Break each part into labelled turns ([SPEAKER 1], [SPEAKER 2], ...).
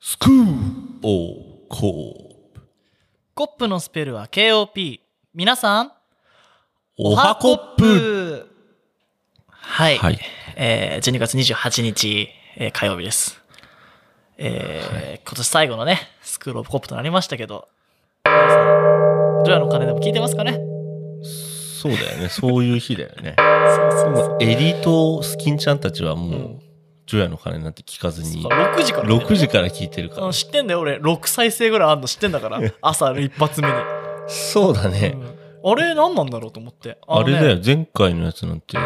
[SPEAKER 1] スクーオーコープ
[SPEAKER 2] コップのスペルは KOP。皆さん、
[SPEAKER 1] おはコップ
[SPEAKER 2] はい、
[SPEAKER 1] はい
[SPEAKER 2] えー12月28日、えー火曜日です。えー今年最後のね、スクールオブコップとなりましたけど、皆さん、ジョヤの鐘でも聞いてますかね
[SPEAKER 1] そうだよねそういう日だよね
[SPEAKER 2] そうそ
[SPEAKER 1] で
[SPEAKER 2] う
[SPEAKER 1] も エリートスキンちゃんたちはもう、
[SPEAKER 2] うん
[SPEAKER 1] ジョヤの鐘なんて聞かずに
[SPEAKER 2] 6時から、
[SPEAKER 1] 6時から聞いてる
[SPEAKER 2] あ
[SPEAKER 1] か
[SPEAKER 2] の知ってんだよ、俺、6再生ぐらいあんの知ってんだから、朝の一発目に。
[SPEAKER 1] らそうだね、
[SPEAKER 2] うんあれ、何なんだろうと思って。
[SPEAKER 1] あ
[SPEAKER 2] の
[SPEAKER 1] れ
[SPEAKER 2] ね
[SPEAKER 1] だよ前回のやつなんて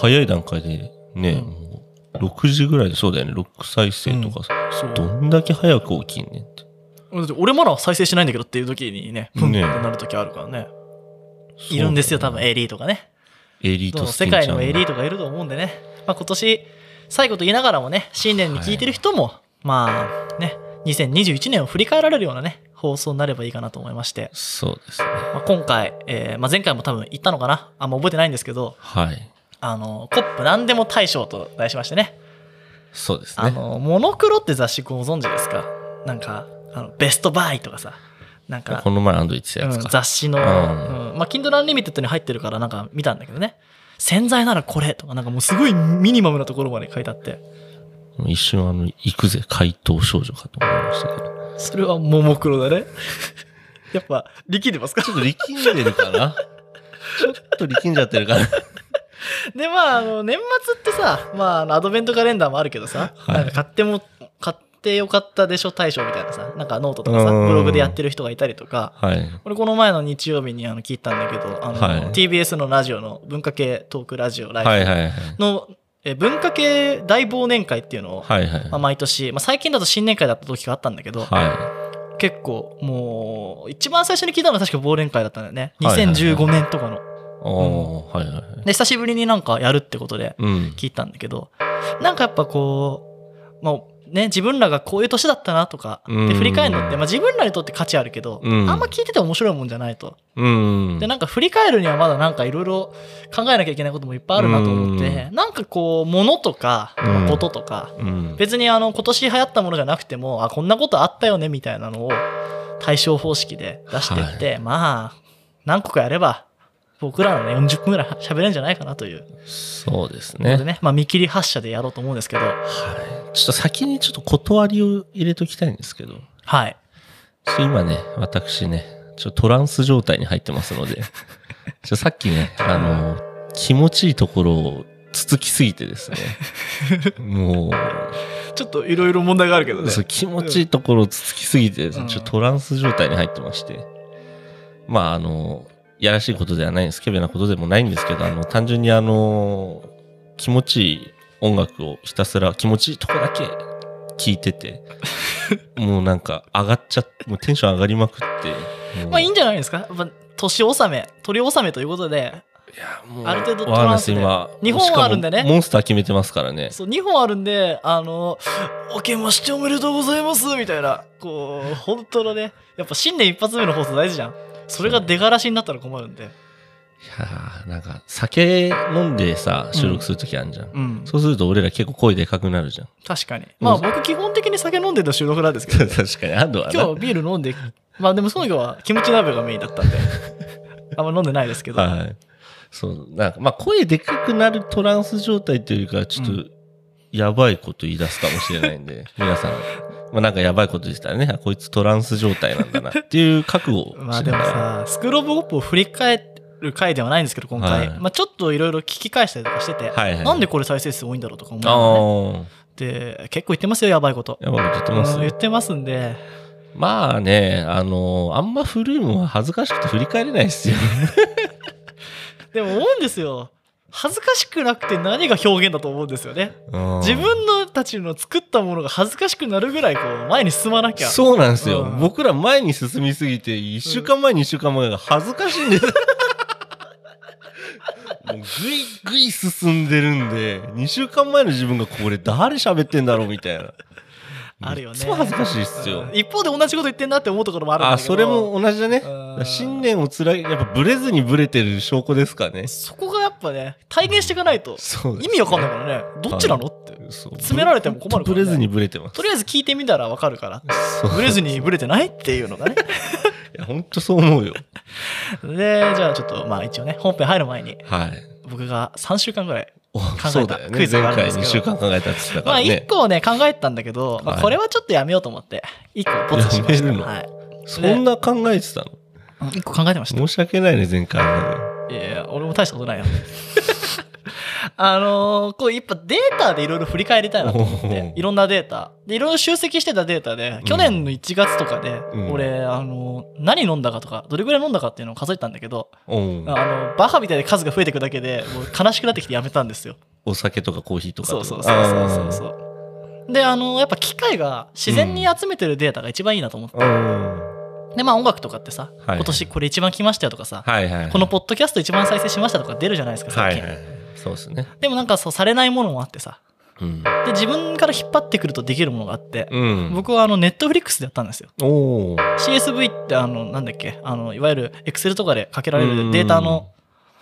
[SPEAKER 1] 早い段階でね、
[SPEAKER 2] うん
[SPEAKER 1] もう6時ぐらいでそうだよね6再生とかさ、
[SPEAKER 2] そう
[SPEAKER 1] どんだけ早く起きんねんって
[SPEAKER 2] だって俺まだ再生しないんだけどっていう時にね、プンって
[SPEAKER 1] ね
[SPEAKER 2] なる時あるからね。いるんですよ、多分エリーとかね。
[SPEAKER 1] エリー
[SPEAKER 2] ど
[SPEAKER 1] ト
[SPEAKER 2] の
[SPEAKER 1] スキン
[SPEAKER 2] 世
[SPEAKER 1] ちゃん
[SPEAKER 2] 界のエリートがいると思うんでね。まあ、今年、最後と言いながらもね、新年に聞いてる人も、まあね、2021年を振り返られるようなね、放送になればいいかなと思いまして、
[SPEAKER 1] そうですね
[SPEAKER 2] まあ、今回、えーまあ、前回も多分言ったのかな、あんま覚えてないんですけど、
[SPEAKER 1] はい
[SPEAKER 2] あの、コップ何でも大賞と題しましてね、
[SPEAKER 1] そうです
[SPEAKER 2] あ
[SPEAKER 1] ね
[SPEAKER 2] の、モノクロって雑誌ご存知ですかなんか、あのベストバイとかさ、なんか、
[SPEAKER 1] この前アンドイッチしたやつ
[SPEAKER 2] うん
[SPEAKER 1] か、
[SPEAKER 2] 雑誌の、
[SPEAKER 1] うん
[SPEAKER 2] うんまあ、Kindle Unlimited に入ってるからなんか見たんだけどね洗剤ならこれとかなんかもうすごいミニマムなところまで書いてあって
[SPEAKER 1] 一瞬あの、行くぜ、怪盗少女かと思いましたけど。
[SPEAKER 2] それはももクロだね やっぱ力んでますか
[SPEAKER 1] ちょっと力んでるかなちょっと力んじゃってるかな
[SPEAKER 2] でまああの年末ってさ、まあ、あのアドベントカレンダーもあるけどさ、
[SPEAKER 1] はい
[SPEAKER 2] なんか買っても買ってよかったでしょ大賞みたいなさなんかノートとかさ
[SPEAKER 1] うん
[SPEAKER 2] ブログでやってる人がいたりとか
[SPEAKER 1] はい。
[SPEAKER 2] 俺この前の日曜日にあの聞いたんだけどあの、
[SPEAKER 1] はい
[SPEAKER 2] TBS のラジオの文化系トークラジオライブ、
[SPEAKER 1] はいはいはい。
[SPEAKER 2] のえー文化系大忘年会っていうのを、
[SPEAKER 1] はいはい。
[SPEAKER 2] まあ、毎年、まあ、最近だと新年会だった時があったんだけど、
[SPEAKER 1] は
[SPEAKER 2] 結構もう一番最初に聞いたのは確か忘年会だったんだよね
[SPEAKER 1] はいはいはい
[SPEAKER 2] 2015年とかの、
[SPEAKER 1] い。おー、はいはいはい。
[SPEAKER 2] で久しぶりになんかやるってことで
[SPEAKER 1] うん。
[SPEAKER 2] 聞いたんだけどなんかやっぱこうもうね自分らがこういう年だったなとか
[SPEAKER 1] うん
[SPEAKER 2] で振り返るのって、まあ、自分らにとって価値あるけど、
[SPEAKER 1] うん
[SPEAKER 2] あんま聞いてて面白いもんじゃないと
[SPEAKER 1] うん。
[SPEAKER 2] でなんか振り返るにはまだなんかいろいろ考えなきゃいけないこともいっぱいあるなと思ってなんかこう物とか
[SPEAKER 1] うん
[SPEAKER 2] まあこととか
[SPEAKER 1] うん。
[SPEAKER 2] 別にあの今年流行ったものじゃなくてもあこんなことあったよねみたいなのを対象方式で出してって、まあ何個かやれば僕らのね40分ぐらい喋れるんじゃないかなという
[SPEAKER 1] そうです
[SPEAKER 2] の
[SPEAKER 1] ね
[SPEAKER 2] で。ね、まあ、見切り発車でやろうと思うんですけど
[SPEAKER 1] はい。ちょっと先にちょっと断りを入れときたいんですけど、ちょ
[SPEAKER 2] はい
[SPEAKER 1] っと今ね、私ね、ちょっとトランス状態に入ってますので、ちょさっきね、あの、気持ちいいところをつつきすぎて ですね、もう、
[SPEAKER 2] ちょっといろいろ問題があるけど
[SPEAKER 1] そう気持ちいいところをつつきすぎてですね、
[SPEAKER 2] うん
[SPEAKER 1] ちょっとトランス状態に入ってましてまああのやらしいことではないスケベなことでもないんですけどあの単純にあの気持ちいい音楽をひたすら気持ちいいとこだけ聞いて てもうなんか上がっちゃってもうテンション上がりまくってもう
[SPEAKER 2] まあいいんじゃないですかやっぱ年納め取り納めということで
[SPEAKER 1] いやもう
[SPEAKER 2] ある程度ト
[SPEAKER 1] わかんな
[SPEAKER 2] ラ
[SPEAKER 1] い
[SPEAKER 2] ン
[SPEAKER 1] で
[SPEAKER 2] ス
[SPEAKER 1] す
[SPEAKER 2] で
[SPEAKER 1] 今
[SPEAKER 2] 日本はあるんでね
[SPEAKER 1] しかもモンスター決めてますからね
[SPEAKER 2] そう2本あるんで、あの、明けましておめでとうございますみたいな、こう、本当のね、やっぱ新年一発目の放送大事じゃん。それが出がらしになったら困るんで。
[SPEAKER 1] いやーなんか酒飲んでさ収録するときあるじゃん、
[SPEAKER 2] うん。
[SPEAKER 1] そうすると俺ら結構声でかくなるじゃん
[SPEAKER 2] 確かに。まあ
[SPEAKER 1] うん
[SPEAKER 2] 僕、基本的に酒飲んでた収録なんです けど、
[SPEAKER 1] 確かに、安藤はな
[SPEAKER 2] 今日ビール飲んで、まあでもその今日はキムチ鍋がメインだったんで、 あんま飲んでないですけど。
[SPEAKER 1] はい。そう、なんか、まあ、声でかくなるトランス状態というよりかは、ちょっと、
[SPEAKER 2] う
[SPEAKER 1] やばいこと言い出すかもしれないん で、皆さん、まあ、なんかやばいことでしたらね、あこいつトランス状態なんだ なっていう覚悟をしながら。
[SPEAKER 2] まあでもさ、スクロールオブコップを振り返る回ではないんですけど、今回、
[SPEAKER 1] はい
[SPEAKER 2] まあちょっといろいろ聞き返したりとかしてて、
[SPEAKER 1] はいはい
[SPEAKER 2] なんでこれ再生数多いんだろうとか思
[SPEAKER 1] あ
[SPEAKER 2] うのね
[SPEAKER 1] ー
[SPEAKER 2] で、結構言ってますよ、やばいこと。
[SPEAKER 1] やばいこと言ってます
[SPEAKER 2] うん言ってますんで、
[SPEAKER 1] まあね、あのあんま古いもんは恥ずかしくて振り返れないですよ。
[SPEAKER 2] でも思うんですよ。恥ずかしくなくて何が表現だと思うんですよね。自分のたちの作ったものが恥ずかしくなるぐらいこう前に進まなきゃ。
[SPEAKER 1] そうなんですよ、
[SPEAKER 2] うん
[SPEAKER 1] 僕ら前に進みすぎて1週間前2週間前が恥ずかしいんです もうぐいぐい進んでるんで2週間前の自分がこれ誰喋ってんだろうみたいな
[SPEAKER 2] あるよね
[SPEAKER 1] いつも恥ずかしいっすよ、
[SPEAKER 2] うん一方で同じこと言ってんなって思うところもあるんだけ
[SPEAKER 1] あ
[SPEAKER 2] ど。
[SPEAKER 1] それも同じだね
[SPEAKER 2] うん
[SPEAKER 1] 新年をつらいやっぱブレずにブレてる証拠ですかね
[SPEAKER 2] そこがやっぱね、体現していかないと、
[SPEAKER 1] そうです
[SPEAKER 2] 意
[SPEAKER 1] ね
[SPEAKER 2] 味わかんないからね、どっちなのって。
[SPEAKER 1] そう
[SPEAKER 2] 詰められても困るか
[SPEAKER 1] ぶ
[SPEAKER 2] らね
[SPEAKER 1] れずにぶれてます
[SPEAKER 2] とりあえず聞いてみたらわかるから。
[SPEAKER 1] そう
[SPEAKER 2] ブレずにブレてないっていうのがね。
[SPEAKER 1] いや本当そう思うよ
[SPEAKER 2] で、じゃあちょっと、まあ一応ね、本編入る前に、
[SPEAKER 1] はい
[SPEAKER 2] 僕が3週間ぐらい。
[SPEAKER 1] お
[SPEAKER 2] た
[SPEAKER 1] そうだよ
[SPEAKER 2] ク
[SPEAKER 1] ね
[SPEAKER 2] イズ
[SPEAKER 1] 前
[SPEAKER 2] があるんで
[SPEAKER 1] 回
[SPEAKER 2] すけ
[SPEAKER 1] 2
[SPEAKER 2] ど
[SPEAKER 1] 週間考えたって言ってたか
[SPEAKER 2] まあ
[SPEAKER 1] ら
[SPEAKER 2] 1
[SPEAKER 1] ね
[SPEAKER 2] 個ね、考えたんだけど、ま
[SPEAKER 1] は
[SPEAKER 2] あ
[SPEAKER 1] い
[SPEAKER 2] これはちょっとやめようと思って、1個ボツしまし
[SPEAKER 1] やめ
[SPEAKER 2] た。
[SPEAKER 1] るの
[SPEAKER 2] はい。
[SPEAKER 1] そんな考えてたの
[SPEAKER 2] 1個考えてました。
[SPEAKER 1] 申し訳ないね前回ま
[SPEAKER 2] いやいや、俺も大したことないよ。 あのーこうやっぱデータでいろいろ振り返りたいなと思っ
[SPEAKER 1] お
[SPEAKER 2] て
[SPEAKER 1] ー
[SPEAKER 2] いろんなデータでいろいろ集積してたデータで
[SPEAKER 1] ん
[SPEAKER 2] 去年の1月とかで、
[SPEAKER 1] うん
[SPEAKER 2] 俺、あのー何飲んだかとかどれぐらい飲んだかっていうのを数えたんだけど、
[SPEAKER 1] でうん
[SPEAKER 2] あのバカみたいで数が増えていくだけでもう悲しくなってきてやめた んですよ。
[SPEAKER 1] お酒とかコーヒーとか
[SPEAKER 2] そ
[SPEAKER 1] と
[SPEAKER 2] う
[SPEAKER 1] か
[SPEAKER 2] そうそうそうそうそうであのーやっぱ機械が自然に集めてるデータが一番いいなと思って、
[SPEAKER 1] あーうん
[SPEAKER 2] でまあ音楽とかってさ、
[SPEAKER 1] はい
[SPEAKER 2] 今年これ一番来ましたよとかさ、
[SPEAKER 1] はいはい
[SPEAKER 2] このポッドキャスト一番再生しましたとか出るじゃないですか
[SPEAKER 1] は
[SPEAKER 2] 最
[SPEAKER 1] い
[SPEAKER 2] 近、
[SPEAKER 1] はいそうですね
[SPEAKER 2] でもなんかそうされないものもあってさ
[SPEAKER 1] うん
[SPEAKER 2] で自分から引っ張ってくるとできるものがあって、
[SPEAKER 1] うん
[SPEAKER 2] 僕はあのネットフリックスでやったんですよ
[SPEAKER 1] おお
[SPEAKER 2] CSV ってあのなんだっけあのいわゆる Excel とかでかけられるデータの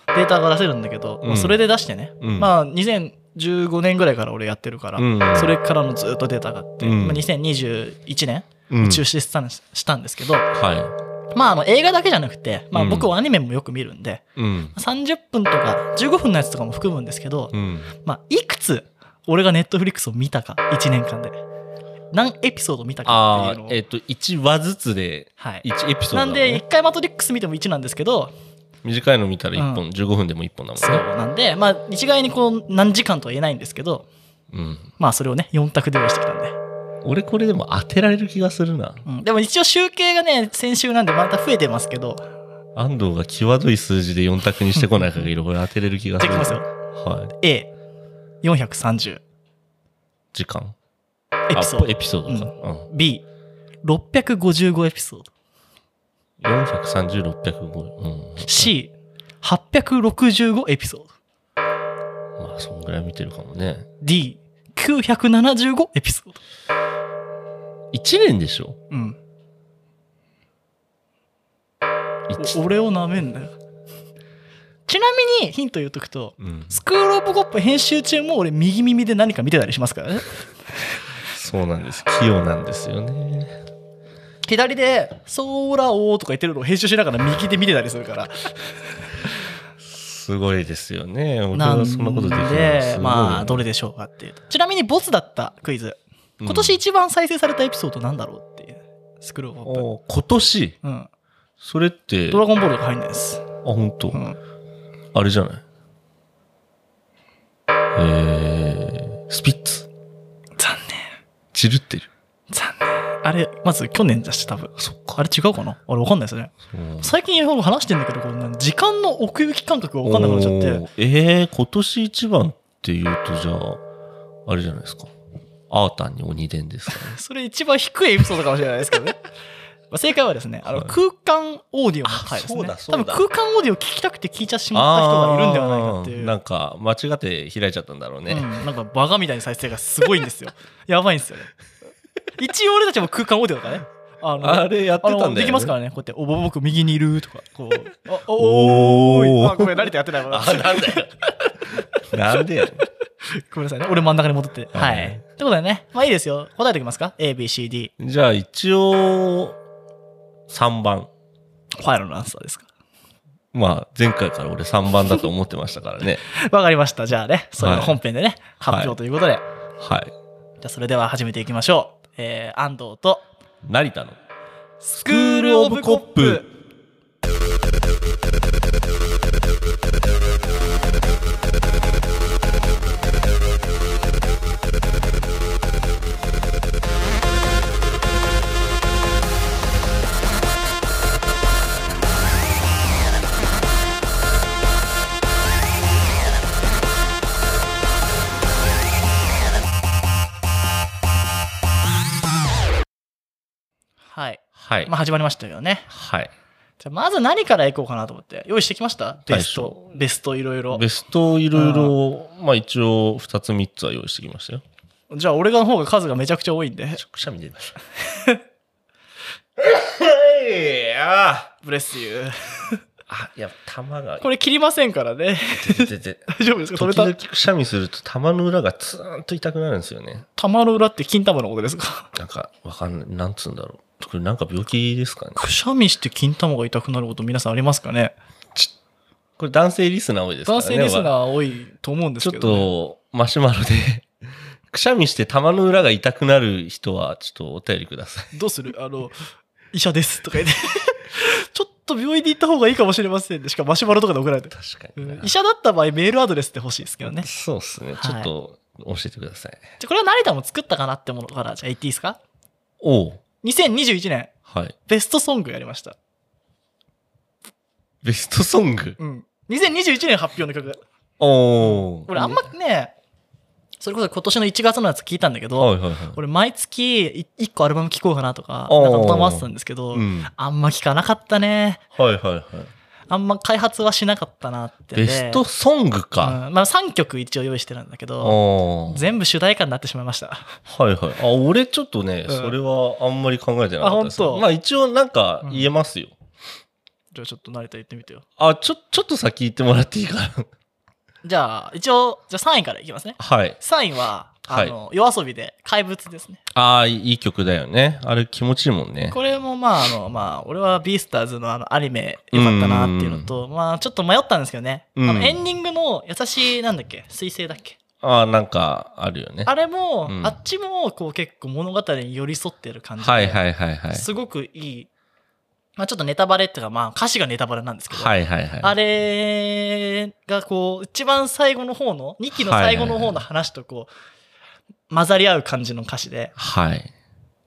[SPEAKER 2] データが出せるんだけど、
[SPEAKER 1] うん
[SPEAKER 2] まあそれで出してね、
[SPEAKER 1] うん
[SPEAKER 2] まあ2015年ぐらいから俺やってるから、
[SPEAKER 1] うん
[SPEAKER 2] それからのずっとデータがあって、
[SPEAKER 1] うん
[SPEAKER 2] まあ、2021年
[SPEAKER 1] 宇
[SPEAKER 2] 中止したんですしたんですけど、
[SPEAKER 1] は
[SPEAKER 2] まああの映画だけじゃなくて、まあ、
[SPEAKER 1] うん
[SPEAKER 2] 僕はアニメもよく見るんで
[SPEAKER 1] いうん
[SPEAKER 2] 30分とか15分のやつとかも含むんですけど、
[SPEAKER 1] うん
[SPEAKER 2] まあ、いくつ俺がネットフリックスを見たか1年間で何エピソード見たか
[SPEAKER 1] あ
[SPEAKER 2] っていうの
[SPEAKER 1] あ
[SPEAKER 2] を
[SPEAKER 1] えっと1話ずつで
[SPEAKER 2] はい、
[SPEAKER 1] 1エピソード
[SPEAKER 2] な
[SPEAKER 1] だ
[SPEAKER 2] ん
[SPEAKER 1] もん
[SPEAKER 2] で
[SPEAKER 1] ね
[SPEAKER 2] 1回マトリックス見ても1なんですけど
[SPEAKER 1] 短いの見たら1
[SPEAKER 2] う
[SPEAKER 1] 本15分でも1本だもん
[SPEAKER 2] そう
[SPEAKER 1] ね
[SPEAKER 2] なんでまあ一概にこう何時間とは言えないんですけど
[SPEAKER 1] うん
[SPEAKER 2] まあそれをね4択で用意してきたんで、
[SPEAKER 1] 俺これでも当てられる気がするな
[SPEAKER 2] うん、でも一応集計がね先週なんでまた増えてますけど
[SPEAKER 1] 安藤が際どい数字で4択にしてこない限りこれ当てれる気がす
[SPEAKER 2] じゃ
[SPEAKER 1] る
[SPEAKER 2] あいきますよ
[SPEAKER 1] はい
[SPEAKER 2] A430
[SPEAKER 1] 時間
[SPEAKER 2] エピソード
[SPEAKER 1] あエピソードか、
[SPEAKER 2] B655 エピソード
[SPEAKER 1] うん、430605うん
[SPEAKER 2] C865 エピソード
[SPEAKER 1] まあそんぐらい見てるかもね
[SPEAKER 2] D975 エピソード
[SPEAKER 1] 1年でしょ
[SPEAKER 2] うんお
[SPEAKER 1] 1
[SPEAKER 2] 俺をなめんなよちなみにヒント言っとくと
[SPEAKER 1] うん、
[SPEAKER 2] スクールオブコップ編集中も俺右耳で何か見てたりしますからね
[SPEAKER 1] そうなんです器用なんですよね
[SPEAKER 2] 左で「ソーラオー」とか言ってるのを編集しながら右で見てたりするから
[SPEAKER 1] すごいですよね俺は
[SPEAKER 2] なん
[SPEAKER 1] そんなことできない
[SPEAKER 2] でまあど
[SPEAKER 1] れ
[SPEAKER 2] れでしょうかっていうとちなみにボツだったクイズ今年一番再生されたエピソードなんだろうっていうスクールオブコッ
[SPEAKER 1] お今年
[SPEAKER 2] プ、うん、
[SPEAKER 1] それって
[SPEAKER 2] ドラゴンボールが入んないです、
[SPEAKER 1] あ本当、
[SPEAKER 2] うん、
[SPEAKER 1] あれじゃないえー、スピッツ
[SPEAKER 2] 残
[SPEAKER 1] 散るってる
[SPEAKER 2] 念残念あれまず去年だし多分
[SPEAKER 1] あそっ
[SPEAKER 2] あれ違うかなあれわかんないですね
[SPEAKER 1] うん
[SPEAKER 2] 最近いろいろ話してんだけど、こんな時間の奥行き感覚が分かんなくなっちゃって、
[SPEAKER 1] おーえー、今年一番っていうとじゃああれじゃないですかアータンに鬼伝です かね
[SPEAKER 2] それ一番低いエピソードかもしれないですけど ね。まあ正解はですね、あの
[SPEAKER 1] はい
[SPEAKER 2] 空間オーディオの回ですね。
[SPEAKER 1] あそうだそうだ
[SPEAKER 2] 多分空間オーディオ聞きたくて聞いちゃしまった人がいるんではないかってい
[SPEAKER 1] あー
[SPEAKER 2] う。
[SPEAKER 1] なんか間違って開いちゃったんだろうね、
[SPEAKER 2] うんなんかバカみたいな再生がすごい んですよ。やばいんですよね。一応俺たちも空間オーディオだからね。あの
[SPEAKER 1] あれやってたんだ
[SPEAKER 2] あ
[SPEAKER 1] よ、
[SPEAKER 2] の
[SPEAKER 1] ね、
[SPEAKER 2] できますからね、こうやって、おぼ僕右にいるとか、こう、あお
[SPEAKER 1] おー
[SPEAKER 2] ーい、あごめん、慣れてやってないわ。
[SPEAKER 1] あなんだよなんでやねん
[SPEAKER 2] ごめんなさいね。俺真ん中に戻って。は
[SPEAKER 1] はい
[SPEAKER 2] い。ってことでね。まあいいですよ。答えておきますか ?A, B, C, D。
[SPEAKER 1] じゃあ一応3番
[SPEAKER 2] ファイルのアンサーですか。
[SPEAKER 1] まあ前回から俺3番だと思ってましたからね
[SPEAKER 2] わかりました。じゃあね、それの本編でね、
[SPEAKER 1] はい
[SPEAKER 2] 発表ということで。
[SPEAKER 1] はい
[SPEAKER 2] じゃあそれでは始めていきましょう。えー、安藤と、
[SPEAKER 1] 成田の
[SPEAKER 2] ス
[SPEAKER 1] クールオブコップ。
[SPEAKER 2] はい。
[SPEAKER 1] はい、
[SPEAKER 2] まあ始まりましたよね。
[SPEAKER 1] はい
[SPEAKER 2] じゃあまず何からいこうかなと思って。用意してきましたベスト。ベストいろいろ。
[SPEAKER 1] ベストいろいろまあ一応2つ3つは用意してきましたよ
[SPEAKER 2] じゃあ俺の方が数がめちゃくちゃ多い んで。
[SPEAKER 1] くしゃみ出ました。はいあ
[SPEAKER 2] ブレスユー。
[SPEAKER 1] ーあ、いや、玉が、
[SPEAKER 2] これ切りませんからね。
[SPEAKER 1] 出てて、
[SPEAKER 2] 大丈夫 ですか止め
[SPEAKER 1] 時
[SPEAKER 2] た
[SPEAKER 1] 々。くしゃみすると玉の裏がツーンと痛くなるんですよね。
[SPEAKER 2] 玉の裏って金玉のことですか
[SPEAKER 1] なんか、わかんない。なんつうんだろう。これなんか病気ですかね。
[SPEAKER 2] くしゃみして金玉が痛くなること皆さんありますかね
[SPEAKER 1] これ男性リスナー多いですから
[SPEAKER 2] 男
[SPEAKER 1] ね。
[SPEAKER 2] 性リスナ
[SPEAKER 1] わ
[SPEAKER 2] ー多いと思うんで
[SPEAKER 1] ちょ
[SPEAKER 2] す
[SPEAKER 1] っ
[SPEAKER 2] けど、ね。
[SPEAKER 1] と、マシュマロで、 くしゃみして玉の裏が痛くなる人は、ちょっとお便りください。
[SPEAKER 2] どうするあの、 医者ですとか言って。 ちょっと病院に行った方がいいかもしれませんね。しかもマシュマロとかで送られて。
[SPEAKER 1] 確か
[SPEAKER 2] う
[SPEAKER 1] に
[SPEAKER 2] ん
[SPEAKER 1] な。
[SPEAKER 2] 医者だった場合メールアドレスって欲しいですけどね。
[SPEAKER 1] そうですね。ちょっと、教えてください。
[SPEAKER 2] じゃあこれは成田も作ったかなってものから、じゃあ言っていいですか
[SPEAKER 1] おう。
[SPEAKER 2] 2021年
[SPEAKER 1] はい。
[SPEAKER 2] ベストソングやりました。
[SPEAKER 1] ベストソング。
[SPEAKER 2] うん。2021年発表の曲。
[SPEAKER 1] おお。
[SPEAKER 2] 俺あんまね、それこそ今年の1月のやつ聞いたんだけど、
[SPEAKER 1] はいはいはい。
[SPEAKER 2] 俺毎月1個アルバム聴こうかなとか、
[SPEAKER 1] おー
[SPEAKER 2] なんか歌回ってたんですけど、
[SPEAKER 1] うん。
[SPEAKER 2] あんま聴かなかったね。
[SPEAKER 1] はいはいはい。
[SPEAKER 2] あんま開発はしなかったなって。
[SPEAKER 1] ベストソングか。
[SPEAKER 2] うんまあ3曲一応用意してるんだけど、
[SPEAKER 1] おー
[SPEAKER 2] 全部主題歌になってしまいました。
[SPEAKER 1] はいはい。あ、俺ちょっとね、
[SPEAKER 2] うん
[SPEAKER 1] それはあんまり考えてなかったです
[SPEAKER 2] あ本当
[SPEAKER 1] まあ一応なんか言えますよ。
[SPEAKER 2] じゃあちょっと慣れて言ってみてよ。
[SPEAKER 1] あ、ちょ、ちょっと先言ってもらっていいかな。
[SPEAKER 2] じゃあ、一応、じゃあ3位からいきますね。
[SPEAKER 1] はい。
[SPEAKER 2] 3位は、あ
[SPEAKER 1] はい
[SPEAKER 2] の、夜遊びで怪物ですね。
[SPEAKER 1] ああ、いい曲だよね。あれ気持ちいいもんね。
[SPEAKER 2] これもまあ、あの、まあ、俺はビースターズのあの、アニメ良かったなっていうのと、まあ、ちょっと迷ったんですけどね。あ
[SPEAKER 1] う
[SPEAKER 2] の、
[SPEAKER 1] ん
[SPEAKER 2] エンディングの優しい、なんだっけ、彗星だっけ。
[SPEAKER 1] ああ、なんかあるよね。
[SPEAKER 2] あれも、
[SPEAKER 1] うん
[SPEAKER 2] あっちも、こう結構物語に寄り添ってる感じで。
[SPEAKER 1] はいはいはいはい。
[SPEAKER 2] すごくいい。まあ、ちょっとネタバレっていうか、まあ、歌詞がネタバレなんですけど。
[SPEAKER 1] はいはいはい。
[SPEAKER 2] あれがこう、一番最後の方の、2期の最後の方の話とこう、混ざり合う感じの歌詞で、
[SPEAKER 1] はい。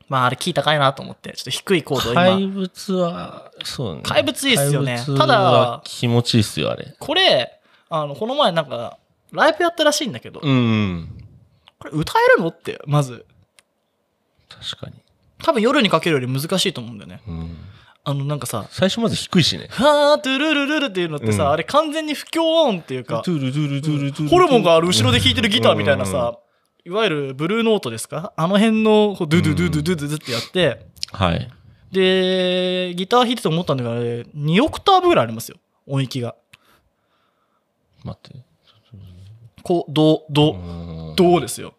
[SPEAKER 2] まああれ聞いたかいなと思って、ちょっと低いコードを
[SPEAKER 1] 怪
[SPEAKER 2] 今、
[SPEAKER 1] 物は、そうね。
[SPEAKER 2] 怪物いいっすよね
[SPEAKER 1] 怪物
[SPEAKER 2] ただ
[SPEAKER 1] 気持ちいいっすよ、あれ。
[SPEAKER 2] これ、あの、この前なんか、ライブやったらしいんだけど、
[SPEAKER 1] うん。
[SPEAKER 2] これ歌えるのって、まず、
[SPEAKER 1] 確かに。
[SPEAKER 2] 多分夜にかけるより難しいと思うんだよね。
[SPEAKER 1] うん。
[SPEAKER 2] あの、なんかさ、
[SPEAKER 1] 最初まず低いしね。
[SPEAKER 2] はー、トゥルルルルっていうのってさ、
[SPEAKER 1] うん
[SPEAKER 2] あれ完全に不協和音っていうか、
[SPEAKER 1] トゥルトゥルトゥルトゥル
[SPEAKER 2] ホルモンがある後ろで弾いてるギターみたいなさ、いわゆるブルーノートですかあの辺のこうドゥドゥドゥドゥドゥドゥドゥってやって、
[SPEAKER 1] はい。
[SPEAKER 2] で、ギター弾いてて思ったんだけど、あれ2オクターブぐらいありますよ。音域が。
[SPEAKER 1] 待って。
[SPEAKER 2] こう、ド、
[SPEAKER 1] う
[SPEAKER 2] ド、
[SPEAKER 1] ーん
[SPEAKER 2] ドですよ。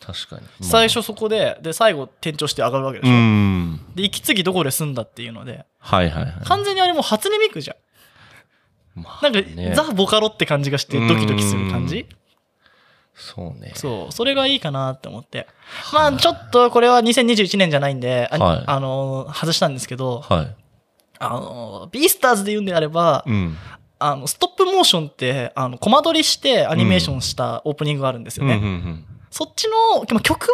[SPEAKER 1] 確かに。
[SPEAKER 2] 最初そこで、で、最後転調して上がるわけ
[SPEAKER 1] う
[SPEAKER 2] でしょ。
[SPEAKER 1] ん。
[SPEAKER 2] で、息継ぎどこで済んだっていうので、
[SPEAKER 1] はいはいはい。
[SPEAKER 2] 完全にあれもう初音ミクじゃん。
[SPEAKER 1] まあ
[SPEAKER 2] なんか、
[SPEAKER 1] ね
[SPEAKER 2] ザ・ボカロって感じがしてドキドキする感じ
[SPEAKER 1] そうね。
[SPEAKER 2] そう、それがいいかなって思って。まあ、ちょっとこれは2021年じゃないんで、あ
[SPEAKER 1] はい
[SPEAKER 2] あの、外したんですけど、
[SPEAKER 1] はい。
[SPEAKER 2] あの、ビースターズで言うんであれば、
[SPEAKER 1] うん。
[SPEAKER 2] あの、ストップモーションって、あの、コマ撮りしてアニメーションしたオープニングがあるんですよ
[SPEAKER 1] う
[SPEAKER 2] ね。
[SPEAKER 1] んうんうん
[SPEAKER 2] そっちの、でも曲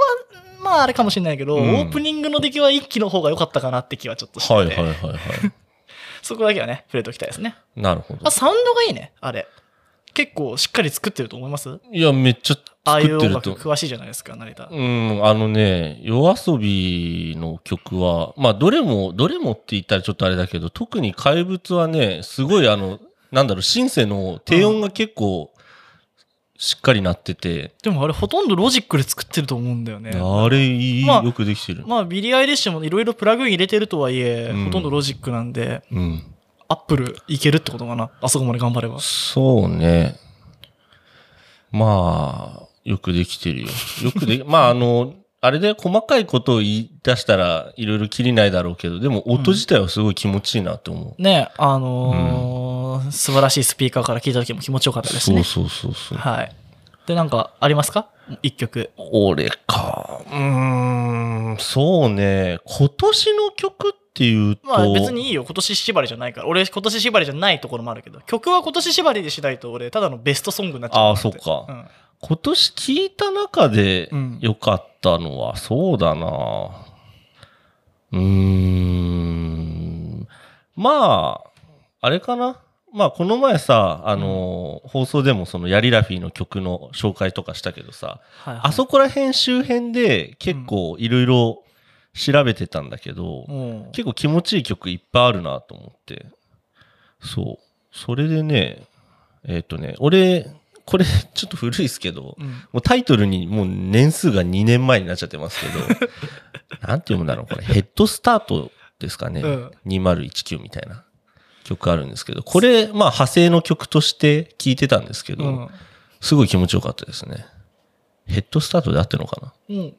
[SPEAKER 2] は、まああれかもしれないけど、
[SPEAKER 1] うん
[SPEAKER 2] オープニングの出来は一期の方が良かったかなって気はちょっとして
[SPEAKER 1] はいは
[SPEAKER 2] て、
[SPEAKER 1] いはいは
[SPEAKER 2] そこだけはね、触れておきたいですね。
[SPEAKER 1] い。なるほど
[SPEAKER 2] あ、。サウンドがいいね、あれ。結構しっかり作ってると思います
[SPEAKER 1] いや、めっちゃ
[SPEAKER 2] ああい
[SPEAKER 1] 作
[SPEAKER 2] う
[SPEAKER 1] って
[SPEAKER 2] 音
[SPEAKER 1] る
[SPEAKER 2] 楽
[SPEAKER 1] と。
[SPEAKER 2] 詳しいじゃないですか、成田。
[SPEAKER 1] うん、あのね、夜遊びの曲は、まあ、どれも、どれもって言ったらちょっとあれだけど、特に怪物はね、すごいあの、なんだろう、シンセの低音が結構、しっかり鳴ってて、
[SPEAKER 2] でもあれほとんどロジックで作ってると思うんだよね。
[SPEAKER 1] あれいい、
[SPEAKER 2] まあ
[SPEAKER 1] よくできてる。
[SPEAKER 2] まあビリー・アイリッシュもいろいろプラグイン入れてるとはいえ、
[SPEAKER 1] うん
[SPEAKER 2] ほとんどロジックなんで、
[SPEAKER 1] うん。
[SPEAKER 2] アップルいけるってことかな。あそこまで頑張れば。
[SPEAKER 1] そうね。まあ、よくできてるよ。よく で、まああの、あれで細かいことを言い出したらいろいろきりないだろうけど、でも音自体はすごい気持ちいいなと思う。
[SPEAKER 2] ね、あのー素晴らしいスピーカーから聞いた時も気持ちよかったです
[SPEAKER 1] そう
[SPEAKER 2] ね。
[SPEAKER 1] そうそうそう。
[SPEAKER 2] はい。で、なんかありますか一曲。
[SPEAKER 1] 俺か。うーん、そうね。今年の曲っていうと、
[SPEAKER 2] まあ別にいいよ。今年縛りじゃないから。俺今年縛りじゃないところもあるけど。曲は今年縛りでしないと俺ただのベストソングになっちゃう
[SPEAKER 1] ああ、そうか。今年聞いた中で
[SPEAKER 2] うん
[SPEAKER 1] 良かったのは、そうだなうーん。まあ、あれかな。まあ、この前さ、あのー放送でもそのヤリラフィの曲の紹介とかしたけどさ、
[SPEAKER 2] うん。はい
[SPEAKER 1] あそこら辺周辺で結構いろいろ調べてたんだけど、
[SPEAKER 2] うん
[SPEAKER 1] 結構気持ちいい曲いっぱいあるなと思って。そう。それでね、えっ、とね、俺、これちょっと古いですけど、
[SPEAKER 2] うん
[SPEAKER 1] もうタイトルにもう年数が2年前になっちゃってますけど、なんて読むんだろう、これ。ヘッドスタートですかね。
[SPEAKER 2] うん
[SPEAKER 1] 2019みたいな。曲あるんですけど、これ、まあ派生の曲として聴いてたんですけど、
[SPEAKER 2] うん。
[SPEAKER 1] すごい気持ちよかったですね。ヘッドスタートで合ってるのかな
[SPEAKER 2] うん。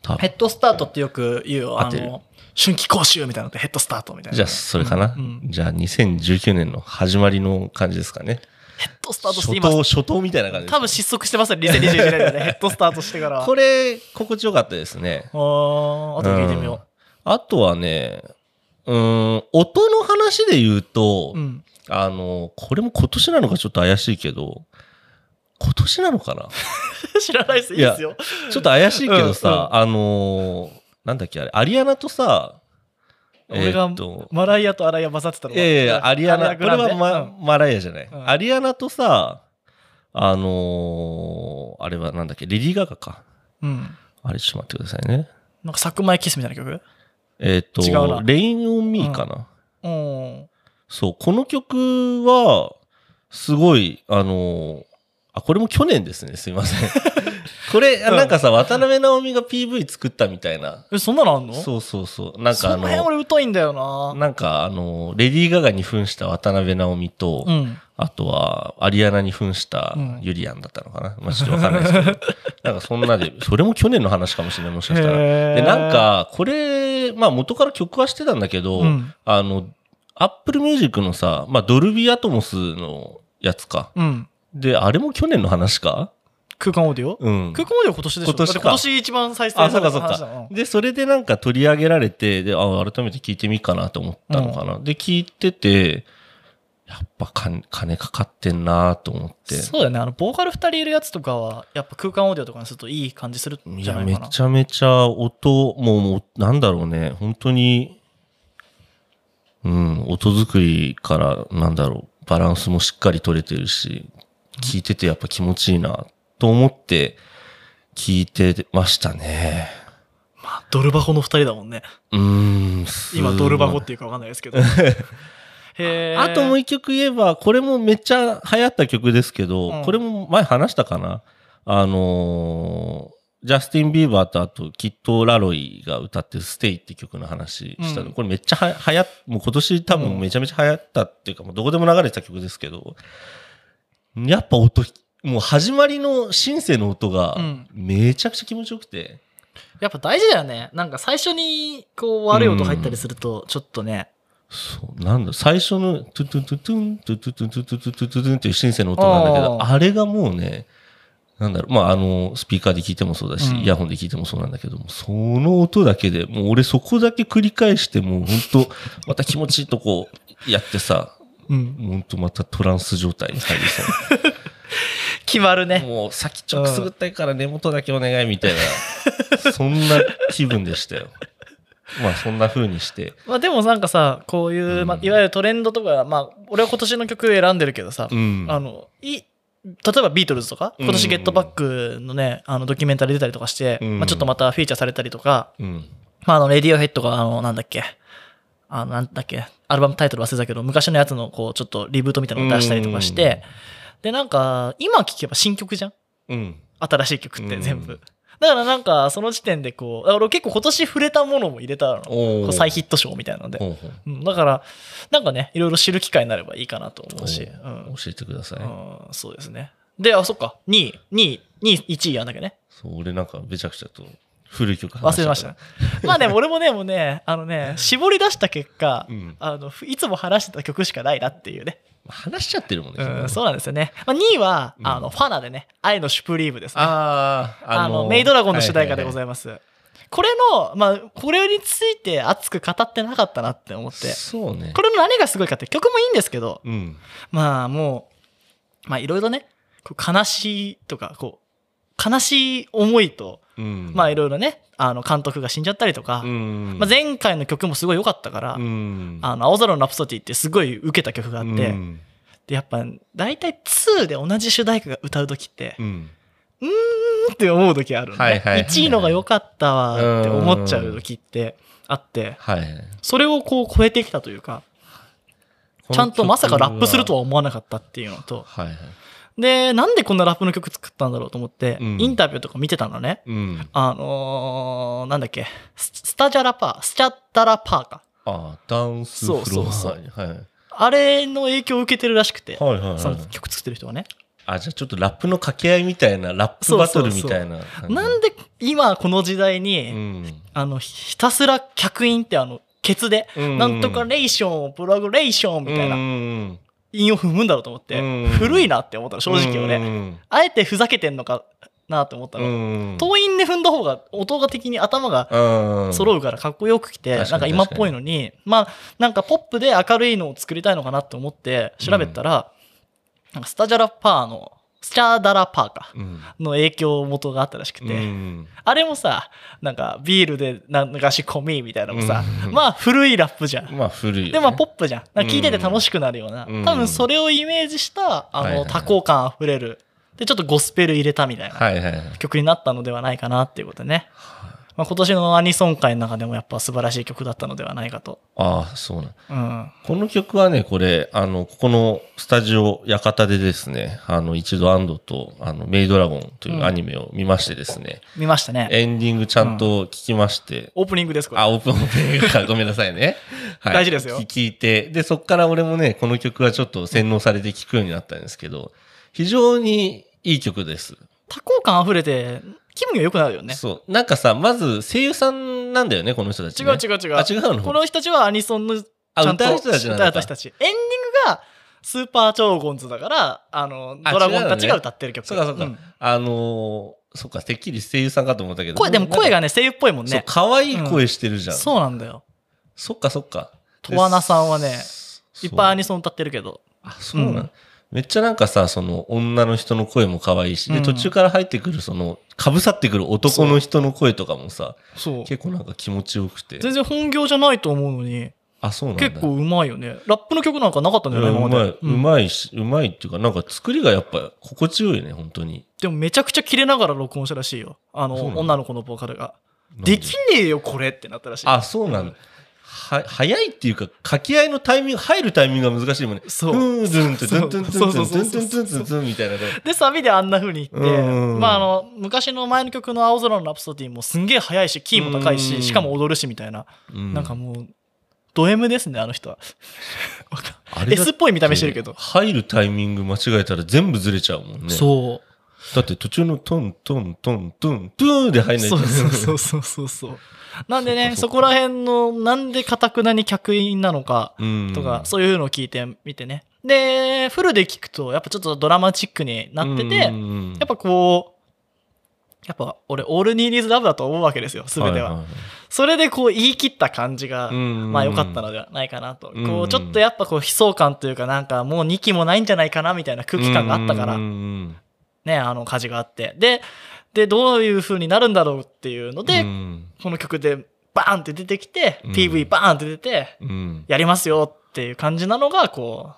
[SPEAKER 1] 多
[SPEAKER 2] ヘ
[SPEAKER 1] 分。
[SPEAKER 2] ッドスタートってよく言うよ。あ
[SPEAKER 1] 合ってる
[SPEAKER 2] の、春季講習みたいなのってヘッドスタートみたいな。
[SPEAKER 1] じゃあ、それかな、
[SPEAKER 2] うんうん
[SPEAKER 1] じゃあ、2019年の始まりの感じですかね。
[SPEAKER 2] ヘッドスタートして
[SPEAKER 1] 初
[SPEAKER 2] 今、
[SPEAKER 1] 頭、初頭みたいな感じです
[SPEAKER 2] 多分失速してますね、2021年でね。ヘッドスタートしてから。
[SPEAKER 1] これ、心地よかったですね。
[SPEAKER 2] あーあと聞いてみよ
[SPEAKER 1] あとはね、うーん、音の話で言うと、
[SPEAKER 2] う。うん。
[SPEAKER 1] あの、これも今年なのかちょっと怪しいけど、今年なのかな
[SPEAKER 2] 知らないです、いいですよ。
[SPEAKER 1] ちょっと怪しいけどさ、あのーなんだっけあれ、アリアナとさ、
[SPEAKER 2] 俺が
[SPEAKER 1] えーっと
[SPEAKER 2] マライアとアライア混ざってたの
[SPEAKER 1] いやいや、アリアナ、こ
[SPEAKER 2] グ
[SPEAKER 1] れ
[SPEAKER 2] ランデ
[SPEAKER 1] はマ,、マライアじゃない、
[SPEAKER 2] うん
[SPEAKER 1] アリアナとさ、あのーあれはなんだっけ、レディー・ガガか。
[SPEAKER 2] うんうん。
[SPEAKER 1] あれ、ちょっと待ってくださいね。
[SPEAKER 2] なんか、サクマイキスみたいな曲
[SPEAKER 1] えーっ、
[SPEAKER 2] 違う
[SPEAKER 1] と、
[SPEAKER 2] な
[SPEAKER 1] レイン・オン・ミーかな。
[SPEAKER 2] うん。
[SPEAKER 1] そう、この曲は、すごい、あのーあ、これも去年ですね、すいませ ん。これ、あ
[SPEAKER 2] うん
[SPEAKER 1] なんかさ、渡辺直美が PV 作ったみたいな。
[SPEAKER 2] え、そんなのあんの
[SPEAKER 1] そうそうそう。なんか
[SPEAKER 2] そ
[SPEAKER 1] あ
[SPEAKER 2] の辺
[SPEAKER 1] の、
[SPEAKER 2] 俺疎いんだよな。
[SPEAKER 1] なんかあの、レディー・ガガに扮した渡辺直美と、
[SPEAKER 2] うん。
[SPEAKER 1] あとは、アリアナに扮した
[SPEAKER 2] うん
[SPEAKER 1] ユリアンだったのかな、まあちょっとわかんないですけ ど。なんかそんなで、それも去年の話かもしれない、もしかしたら。
[SPEAKER 2] へー
[SPEAKER 1] で、なん、か、これ、まあ元から曲はしてたんだけど、
[SPEAKER 2] うん。
[SPEAKER 1] あの、アップルミュージックのさ、まあドルビーアトモスのやつか。
[SPEAKER 2] うん。
[SPEAKER 1] で、あれも去年の話か
[SPEAKER 2] 空間オーディオ
[SPEAKER 1] うん。
[SPEAKER 2] 空間オーディオ今年でしょ
[SPEAKER 1] 今年か
[SPEAKER 2] だって今年一番再生
[SPEAKER 1] あ、そ
[SPEAKER 2] さ
[SPEAKER 1] っ
[SPEAKER 2] れ
[SPEAKER 1] か
[SPEAKER 2] た
[SPEAKER 1] そっ
[SPEAKER 2] 話だも
[SPEAKER 1] か
[SPEAKER 2] ん。
[SPEAKER 1] で、それでなんか取り上げられて、で、あ、改めて聞いてみっかなと思ったのかな。で、聞いてて、やっぱ金金かかってんなと思って。
[SPEAKER 2] そうだよね。あの、ボーカル二人いるやつとかは、やっぱ空間オーディオとかにするといい感じするん
[SPEAKER 1] い
[SPEAKER 2] じゃ
[SPEAKER 1] や、
[SPEAKER 2] ない
[SPEAKER 1] め
[SPEAKER 2] かな。
[SPEAKER 1] ちゃめちゃ音、もう、もうなんだろうね、本当に、うん、音作りから、なんだろう、バランスもしっかり取れてるし、聞いててやっぱ気持ちいいな、と思って、聞いてましたね。
[SPEAKER 2] まあ、ドル箱の二人だもんね。
[SPEAKER 1] うーん、す
[SPEAKER 2] 今、ドル箱っていうかわかんないで すけど。へ
[SPEAKER 1] あともう
[SPEAKER 2] 一
[SPEAKER 1] 一曲言えば、これもめっちゃ流行った曲ですけど、
[SPEAKER 2] うん
[SPEAKER 1] これも前話したかなあのージャスティン・ビーバーとあと、キット・ラロイが歌ってるステイって曲の話したの。
[SPEAKER 2] うん
[SPEAKER 1] これめっちゃは流行っ、もう今年多分めちゃめちゃ流行ったっていうか、もうどこでも流れてた曲ですけど、やっぱ音、もう始まりのシンセの音が
[SPEAKER 2] うん
[SPEAKER 1] めちゃくちゃ気持ちよくて、
[SPEAKER 2] やっぱ大事だよね。なんか最初にこう悪い音入ったりすると、ちょっとね。
[SPEAKER 1] そう、なんだ、最初の、トゥトゥトゥトゥン、トゥトゥトゥトゥトゥトゥトゥトゥトゥンっていうシンセの音なんだけど、
[SPEAKER 2] あ
[SPEAKER 1] あれがもうね、なんだろう、まあ、あの、スピーカーで聞いてもそうだし、
[SPEAKER 2] うん
[SPEAKER 1] イヤホンで聞いてもそうなんだけども、その音だけで、もう俺そこだけ繰り返して、もう本当また気持ちいいとこやってさ、
[SPEAKER 2] うん。
[SPEAKER 1] 本当またトランス状態に入りそう。
[SPEAKER 2] 決まるね。
[SPEAKER 1] もう先ちょくすぐったいから根元だけお願いみたいな、そんな気分でしたよ。まあ、そんな風にして。
[SPEAKER 2] まあでもなんかさ、こういう、まあ、いわゆるトレンドとか、まあ俺は今年の曲選んでるけどさ、
[SPEAKER 1] うん。
[SPEAKER 2] あの、い例えばビートルズとか、今
[SPEAKER 1] う
[SPEAKER 2] 年
[SPEAKER 1] ん
[SPEAKER 2] ゲットバックのね、あのドキュメンタリー出たりとかして、
[SPEAKER 1] うん
[SPEAKER 2] まあちょっとまたフィーチャーされたりとか、
[SPEAKER 1] うん。
[SPEAKER 2] まああの、レディオヘッドが、あの、なんだっけ、あの、なんだっけ、アルバムタイトル忘れたけど、昔のやつのこう、ちょっとリブートみたいなのを出したりとかして、で、なんか、今聴けば新曲じゃん
[SPEAKER 1] うん。
[SPEAKER 2] 新しい曲って全部、
[SPEAKER 1] うん
[SPEAKER 2] だからなんかその時点でこう俺結構今年触れたものも入れたのこ
[SPEAKER 1] おー
[SPEAKER 2] う再ヒット賞みたいなので、
[SPEAKER 1] ほうほう
[SPEAKER 2] うん、だからなんかねいろいろ知る機会になればいいかなと思うし、う
[SPEAKER 1] お
[SPEAKER 2] ん
[SPEAKER 1] 教えてください、
[SPEAKER 2] うんそうですねであそっか2位2位2位1位やんだけどね
[SPEAKER 1] そう俺なんかべちゃくちゃと古い曲話
[SPEAKER 2] 忘れましたねまあね俺もねもうねあのね絞り出した結果、
[SPEAKER 1] うん
[SPEAKER 2] あのいつも話してた曲しかないなっていうね、
[SPEAKER 1] まあ話しちゃってるもんね、
[SPEAKER 2] うん、
[SPEAKER 1] そ
[SPEAKER 2] そうなんですよね、まあ、2位は、
[SPEAKER 1] うん
[SPEAKER 2] あのファナでね「愛のシュプリーム」ですね
[SPEAKER 1] あー
[SPEAKER 2] あのメイドラゴンの主題歌でござ
[SPEAKER 1] いま
[SPEAKER 2] います。これの、まあ、これについて熱く語ってなかったなって思って。
[SPEAKER 1] そうね
[SPEAKER 2] これの何がすごいかって曲もいいんですけど、
[SPEAKER 1] うん
[SPEAKER 2] まあもう、まあいろいろね、こう悲しいとか、こう、悲しい思いと、
[SPEAKER 1] うん
[SPEAKER 2] まあいろいろね、あの監督が死んじゃったりとか
[SPEAKER 1] う、ん
[SPEAKER 2] まあ、前回の曲もすごい良かったから、
[SPEAKER 1] うん
[SPEAKER 2] あの、青空のラプソディってすごい受けた曲があっ
[SPEAKER 1] う
[SPEAKER 2] て、
[SPEAKER 1] ん
[SPEAKER 2] で、やっぱ、大体2で同じ主題歌が歌う時って
[SPEAKER 1] う、ん
[SPEAKER 2] って思う時あるんで、
[SPEAKER 1] はいはいはい
[SPEAKER 2] 1位のが良かったわって思っちゃう時ってあって
[SPEAKER 1] はいはい
[SPEAKER 2] それをこう超えてきたというかちゃんとまさかラップするとは思わなかったっていうのと
[SPEAKER 1] はいはい
[SPEAKER 2] でなんでこんなラップの曲作ったんだろうと思って、
[SPEAKER 1] うん
[SPEAKER 2] インタビューとか見てたのね
[SPEAKER 1] うん
[SPEAKER 2] あのーなんだっけススタジャラパースチャッタラパーか
[SPEAKER 1] あーダンスフロ
[SPEAKER 2] そうそうそう
[SPEAKER 1] アはい
[SPEAKER 2] あれの影響を受けてるらしくて、
[SPEAKER 1] はいはいはい
[SPEAKER 2] その曲作ってる人はね。
[SPEAKER 1] あ、じゃあちょっとラップの掛け合いみたいな、ラップバトルみたいな。
[SPEAKER 2] なんで今この時代に、
[SPEAKER 1] うん。
[SPEAKER 2] あの、ひたすら客員ってあの、ケツで、
[SPEAKER 1] うん
[SPEAKER 2] なんとかレーション、プログレーションみたい
[SPEAKER 1] な。
[SPEAKER 2] な、韻を踏むんだろうと思って
[SPEAKER 1] うん、
[SPEAKER 2] 古いなって思ったの、正直俺。
[SPEAKER 1] ね。
[SPEAKER 2] あえてふざけてんのかなって思った
[SPEAKER 1] う
[SPEAKER 2] の。
[SPEAKER 1] ん。
[SPEAKER 2] 当院で踏んだ方が、音が的に頭が
[SPEAKER 1] うん。
[SPEAKER 2] 揃うからかっこよくきて、
[SPEAKER 1] 確かに
[SPEAKER 2] なんか今っぽいのに、まあ、なんかポップで明るいのを作りたいのかなって思って調べたら、なんかスタジャラパーの、スチャーダラパーか、
[SPEAKER 1] うん。
[SPEAKER 2] の影響元があったらしくて、
[SPEAKER 1] うん
[SPEAKER 2] あれもさ、なんかビールで流し込みみたいなのもさ、
[SPEAKER 1] うん
[SPEAKER 2] まあ古いラップじゃん。
[SPEAKER 1] まあ古いよね。
[SPEAKER 2] でまあポップじゃん。なんか聞いてて楽しくなるような。
[SPEAKER 1] うん
[SPEAKER 2] 多分それをイメージした、
[SPEAKER 1] は
[SPEAKER 2] あ
[SPEAKER 1] いはいはい
[SPEAKER 2] の、多幸感あふれる。で、ちょっとゴスペル入れたみたいな
[SPEAKER 1] はいはいはい。
[SPEAKER 2] 曲になったのではないかなっていうことでね。まあ、今年のアニソン界の中でもやっぱ素晴らしい曲だったのではないかと。
[SPEAKER 1] ああ、そうなん。
[SPEAKER 2] うん。
[SPEAKER 1] この曲はね、これ、あの、ここのスタジオ館でですね、あの、一度安藤と、あの、メイドラゴンというアニメを見ましてですね、
[SPEAKER 2] 見ましたね。
[SPEAKER 1] エンディングちゃんと聞きまして、
[SPEAKER 2] オープニングです、これ。
[SPEAKER 1] あ、オープンオープン か、ごめんなさいね。はい
[SPEAKER 2] 大事ですよ
[SPEAKER 1] 聞聞いて、で、そっから俺もね、この曲はちょっと洗脳されて聴くようになったんですけど、非常にいい曲です。
[SPEAKER 2] 多幸感あふれて、気分が良くなるよね。
[SPEAKER 1] そう。なんかさ、まず声優さんなんだよね、この人たち、
[SPEAKER 2] 違
[SPEAKER 1] ね。
[SPEAKER 2] う違う違う。
[SPEAKER 1] あ、違うの
[SPEAKER 2] この人たちはアニソンのち
[SPEAKER 1] あ
[SPEAKER 2] ゃんと
[SPEAKER 1] 歌う人たちなんだ
[SPEAKER 2] 歌う人たち。エンディングがスーパー超ゴンズだから、あの、
[SPEAKER 1] あ
[SPEAKER 2] ドラゴンたち
[SPEAKER 1] 違うのね
[SPEAKER 2] が歌ってる曲。
[SPEAKER 1] そうかそうか。
[SPEAKER 2] ん
[SPEAKER 1] あのー、そうか、てっきり声優さんかと思ったけど。
[SPEAKER 2] 声、でも声
[SPEAKER 1] が
[SPEAKER 2] がね、声優っぽいもん
[SPEAKER 1] そう
[SPEAKER 2] ね、。
[SPEAKER 1] 可愛い声してるじゃん。
[SPEAKER 2] そうなんだよ。
[SPEAKER 1] そっかそっか。
[SPEAKER 2] 十和田さんはね
[SPEAKER 1] そう
[SPEAKER 2] いっぱいアニソン歌ってるけど。
[SPEAKER 1] あ、そうなん、
[SPEAKER 2] うん
[SPEAKER 1] めっちゃなんかさ、その女の人の声も可愛いし、
[SPEAKER 2] う
[SPEAKER 1] で、
[SPEAKER 2] ん
[SPEAKER 1] 途中から入ってくる、その、かぶさってくる男の人の声とかもさ、
[SPEAKER 2] そう。
[SPEAKER 1] 結構なんか気持ちよくて。
[SPEAKER 2] 全然本業じゃないと思うのに、
[SPEAKER 1] あ、そうなんだ。
[SPEAKER 2] 結構うまいよね。ラップの曲なんかなかったん
[SPEAKER 1] い
[SPEAKER 2] だ
[SPEAKER 1] や
[SPEAKER 2] よね、今
[SPEAKER 1] う
[SPEAKER 2] ま
[SPEAKER 1] ま
[SPEAKER 2] で
[SPEAKER 1] い、。
[SPEAKER 2] う
[SPEAKER 1] うんまいし、うまいっていうか、なんか作りがやっぱ心地よいね、本当に。
[SPEAKER 2] でもめちゃくちゃ切れながら録音したらしいよ。あの、
[SPEAKER 1] そうなんだ
[SPEAKER 2] 女の子のボーカルが。できねえよ、これってなったらしい。
[SPEAKER 1] あ、そうなんだ。は、早いっていうか、掛け合いのタイミング、入るタイミングが難しいもんね。
[SPEAKER 2] そう
[SPEAKER 1] ーん、ずんって、ずんずんずんず
[SPEAKER 2] そ
[SPEAKER 1] ん
[SPEAKER 2] うそうそ
[SPEAKER 1] ず
[SPEAKER 2] うそ
[SPEAKER 1] ん
[SPEAKER 2] う
[SPEAKER 1] ずんずんずんみたいな。
[SPEAKER 2] で、サビであんな風に言って、
[SPEAKER 1] うん
[SPEAKER 2] まあ、あの、昔の前の曲の青空のラプソディもすんげえ速いし、キーも高い
[SPEAKER 1] うん
[SPEAKER 2] し、しかも踊るしみたいな。
[SPEAKER 1] うん
[SPEAKER 2] なんかもう、ド M ですね、あの人は。わかん
[SPEAKER 1] あれだ
[SPEAKER 2] S っぽい見た目してるけど
[SPEAKER 1] 入るタイミング間違えたら全部ずれちゃうもんね。
[SPEAKER 2] そう。
[SPEAKER 1] だって途中のトントントントントゥーで入んない。
[SPEAKER 2] そうそうそううそうそうそう。なんで
[SPEAKER 1] そっか
[SPEAKER 2] ね、
[SPEAKER 1] そっ
[SPEAKER 2] そ
[SPEAKER 1] か
[SPEAKER 2] こら辺の、なんでかたくなに客員なのか
[SPEAKER 1] うん。
[SPEAKER 2] とか、そういうのを聞いてみてね。で、フルで聞くと、やっぱちょっとドラマチックになってて、
[SPEAKER 1] うんうんうん
[SPEAKER 2] やっぱこう、やっぱ俺、オールニーリーズラブだと思うわけですよ、すべては。
[SPEAKER 1] いい
[SPEAKER 2] それでこう言い切った感じが、
[SPEAKER 1] うん
[SPEAKER 2] まあ良かったのではないかなと。
[SPEAKER 1] うん
[SPEAKER 2] こう、ちょっとやっぱこう、悲壮感というか、なんかもう2期もないんじゃないかな、みたいな空気感があったから
[SPEAKER 1] う、ん
[SPEAKER 2] ね、あの火事があって。で、で、どういう風になるんだろうっていうの
[SPEAKER 1] うんうん
[SPEAKER 2] で、この曲でバーンって出てきて、
[SPEAKER 1] うん
[SPEAKER 2] PV バーンって出て、
[SPEAKER 1] うん。
[SPEAKER 2] やりますよっていう感じなのが、こ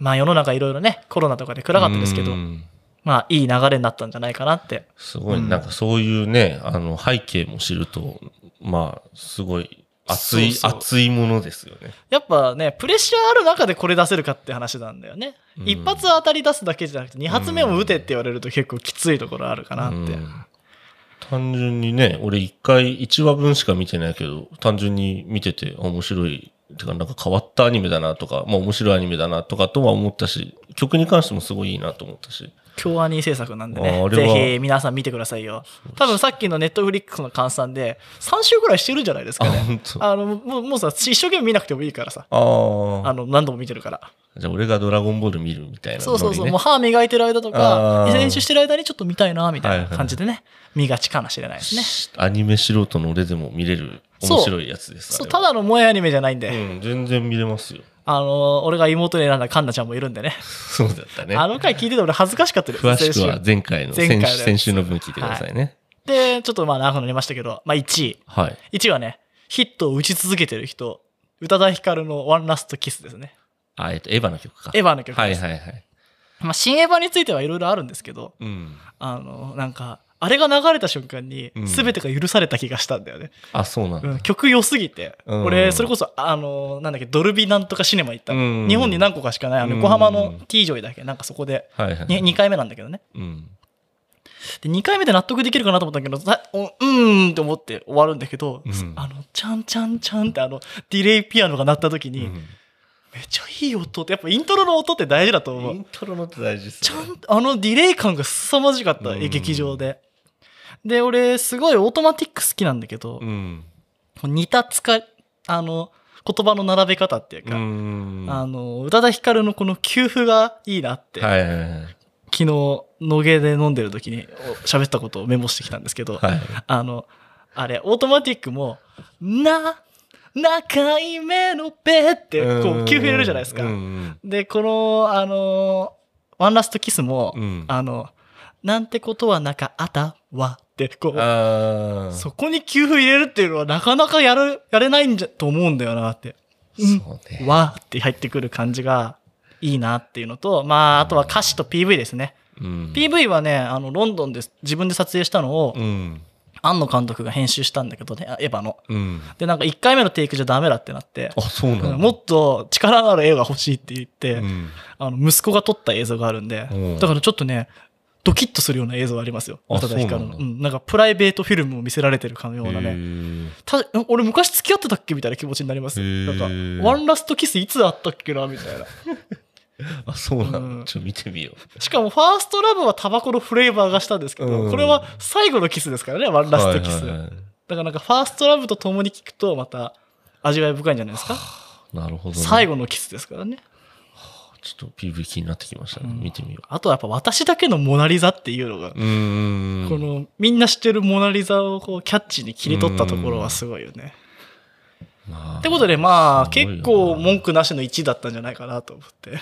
[SPEAKER 2] う、まあ世の中いろいろね、コロナとかで暗かったですけど、
[SPEAKER 1] うん
[SPEAKER 2] まあいい流れになったんじゃないかなって。
[SPEAKER 1] すごい、
[SPEAKER 2] うん
[SPEAKER 1] なんかそういうね、あの、背景も知ると、まあ、すごい、熱い、
[SPEAKER 2] そうそう
[SPEAKER 1] 熱いものですよね。
[SPEAKER 2] やっぱね、プレッシャーある中でこれ出せるかって話なんだよね。
[SPEAKER 1] うん
[SPEAKER 2] 一発当たり出すだけじゃなくて、二発目も打てって言われると結構きついところあるかなって。
[SPEAKER 1] うん単純にね、俺一回1話分しか見てないけど、単純に見てて面白い。てか、なんか変わったアニメだなとか、まあ面白いアニメだなとかとは思ったし、曲に関してもすごいいいなと思ったし。
[SPEAKER 2] 京アニ制作なんで
[SPEAKER 1] あ
[SPEAKER 2] ね
[SPEAKER 1] あ、れは
[SPEAKER 2] ぜひ皆さん見てくださいよ。多分さっきのネットフリックスの換算で、3週ぐらいしてるんじゃないですか
[SPEAKER 1] あ、
[SPEAKER 2] ね。
[SPEAKER 1] 本当。あ
[SPEAKER 2] あの、もうもうさ、一生懸命見なくてもいいからさ。あ
[SPEAKER 1] あ
[SPEAKER 2] の、何度も見てるから。
[SPEAKER 1] ー。じゃあ俺がドラゴンボール見るみたいな、
[SPEAKER 2] そうそうそう。
[SPEAKER 1] ノリ
[SPEAKER 2] もう
[SPEAKER 1] ね
[SPEAKER 2] 歯磨いてる間と
[SPEAKER 1] あ
[SPEAKER 2] か
[SPEAKER 1] ー、
[SPEAKER 2] 練習してる間にちょっと見たいな、みたい
[SPEAKER 1] はい
[SPEAKER 2] な
[SPEAKER 1] はい
[SPEAKER 2] 感じでね。見がちかもしれないですね。
[SPEAKER 1] アニメ素人の俺でも見れる面白いやつです。
[SPEAKER 2] そう、
[SPEAKER 1] あ
[SPEAKER 2] た
[SPEAKER 1] れは
[SPEAKER 2] だの萌えアニメじゃないんで、
[SPEAKER 1] うん、全然見れますよ。
[SPEAKER 2] あの、俺が妹に選んだカンナちゃんもいるんでね。
[SPEAKER 1] そうだったね。
[SPEAKER 2] あの回聞いてて俺恥ずかしかったです。
[SPEAKER 1] 詳しく
[SPEAKER 2] 先
[SPEAKER 1] は
[SPEAKER 2] 週
[SPEAKER 1] 前回の、
[SPEAKER 2] 前
[SPEAKER 1] 先
[SPEAKER 2] 回のや
[SPEAKER 1] 週
[SPEAKER 2] つ
[SPEAKER 1] 先週の分聞いてくださいね。
[SPEAKER 2] で、ちょっとまあ長くなりましたけど、まあ1位。
[SPEAKER 1] はい。
[SPEAKER 2] 1位はね、ヒットを打ち続けてる人、宇多田ヒカルのワンラストキスですね。
[SPEAKER 1] あ、えっと、エヴァの曲か。
[SPEAKER 2] エヴァの曲です。
[SPEAKER 1] はいはいはい。
[SPEAKER 2] まあ新エヴァについてはいろいろあるんですけど、
[SPEAKER 1] うん。
[SPEAKER 2] あの、なんか、あれが流れた瞬間に
[SPEAKER 1] うん
[SPEAKER 2] 全てが許された気がしたんだよね。
[SPEAKER 1] あ、そうなんだ。
[SPEAKER 2] うん曲良すぎて、
[SPEAKER 1] うん
[SPEAKER 2] 俺それこそあのなんだっけドルビーなんとかシネマ行ったの、
[SPEAKER 1] うん
[SPEAKER 2] 日本に何個かしかないあ
[SPEAKER 1] う
[SPEAKER 2] の
[SPEAKER 1] ん
[SPEAKER 2] 横浜の T ジョイだけなんかそこで
[SPEAKER 1] はいはい。
[SPEAKER 2] に 2, 回目なんだけどね
[SPEAKER 1] うん。
[SPEAKER 2] で2回目で納得できるかなと思ったけどさおうーんって思って終わるんだけど、
[SPEAKER 1] うん
[SPEAKER 2] あのちゃんちゃんちゃんってあのディレイピアノが鳴った時
[SPEAKER 1] う
[SPEAKER 2] に、
[SPEAKER 1] ん
[SPEAKER 2] めっちゃいい音ってやっぱイントロの音って大事だと思
[SPEAKER 1] イ
[SPEAKER 2] う
[SPEAKER 1] ントロのって大事です
[SPEAKER 2] ちゃ
[SPEAKER 1] ね
[SPEAKER 2] んとあのディレイ感が凄まじかった、
[SPEAKER 1] うん
[SPEAKER 2] 劇場でで俺すごいオートマティック好きなんだけど、
[SPEAKER 1] うん
[SPEAKER 2] 似た使いあの言葉の並べ方っていう
[SPEAKER 1] う
[SPEAKER 2] か、
[SPEAKER 1] ん
[SPEAKER 2] あの宇多田ヒカルのこの給付がいいなって、
[SPEAKER 1] はいはいはい
[SPEAKER 2] 昨日野毛で飲んでる時にお喋ったことをメモしてきたんですけど、
[SPEAKER 1] はい
[SPEAKER 2] あの、あれ、オートマティックも、な、中い目のペって、こう、急入れるじゃないです
[SPEAKER 1] うんう
[SPEAKER 2] か。
[SPEAKER 1] ん
[SPEAKER 2] で、この、あの、ワンラストキスも
[SPEAKER 1] う、ん
[SPEAKER 2] あの、なんてことはなかったわって、こう、
[SPEAKER 1] あー
[SPEAKER 2] そこに給付入れるっていうのはなかなかやる、やれないんじゃ、と思うんだよなって。うん
[SPEAKER 1] そうね
[SPEAKER 2] わって入ってくる感じがいいなっていうのと、まあ、あとは歌詞と PV ですね。
[SPEAKER 1] うん
[SPEAKER 2] PV はね、あの、ロンドンで自分で撮影したのを、
[SPEAKER 1] うん
[SPEAKER 2] 庵野監督が編集したんだけどね、あエヴァの。
[SPEAKER 1] うん
[SPEAKER 2] で、なんか1回目のテイクじゃダメだってなって、
[SPEAKER 1] あそうなんだ
[SPEAKER 2] もっと力のある絵が欲しいって言って、
[SPEAKER 1] うん
[SPEAKER 2] あの息子が撮った映像があるんで
[SPEAKER 1] うん、
[SPEAKER 2] だからちょっとね、ドキッとするような映像がありますよ。
[SPEAKER 1] あ
[SPEAKER 2] 宇多田ヒカル
[SPEAKER 1] そう
[SPEAKER 2] の。う
[SPEAKER 1] なん
[SPEAKER 2] ん、なんかプライベートフィルムを見せられてるかのような
[SPEAKER 1] へ
[SPEAKER 2] ね。
[SPEAKER 1] ー
[SPEAKER 2] たん俺昔付き合ってたっけみたいな気持ちになります
[SPEAKER 1] へ
[SPEAKER 2] よ。なん
[SPEAKER 1] ー
[SPEAKER 2] か、ワンラストキスいつあったっけなみたいな。
[SPEAKER 1] あそうなんだ、
[SPEAKER 2] うん
[SPEAKER 1] ちょっと見てみよ
[SPEAKER 2] しかも、ファーストラブはタバコのフレーバーがしたんですけ
[SPEAKER 1] う
[SPEAKER 2] ど、
[SPEAKER 1] ん
[SPEAKER 2] これは最後のキスですからね、ワ
[SPEAKER 1] う
[SPEAKER 2] ンラストキス。
[SPEAKER 1] はいはい
[SPEAKER 2] だ
[SPEAKER 1] は
[SPEAKER 2] からなんか、ファーストラブと共に聞くと、また味わい深いんじゃないですか。
[SPEAKER 1] いなるほど、ね、
[SPEAKER 2] 最後のキスですからね。
[SPEAKER 1] ちょっと PV 気になってきましたね、
[SPEAKER 2] うん
[SPEAKER 1] 見てみよ
[SPEAKER 2] あとはやっぱ私だけのモナリザっていうのが、
[SPEAKER 1] ううーん
[SPEAKER 2] このみんな知ってるモナリザをこうキャッチに切り取ったところはすごいよね。
[SPEAKER 1] まあ
[SPEAKER 2] ってことでまあ
[SPEAKER 1] すごいよな
[SPEAKER 2] 結構文句なしの1位だったんじゃないかなと思 って。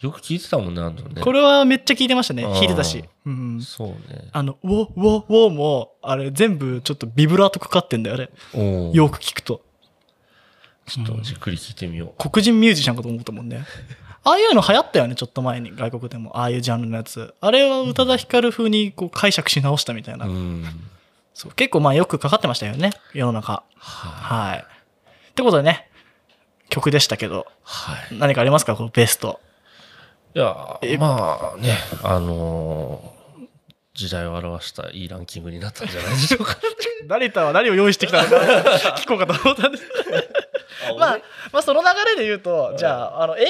[SPEAKER 1] よく聞いてたもんねあのね
[SPEAKER 2] これはめっちゃ聞いてましたね。
[SPEAKER 1] あー
[SPEAKER 2] 聞いてたし。うん。
[SPEAKER 1] そうね
[SPEAKER 2] あの、ウォウォウォも、あれ全部ちょっとビブラートかかってんだよ、あれ。
[SPEAKER 1] おー
[SPEAKER 2] よく聞くと。
[SPEAKER 1] ちょっとじっくり聞いてみよう、
[SPEAKER 2] 黒人ミュージシャンかと思ったもんね。ああいうの流行ったよね、ちょっと前に、外国でも。ああいうジャンルのやつ。あれは宇多田ヒカル風にこう解釈し直したみたいな。
[SPEAKER 1] うん
[SPEAKER 2] そう結構まあよくかかってましたよね、世の中。
[SPEAKER 1] は
[SPEAKER 2] はい。ってことでね、曲でしたけど、
[SPEAKER 1] はい
[SPEAKER 2] 何かありますかこのベスト。
[SPEAKER 1] いや
[SPEAKER 2] え
[SPEAKER 1] まあねあのー時代を表したいいランキングになったんじゃないで しょうか
[SPEAKER 2] 成田は何を用意してきたの か聞こうかと思ったんです。 まあ、まあその流れで言うと、じゃあ、あの、映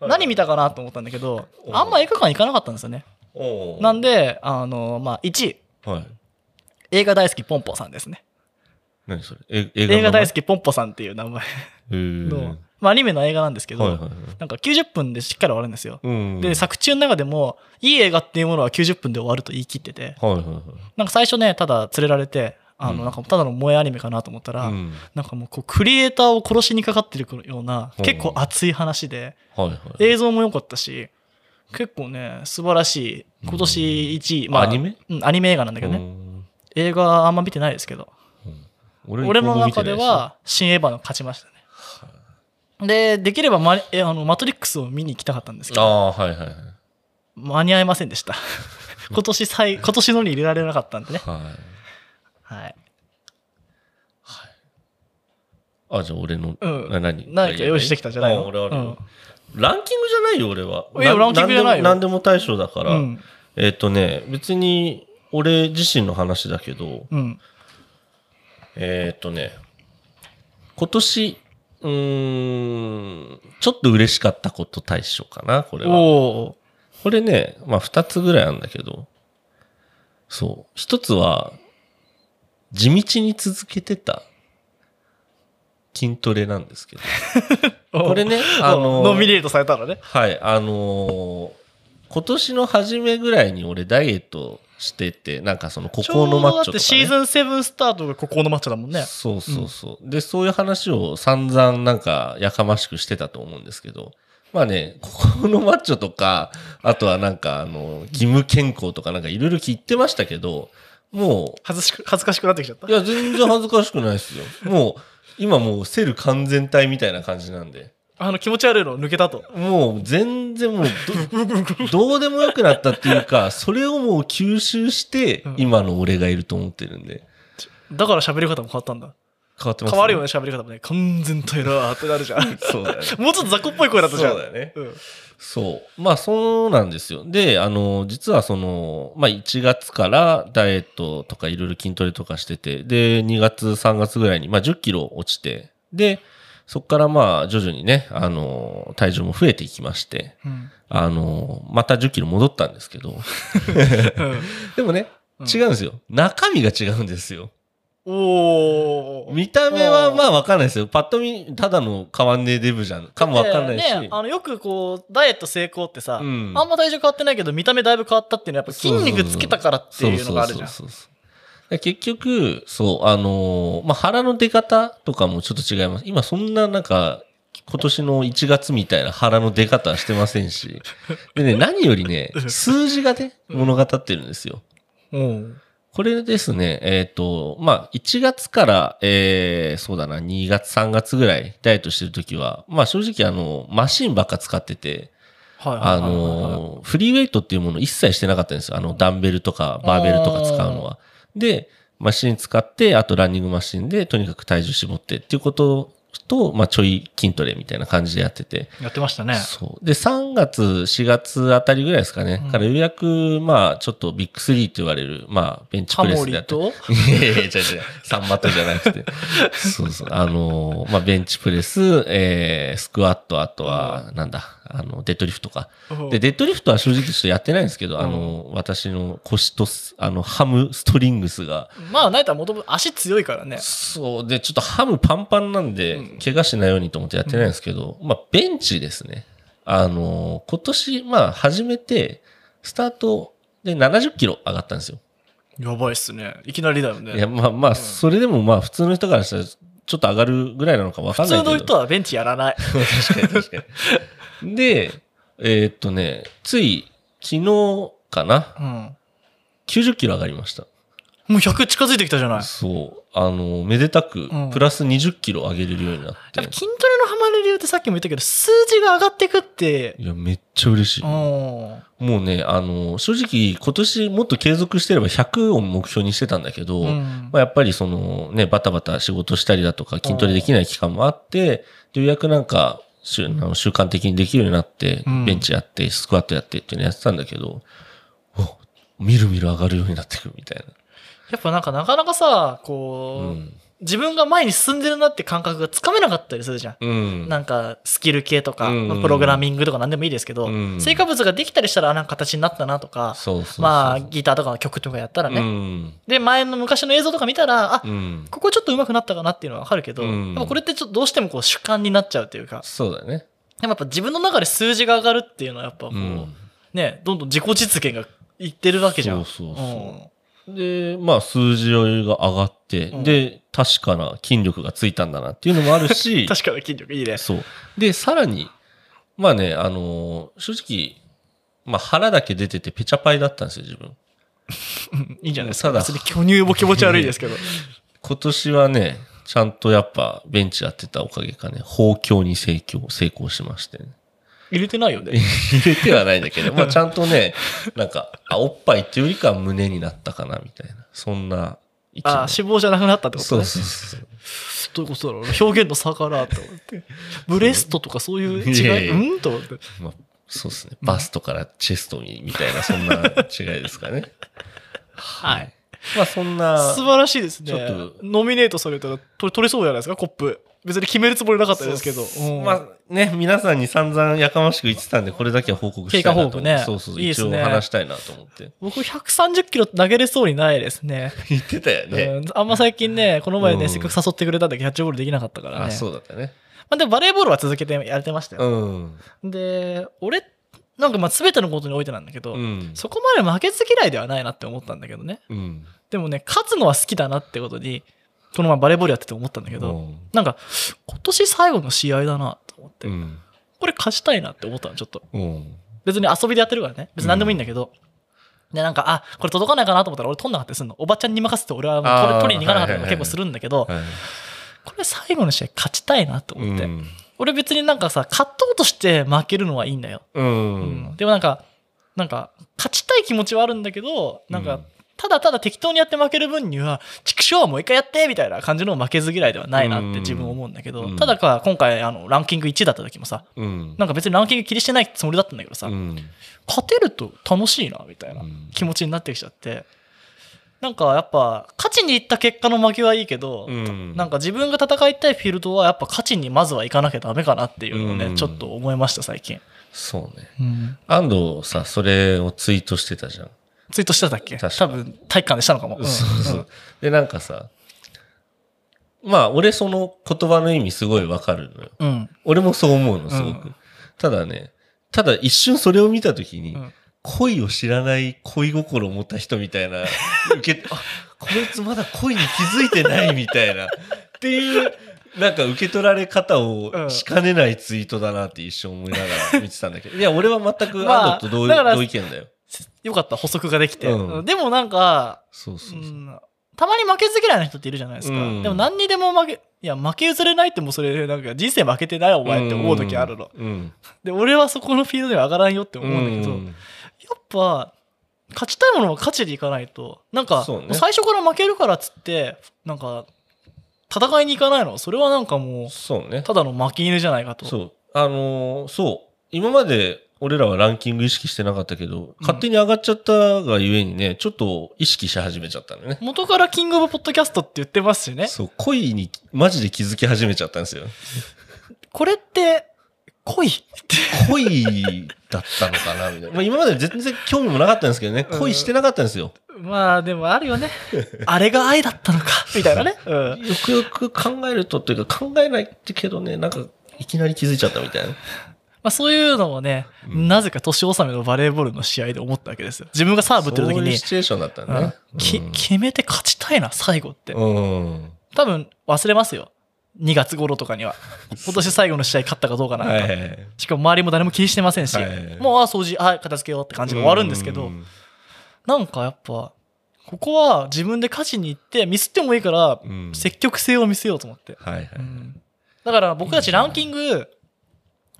[SPEAKER 2] 画
[SPEAKER 1] はい
[SPEAKER 2] 何見たかなと思ったんだけど、
[SPEAKER 1] お
[SPEAKER 2] あんま映画館行かなかったんですよね。
[SPEAKER 1] おー
[SPEAKER 2] なんで、あの、まあ1位、
[SPEAKER 1] はい
[SPEAKER 2] 映画大好きポンポさんですね。
[SPEAKER 1] 何それえ映
[SPEAKER 2] 映画大好
[SPEAKER 1] き
[SPEAKER 2] きポンポさんっていう名前
[SPEAKER 1] の
[SPEAKER 2] の
[SPEAKER 1] 名前、
[SPEAKER 2] まあアニメの映画なんですけ
[SPEAKER 1] へー
[SPEAKER 2] ど、
[SPEAKER 1] はいはいはい
[SPEAKER 2] なんか90分でしっかり終わるんですよ。
[SPEAKER 1] うん
[SPEAKER 2] で、作中の中でも、いい映画っていうものは90分で終わると言い切ってて、
[SPEAKER 1] はいはいはい
[SPEAKER 2] なんか最初ね、ただ連れられて、あ
[SPEAKER 1] うん
[SPEAKER 2] の、なんかただの萌えアニメかなと思ったら、
[SPEAKER 1] うん
[SPEAKER 2] なんかもうこう、クリエイターを殺しにかかってるような
[SPEAKER 1] う、ん
[SPEAKER 2] 結構熱い話で、
[SPEAKER 1] はいはい
[SPEAKER 2] 映像も良かったし、結構ね、素晴らしい。今年1位。
[SPEAKER 1] アニメ
[SPEAKER 2] うん、アニメ映画なんだけど
[SPEAKER 1] う
[SPEAKER 2] ね。
[SPEAKER 1] ん
[SPEAKER 2] 映画あんま見てないですけど。
[SPEAKER 1] 俺
[SPEAKER 2] 俺
[SPEAKER 1] 一
[SPEAKER 2] の
[SPEAKER 1] 個
[SPEAKER 2] 中
[SPEAKER 1] も見て
[SPEAKER 2] で
[SPEAKER 1] ないすよ
[SPEAKER 2] は、新エヴァの勝ちましたね。で、できればマリえあのマトリックスを見に行きたかったんですけ
[SPEAKER 1] あ
[SPEAKER 2] ど、
[SPEAKER 1] あはいはいはい
[SPEAKER 2] 間に合いません でした。今年最、今年のに入れられなかったんでね。
[SPEAKER 1] はい
[SPEAKER 2] はい。
[SPEAKER 1] あじゃあ俺の、
[SPEAKER 2] うん
[SPEAKER 1] な何
[SPEAKER 2] 何か用意してきたんじゃないの
[SPEAKER 1] あ俺あるよ
[SPEAKER 2] う
[SPEAKER 1] ランキングじゃないよ俺はい
[SPEAKER 2] やランキングじゃないよ
[SPEAKER 1] 何でも何でも大賞だから、
[SPEAKER 2] うん。
[SPEAKER 1] えっ、とね別に俺自身の話だけど
[SPEAKER 2] うん。
[SPEAKER 1] えっ、とね今年うーんちょっと嬉しかったこと大賞かなこれは
[SPEAKER 2] お
[SPEAKER 1] これね、まあ二つぐらいあるんだけど、そう。一つは、地道に続けてた筋トレなんですけど。
[SPEAKER 2] お。
[SPEAKER 1] これね、あ
[SPEAKER 2] あ
[SPEAKER 1] の
[SPEAKER 2] の、ノミネートされたのね。
[SPEAKER 1] はい、あのー今年の初めぐらいに俺ダイエットしてて、なんかその孤
[SPEAKER 2] ちょ
[SPEAKER 1] 高
[SPEAKER 2] う
[SPEAKER 1] の
[SPEAKER 2] ど
[SPEAKER 1] マッ
[SPEAKER 2] だ
[SPEAKER 1] チョと
[SPEAKER 2] っ
[SPEAKER 1] か、ね。
[SPEAKER 2] てシーズン7スタートがここのマッチョだもんね。
[SPEAKER 1] そうそうそう。で、そういう話を散々なんかやかましくしてたと思うんですけど、まあね、ここのマッチョとか、あとはなんかあの、義務健康とかなんかいろいろ聞いてましたけど、も
[SPEAKER 2] 恥ずしく恥ずかしくなってきちゃった
[SPEAKER 1] う、い。や、全然恥ずかしくないですよ。もう、今もうセル完全体みたいな感じなんで、
[SPEAKER 2] あの、気持ち悪いの抜けたと。
[SPEAKER 1] もう全然もうど、どうでもよくなったっていうか、それをもう吸収して
[SPEAKER 2] うん、
[SPEAKER 1] 今の俺がいると思ってるんで、
[SPEAKER 2] だから喋り方も変わったんだ。
[SPEAKER 1] 変わってます
[SPEAKER 2] 変わるよね、喋り方もね。完全体だーってなるじゃ ん。
[SPEAKER 1] そうだよね。
[SPEAKER 2] もうちょっと雑魚っぽい声だったじゃん。
[SPEAKER 1] そうだよね。
[SPEAKER 2] うん。
[SPEAKER 1] そう。まあ、そうなんですよ。で、あの、実はその、まあ、1月からダイエットとかいろいろ筋トレとかしてて、で、2月、3月ぐらいに、まあ、10キロ落ちて、で、そこからまあ徐々にね、あの、体重も増えていきまして、
[SPEAKER 2] うん。
[SPEAKER 1] あの、また10キロ戻ったんですけど、でもね、
[SPEAKER 2] うん
[SPEAKER 1] 違うんですよ。中身が違うんですよ。
[SPEAKER 2] おー。
[SPEAKER 1] 見た目はまあわかんないですよ。パッと見、ただの変わんねえデブじゃん。かもわかんないし。
[SPEAKER 2] ねあの、よくこう、ダイエット成功ってさ、
[SPEAKER 1] うん
[SPEAKER 2] あんま体重変わってないけど、見た目だいぶ変わったっていうのは、やっぱ筋肉つけたからって
[SPEAKER 1] そう
[SPEAKER 2] いう
[SPEAKER 1] そ
[SPEAKER 2] の
[SPEAKER 1] う
[SPEAKER 2] があるじゃん。
[SPEAKER 1] そうそうそう結局、そう、あのーまあ、腹の出方とかもちょっと違います。今そんななんか、今年の1月みたいな腹の出方はしてませんし。でね、何より ね、数字がね、物語ってるんですよ。
[SPEAKER 2] うん。
[SPEAKER 1] これですね、えっ、と、まあ、1月から、えー、そうだな、2月、3月ぐらいダイエットしてるときは、まあ、正直あの、マシンばっか使ってて、
[SPEAKER 2] はいはい
[SPEAKER 1] あ
[SPEAKER 2] はいはいはい。
[SPEAKER 1] の、フリーウェイトっていうもの一切してなかったんですよ。あの、ダンベルとかバーベルとか使うのは。で、マシン使って、あとランニングマシンで、とにかく体重絞ってっていうことと、まあ、ちょい筋トレみたいな感じでやってて。
[SPEAKER 2] やってましたね。
[SPEAKER 1] そう。で、3月、4月あたりぐらいですかね。
[SPEAKER 2] うん
[SPEAKER 1] からようやく、まあ、ちょっとビッグスリーと言われる、まあ、ベンチ
[SPEAKER 2] ハ
[SPEAKER 1] プレ
[SPEAKER 2] モ
[SPEAKER 1] スでや
[SPEAKER 2] リ
[SPEAKER 1] って。
[SPEAKER 2] と、
[SPEAKER 1] いやいやいや、違う違う。サンバットじゃなく て。そうそう。あのーまあ、ベンチプレス、えー、スクワット、あとは、なんだ、あの、デッドリフトか。で、デッドリフトは正直ちょっとやってないんですけど、
[SPEAKER 2] うん
[SPEAKER 1] あの、私の腰とす、あの、ハムストリングスが、
[SPEAKER 2] まあ、ないともともと足強いからね。
[SPEAKER 1] そう、で、ちょっとハムパンパンなんで、
[SPEAKER 2] うん
[SPEAKER 1] 怪我しないようにと思ってやってないんですけど、まあ、ベンチですね。あの、今年、まあ、始めて、スタートで70キロ上がったんですよ。
[SPEAKER 2] やばいっすね。いきなりだよ
[SPEAKER 1] いや、
[SPEAKER 2] ね。
[SPEAKER 1] まあま
[SPEAKER 2] う
[SPEAKER 1] あ、
[SPEAKER 2] ん
[SPEAKER 1] それでもまあ、普通の人からしたら、ちょっと上がるぐらいなのかわか
[SPEAKER 2] 普
[SPEAKER 1] んない
[SPEAKER 2] 通
[SPEAKER 1] けど。
[SPEAKER 2] の人はベンチやらない。
[SPEAKER 1] 確かに確かに。で、えーっとね、つい、昨日かな、
[SPEAKER 2] うん。も
[SPEAKER 1] 90キロ上がりました。
[SPEAKER 2] う100近づいてきたじゃない。
[SPEAKER 1] そう。あの、めでたく
[SPEAKER 2] うん、
[SPEAKER 1] プラス20キロ上げれるようになって。
[SPEAKER 2] やっぱ筋トレのハマる理由ってさっきも言ったけど、数字が上がってくって、
[SPEAKER 1] いや、めっちゃ嬉しい。
[SPEAKER 2] うん。
[SPEAKER 1] もうね、あの、正直、今年もっと継続してれば100を目標にしてたんだけど、
[SPEAKER 2] うん
[SPEAKER 1] まあ、やっぱりその、ね、バタバタ仕事したりだとか、筋トレできない期間もあって、でようやくなんか、習あの習慣的にできるようになって
[SPEAKER 2] うん、
[SPEAKER 1] ベンチやって、スクワットやってっていうのやってたんだけど、おみるみる上がるようになってくみたい
[SPEAKER 2] やっぱなんかなかなかさ、
[SPEAKER 1] な。
[SPEAKER 2] こ
[SPEAKER 1] う
[SPEAKER 2] う、
[SPEAKER 1] ん。
[SPEAKER 2] 自分が前に進んでるなって感覚がつかめなかったりするじゃん。
[SPEAKER 1] うん。
[SPEAKER 2] なんかスキル系とか、
[SPEAKER 1] うん
[SPEAKER 2] まあプログラミングとか何でもいいですけど、
[SPEAKER 1] うん
[SPEAKER 2] 成果物ができたりしたらあなんか形になったなとか、
[SPEAKER 1] そうそうそう。
[SPEAKER 2] まあギターとかの曲とかやったらね、
[SPEAKER 1] うん。
[SPEAKER 2] で前の昔の映像とか見たらあ、
[SPEAKER 1] うん。
[SPEAKER 2] ここちょっと上手くなったかなっていうのはわかるけど、
[SPEAKER 1] うん
[SPEAKER 2] やっぱこれってちょっとどうしてもこう主観になっちゃうというか
[SPEAKER 1] そうだね。
[SPEAKER 2] でもやっぱ自分の中で数字が上がるっていうのはやっぱこう、
[SPEAKER 1] うん。
[SPEAKER 2] ねどんどん自己実現がいってるわけじゃん。
[SPEAKER 1] そうそう
[SPEAKER 2] うん
[SPEAKER 1] そで、まあ、数字が上がって、
[SPEAKER 2] うん
[SPEAKER 1] で、確かな筋力がついたんだなっていうのもある し、
[SPEAKER 2] 確かに筋力いいね。
[SPEAKER 1] そう。で、さらに、まあね、あのー正直、まあ腹だけ出ててペチャパイだったんですよ、自分。
[SPEAKER 2] いいんじゃないですか。
[SPEAKER 1] ただ
[SPEAKER 2] 別に巨乳も気持ち悪いですけ ど。
[SPEAKER 1] 今年はね、ちゃんとやっぱベンチやってたおかげかね、豊胸に成功、成功しましてね、
[SPEAKER 2] 入れてないよね。
[SPEAKER 1] 入れてはないんだけど、まあちゃんとね、なんか、あ、おっぱいっていうよりかは胸になったかな、みたいな。そんな一
[SPEAKER 2] ああ、
[SPEAKER 1] そ
[SPEAKER 2] 脂肪じゃなくなったって
[SPEAKER 1] う
[SPEAKER 2] こと
[SPEAKER 1] そう
[SPEAKER 2] ね。
[SPEAKER 1] そうそう。
[SPEAKER 2] どういうことだろうな表現の差からと思って。ブレストとかそういう
[SPEAKER 1] いやい
[SPEAKER 2] 違い、
[SPEAKER 1] やい
[SPEAKER 2] うんと思って。
[SPEAKER 1] まあ、そうですね。バストからチェストに、みたいな、そんな違いですかね。
[SPEAKER 2] はい。
[SPEAKER 1] まあ、そんな。
[SPEAKER 2] 素晴らしいですね
[SPEAKER 1] ちょっ。と
[SPEAKER 2] ノミネートされたら取取れそうじゃないですか、コップ。別に決めるつもりなかったですけど。うん
[SPEAKER 1] まあね、皆さんに散々やかましく言ってたんで、これだけは報告したいなと思って。
[SPEAKER 2] 経過報告ね
[SPEAKER 1] そうそう、
[SPEAKER 2] いいです
[SPEAKER 1] 一応
[SPEAKER 2] ね
[SPEAKER 1] 話したいなと思っ て。
[SPEAKER 2] 僕130キロ投げれそうにないですね。
[SPEAKER 1] 言ってたよね。
[SPEAKER 2] うんあんま最近ね、この前
[SPEAKER 1] う
[SPEAKER 2] ね、
[SPEAKER 1] ん
[SPEAKER 2] せっかく誘ってくれたんだけど、キャッチボールできなかったから
[SPEAKER 1] あ、
[SPEAKER 2] ね。
[SPEAKER 1] そうだったね。
[SPEAKER 2] まあでもバレーボールは続けてやれてました
[SPEAKER 1] う
[SPEAKER 2] よ。
[SPEAKER 1] ん。
[SPEAKER 2] で、俺、なんかまあ全てのことにおいてなんだけど
[SPEAKER 1] う、ん。
[SPEAKER 2] そこまで負けず嫌いではないなって思ったんだけどね。
[SPEAKER 1] うん。
[SPEAKER 2] でもね、勝つのは好きだなってことに、この前バレーボールやってて思ったんだけど、
[SPEAKER 1] う
[SPEAKER 2] なんか、今年最後の試合だなと思って、
[SPEAKER 1] ん。
[SPEAKER 2] これ勝ちたいなって思ったの、ちょっと。
[SPEAKER 1] うん。
[SPEAKER 2] 別に遊びでやってるからね。別に何でもいいんだけど。で、なんか、あ、これ届かないかなと思ったら俺取んなかったりするの。おばちゃんに任せて俺はもう取
[SPEAKER 1] あ
[SPEAKER 2] れ
[SPEAKER 1] ー
[SPEAKER 2] 取りに行かなかったり
[SPEAKER 1] はいは
[SPEAKER 2] とか
[SPEAKER 1] いは
[SPEAKER 2] 結
[SPEAKER 1] い
[SPEAKER 2] 構するんだけど、
[SPEAKER 1] はい。
[SPEAKER 2] これ最後の試合勝ちたいなと思って。
[SPEAKER 1] うん
[SPEAKER 2] 俺別になんかさ、勝とうとして負けるのはいいんだよ。
[SPEAKER 1] う
[SPEAKER 2] うん
[SPEAKER 1] ん。
[SPEAKER 2] でもなんか、なんか、勝ちたい気持ちはあるんだけど、なん
[SPEAKER 1] う
[SPEAKER 2] か
[SPEAKER 1] ん、
[SPEAKER 2] ただただ適当にやって負ける分には、畜生もう一回やってみたいな感じの負けず嫌いではないなって自分思うんだけど、
[SPEAKER 1] うん
[SPEAKER 2] ただか、今回、あの、ランキング1位だった時もさ、
[SPEAKER 1] うん。
[SPEAKER 2] なんか別にランキング気にしてないつもりだったんだけどさ、
[SPEAKER 1] うん。
[SPEAKER 2] 勝てると楽しいな、みたいな
[SPEAKER 1] うん
[SPEAKER 2] 気持ちになってきちゃって、なんかやっぱ勝ちにいった結果の負けはいいけど、
[SPEAKER 1] うん
[SPEAKER 2] なんか自分が戦いたいフィールドはやっぱ勝ちにまずはいかなきゃダメかなっていうのをね、
[SPEAKER 1] うん
[SPEAKER 2] ちょっと思いました最近、
[SPEAKER 1] そうね。安藤さ、それをツイートしてたじゃん。
[SPEAKER 2] ツイートしてたっけ
[SPEAKER 1] 確
[SPEAKER 2] 多
[SPEAKER 1] か
[SPEAKER 2] 分体育館でしたのかも、うん
[SPEAKER 1] そうそう。で、なんかさ、まあ、俺その言葉の意味すごいわかるのよ。
[SPEAKER 2] うんうん
[SPEAKER 1] 俺もそう思うの、すごく。
[SPEAKER 2] うん
[SPEAKER 1] ただね、ただ一瞬それを見たときに、
[SPEAKER 2] うん
[SPEAKER 1] 恋を知らない恋心を持った人みたいな、受け、 あ、こいつまだ恋に気づいてないみたいな、 っていう、なんか受け取られ方
[SPEAKER 2] う
[SPEAKER 1] を
[SPEAKER 2] ん
[SPEAKER 1] しかねないツイートだなって一瞬思いながら見てたんだけ ど、いや、俺は全く
[SPEAKER 2] まあ
[SPEAKER 1] 安藤と同,、
[SPEAKER 2] だから
[SPEAKER 1] 同意見だよ。
[SPEAKER 2] よかった補足ができて、
[SPEAKER 1] うん
[SPEAKER 2] でもなんか、
[SPEAKER 1] そうそう
[SPEAKER 2] う
[SPEAKER 1] そう。
[SPEAKER 2] ん、たまに負けず嫌いな人っているじゃないですか、
[SPEAKER 1] うん
[SPEAKER 2] でも何にでも負けいや負け譲れないってもうそれなんか人生負けてないお前って思う時あるの、
[SPEAKER 1] うん。
[SPEAKER 2] で俺はそこのフィールドには上がらんよって思うんだけど、
[SPEAKER 1] うん
[SPEAKER 2] やっぱ勝ちたいものは勝ちでいかないとなんか、
[SPEAKER 1] そうね
[SPEAKER 2] もう最初から負けるからっつってなんか戦いに行かないのそれはなんかもう
[SPEAKER 1] そうね。
[SPEAKER 2] ただの負け犬じゃないかと
[SPEAKER 1] そう。あのーそう。今まで俺らはランキング意識してなかったけど、勝手に上がっちゃったがゆえにね、ちょっと意識し始めちゃったのね。
[SPEAKER 2] 元からキングオブポッドキャストって言ってますしね
[SPEAKER 1] そう、恋にマジで気づき始めちゃったんです よ。
[SPEAKER 2] これって恋って
[SPEAKER 1] 恋だったのかなみたいな。まあ今まで全然興味もなかったんですけどね、
[SPEAKER 2] うん
[SPEAKER 1] 恋してなかったんですよ。
[SPEAKER 2] まあでもあるよねあれが愛だった のかみたいなね、うん
[SPEAKER 1] よくよく考えるとというか考えないってけどね、なんかいきなり気づいちゃったみたいな。
[SPEAKER 2] まあ、そういうのもね、
[SPEAKER 1] うん
[SPEAKER 2] なぜか年納めのバレーボールの試合で思ったわけですよ自分がサーブ打ってる時
[SPEAKER 1] そうい
[SPEAKER 2] に
[SPEAKER 1] うシチュエーションだったんだね。
[SPEAKER 2] うんき決めて勝ちたいな最後って
[SPEAKER 1] うん。
[SPEAKER 2] 多分忘れますよ2月頃と かには今年最後の試合勝ったかどうかなんか、
[SPEAKER 1] はいはいはい。
[SPEAKER 2] しかも周りも誰も気にしてませんし、
[SPEAKER 1] はい
[SPEAKER 2] もうああ掃除ああ片付けようって感じで終わるんですけど、なんかやっぱここは自分で勝ちに行ってミスってもいいから
[SPEAKER 1] うん、うん
[SPEAKER 2] 積極性を見せようと思って、
[SPEAKER 1] はいはい。
[SPEAKER 2] うんだから僕たちランキング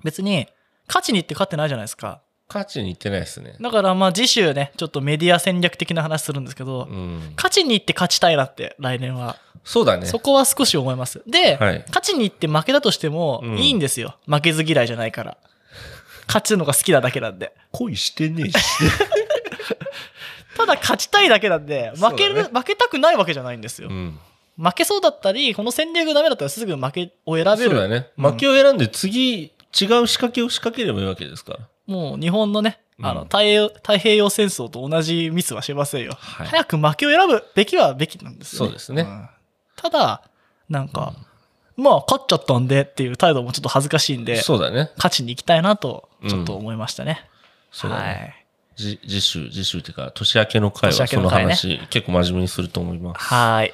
[SPEAKER 2] 別に勝ちに行って勝ってないじゃないですか
[SPEAKER 1] 勝ちに行ってないですね。
[SPEAKER 2] だからまあ次週ねちょっとメディア戦略的な話するんですけど、
[SPEAKER 1] うん、
[SPEAKER 2] 勝ちに行って勝ちたいなって来年は
[SPEAKER 1] そうだね。
[SPEAKER 2] そこは少し思います。で、
[SPEAKER 1] はい
[SPEAKER 2] 勝ちに行って負けだとしても
[SPEAKER 1] うん
[SPEAKER 2] いいんですよ。負けず嫌いじゃないから。勝つのが好きなだけなんで。
[SPEAKER 1] 恋してねえし。
[SPEAKER 2] ただ勝ちたいだけなんで、負ける、
[SPEAKER 1] そうだ
[SPEAKER 2] 負けたくないわけじゃないんですよ。
[SPEAKER 1] うん、
[SPEAKER 2] 負けそうだったり、この戦略ダメだったらすぐ負けを選べ
[SPEAKER 1] そうだ
[SPEAKER 2] る。
[SPEAKER 1] ね。
[SPEAKER 2] うん
[SPEAKER 1] 負けを選んで次、違う仕掛けを仕掛ければいいわけですから。
[SPEAKER 2] もう日本のね、あの
[SPEAKER 1] うん
[SPEAKER 2] 太平洋太平洋戦争と同じミスはしませんよ。
[SPEAKER 1] はい
[SPEAKER 2] 早く負けを選ぶべきはべきなんですよ、ね。
[SPEAKER 1] そうですね
[SPEAKER 2] んただ、なんか、まあ勝っちゃったんでっていう態度もちょっと恥ずかしいんで、
[SPEAKER 1] そうだね。
[SPEAKER 2] 勝ちに行きたいなと、ちょっと思いましたね。
[SPEAKER 1] そうだね。
[SPEAKER 2] はい。
[SPEAKER 1] じ次週、次週っていうか、年明けの会は
[SPEAKER 2] 年明け
[SPEAKER 1] そ
[SPEAKER 2] の
[SPEAKER 1] の
[SPEAKER 2] 回ね
[SPEAKER 1] 話、結構真面目にすると思います。
[SPEAKER 2] はい。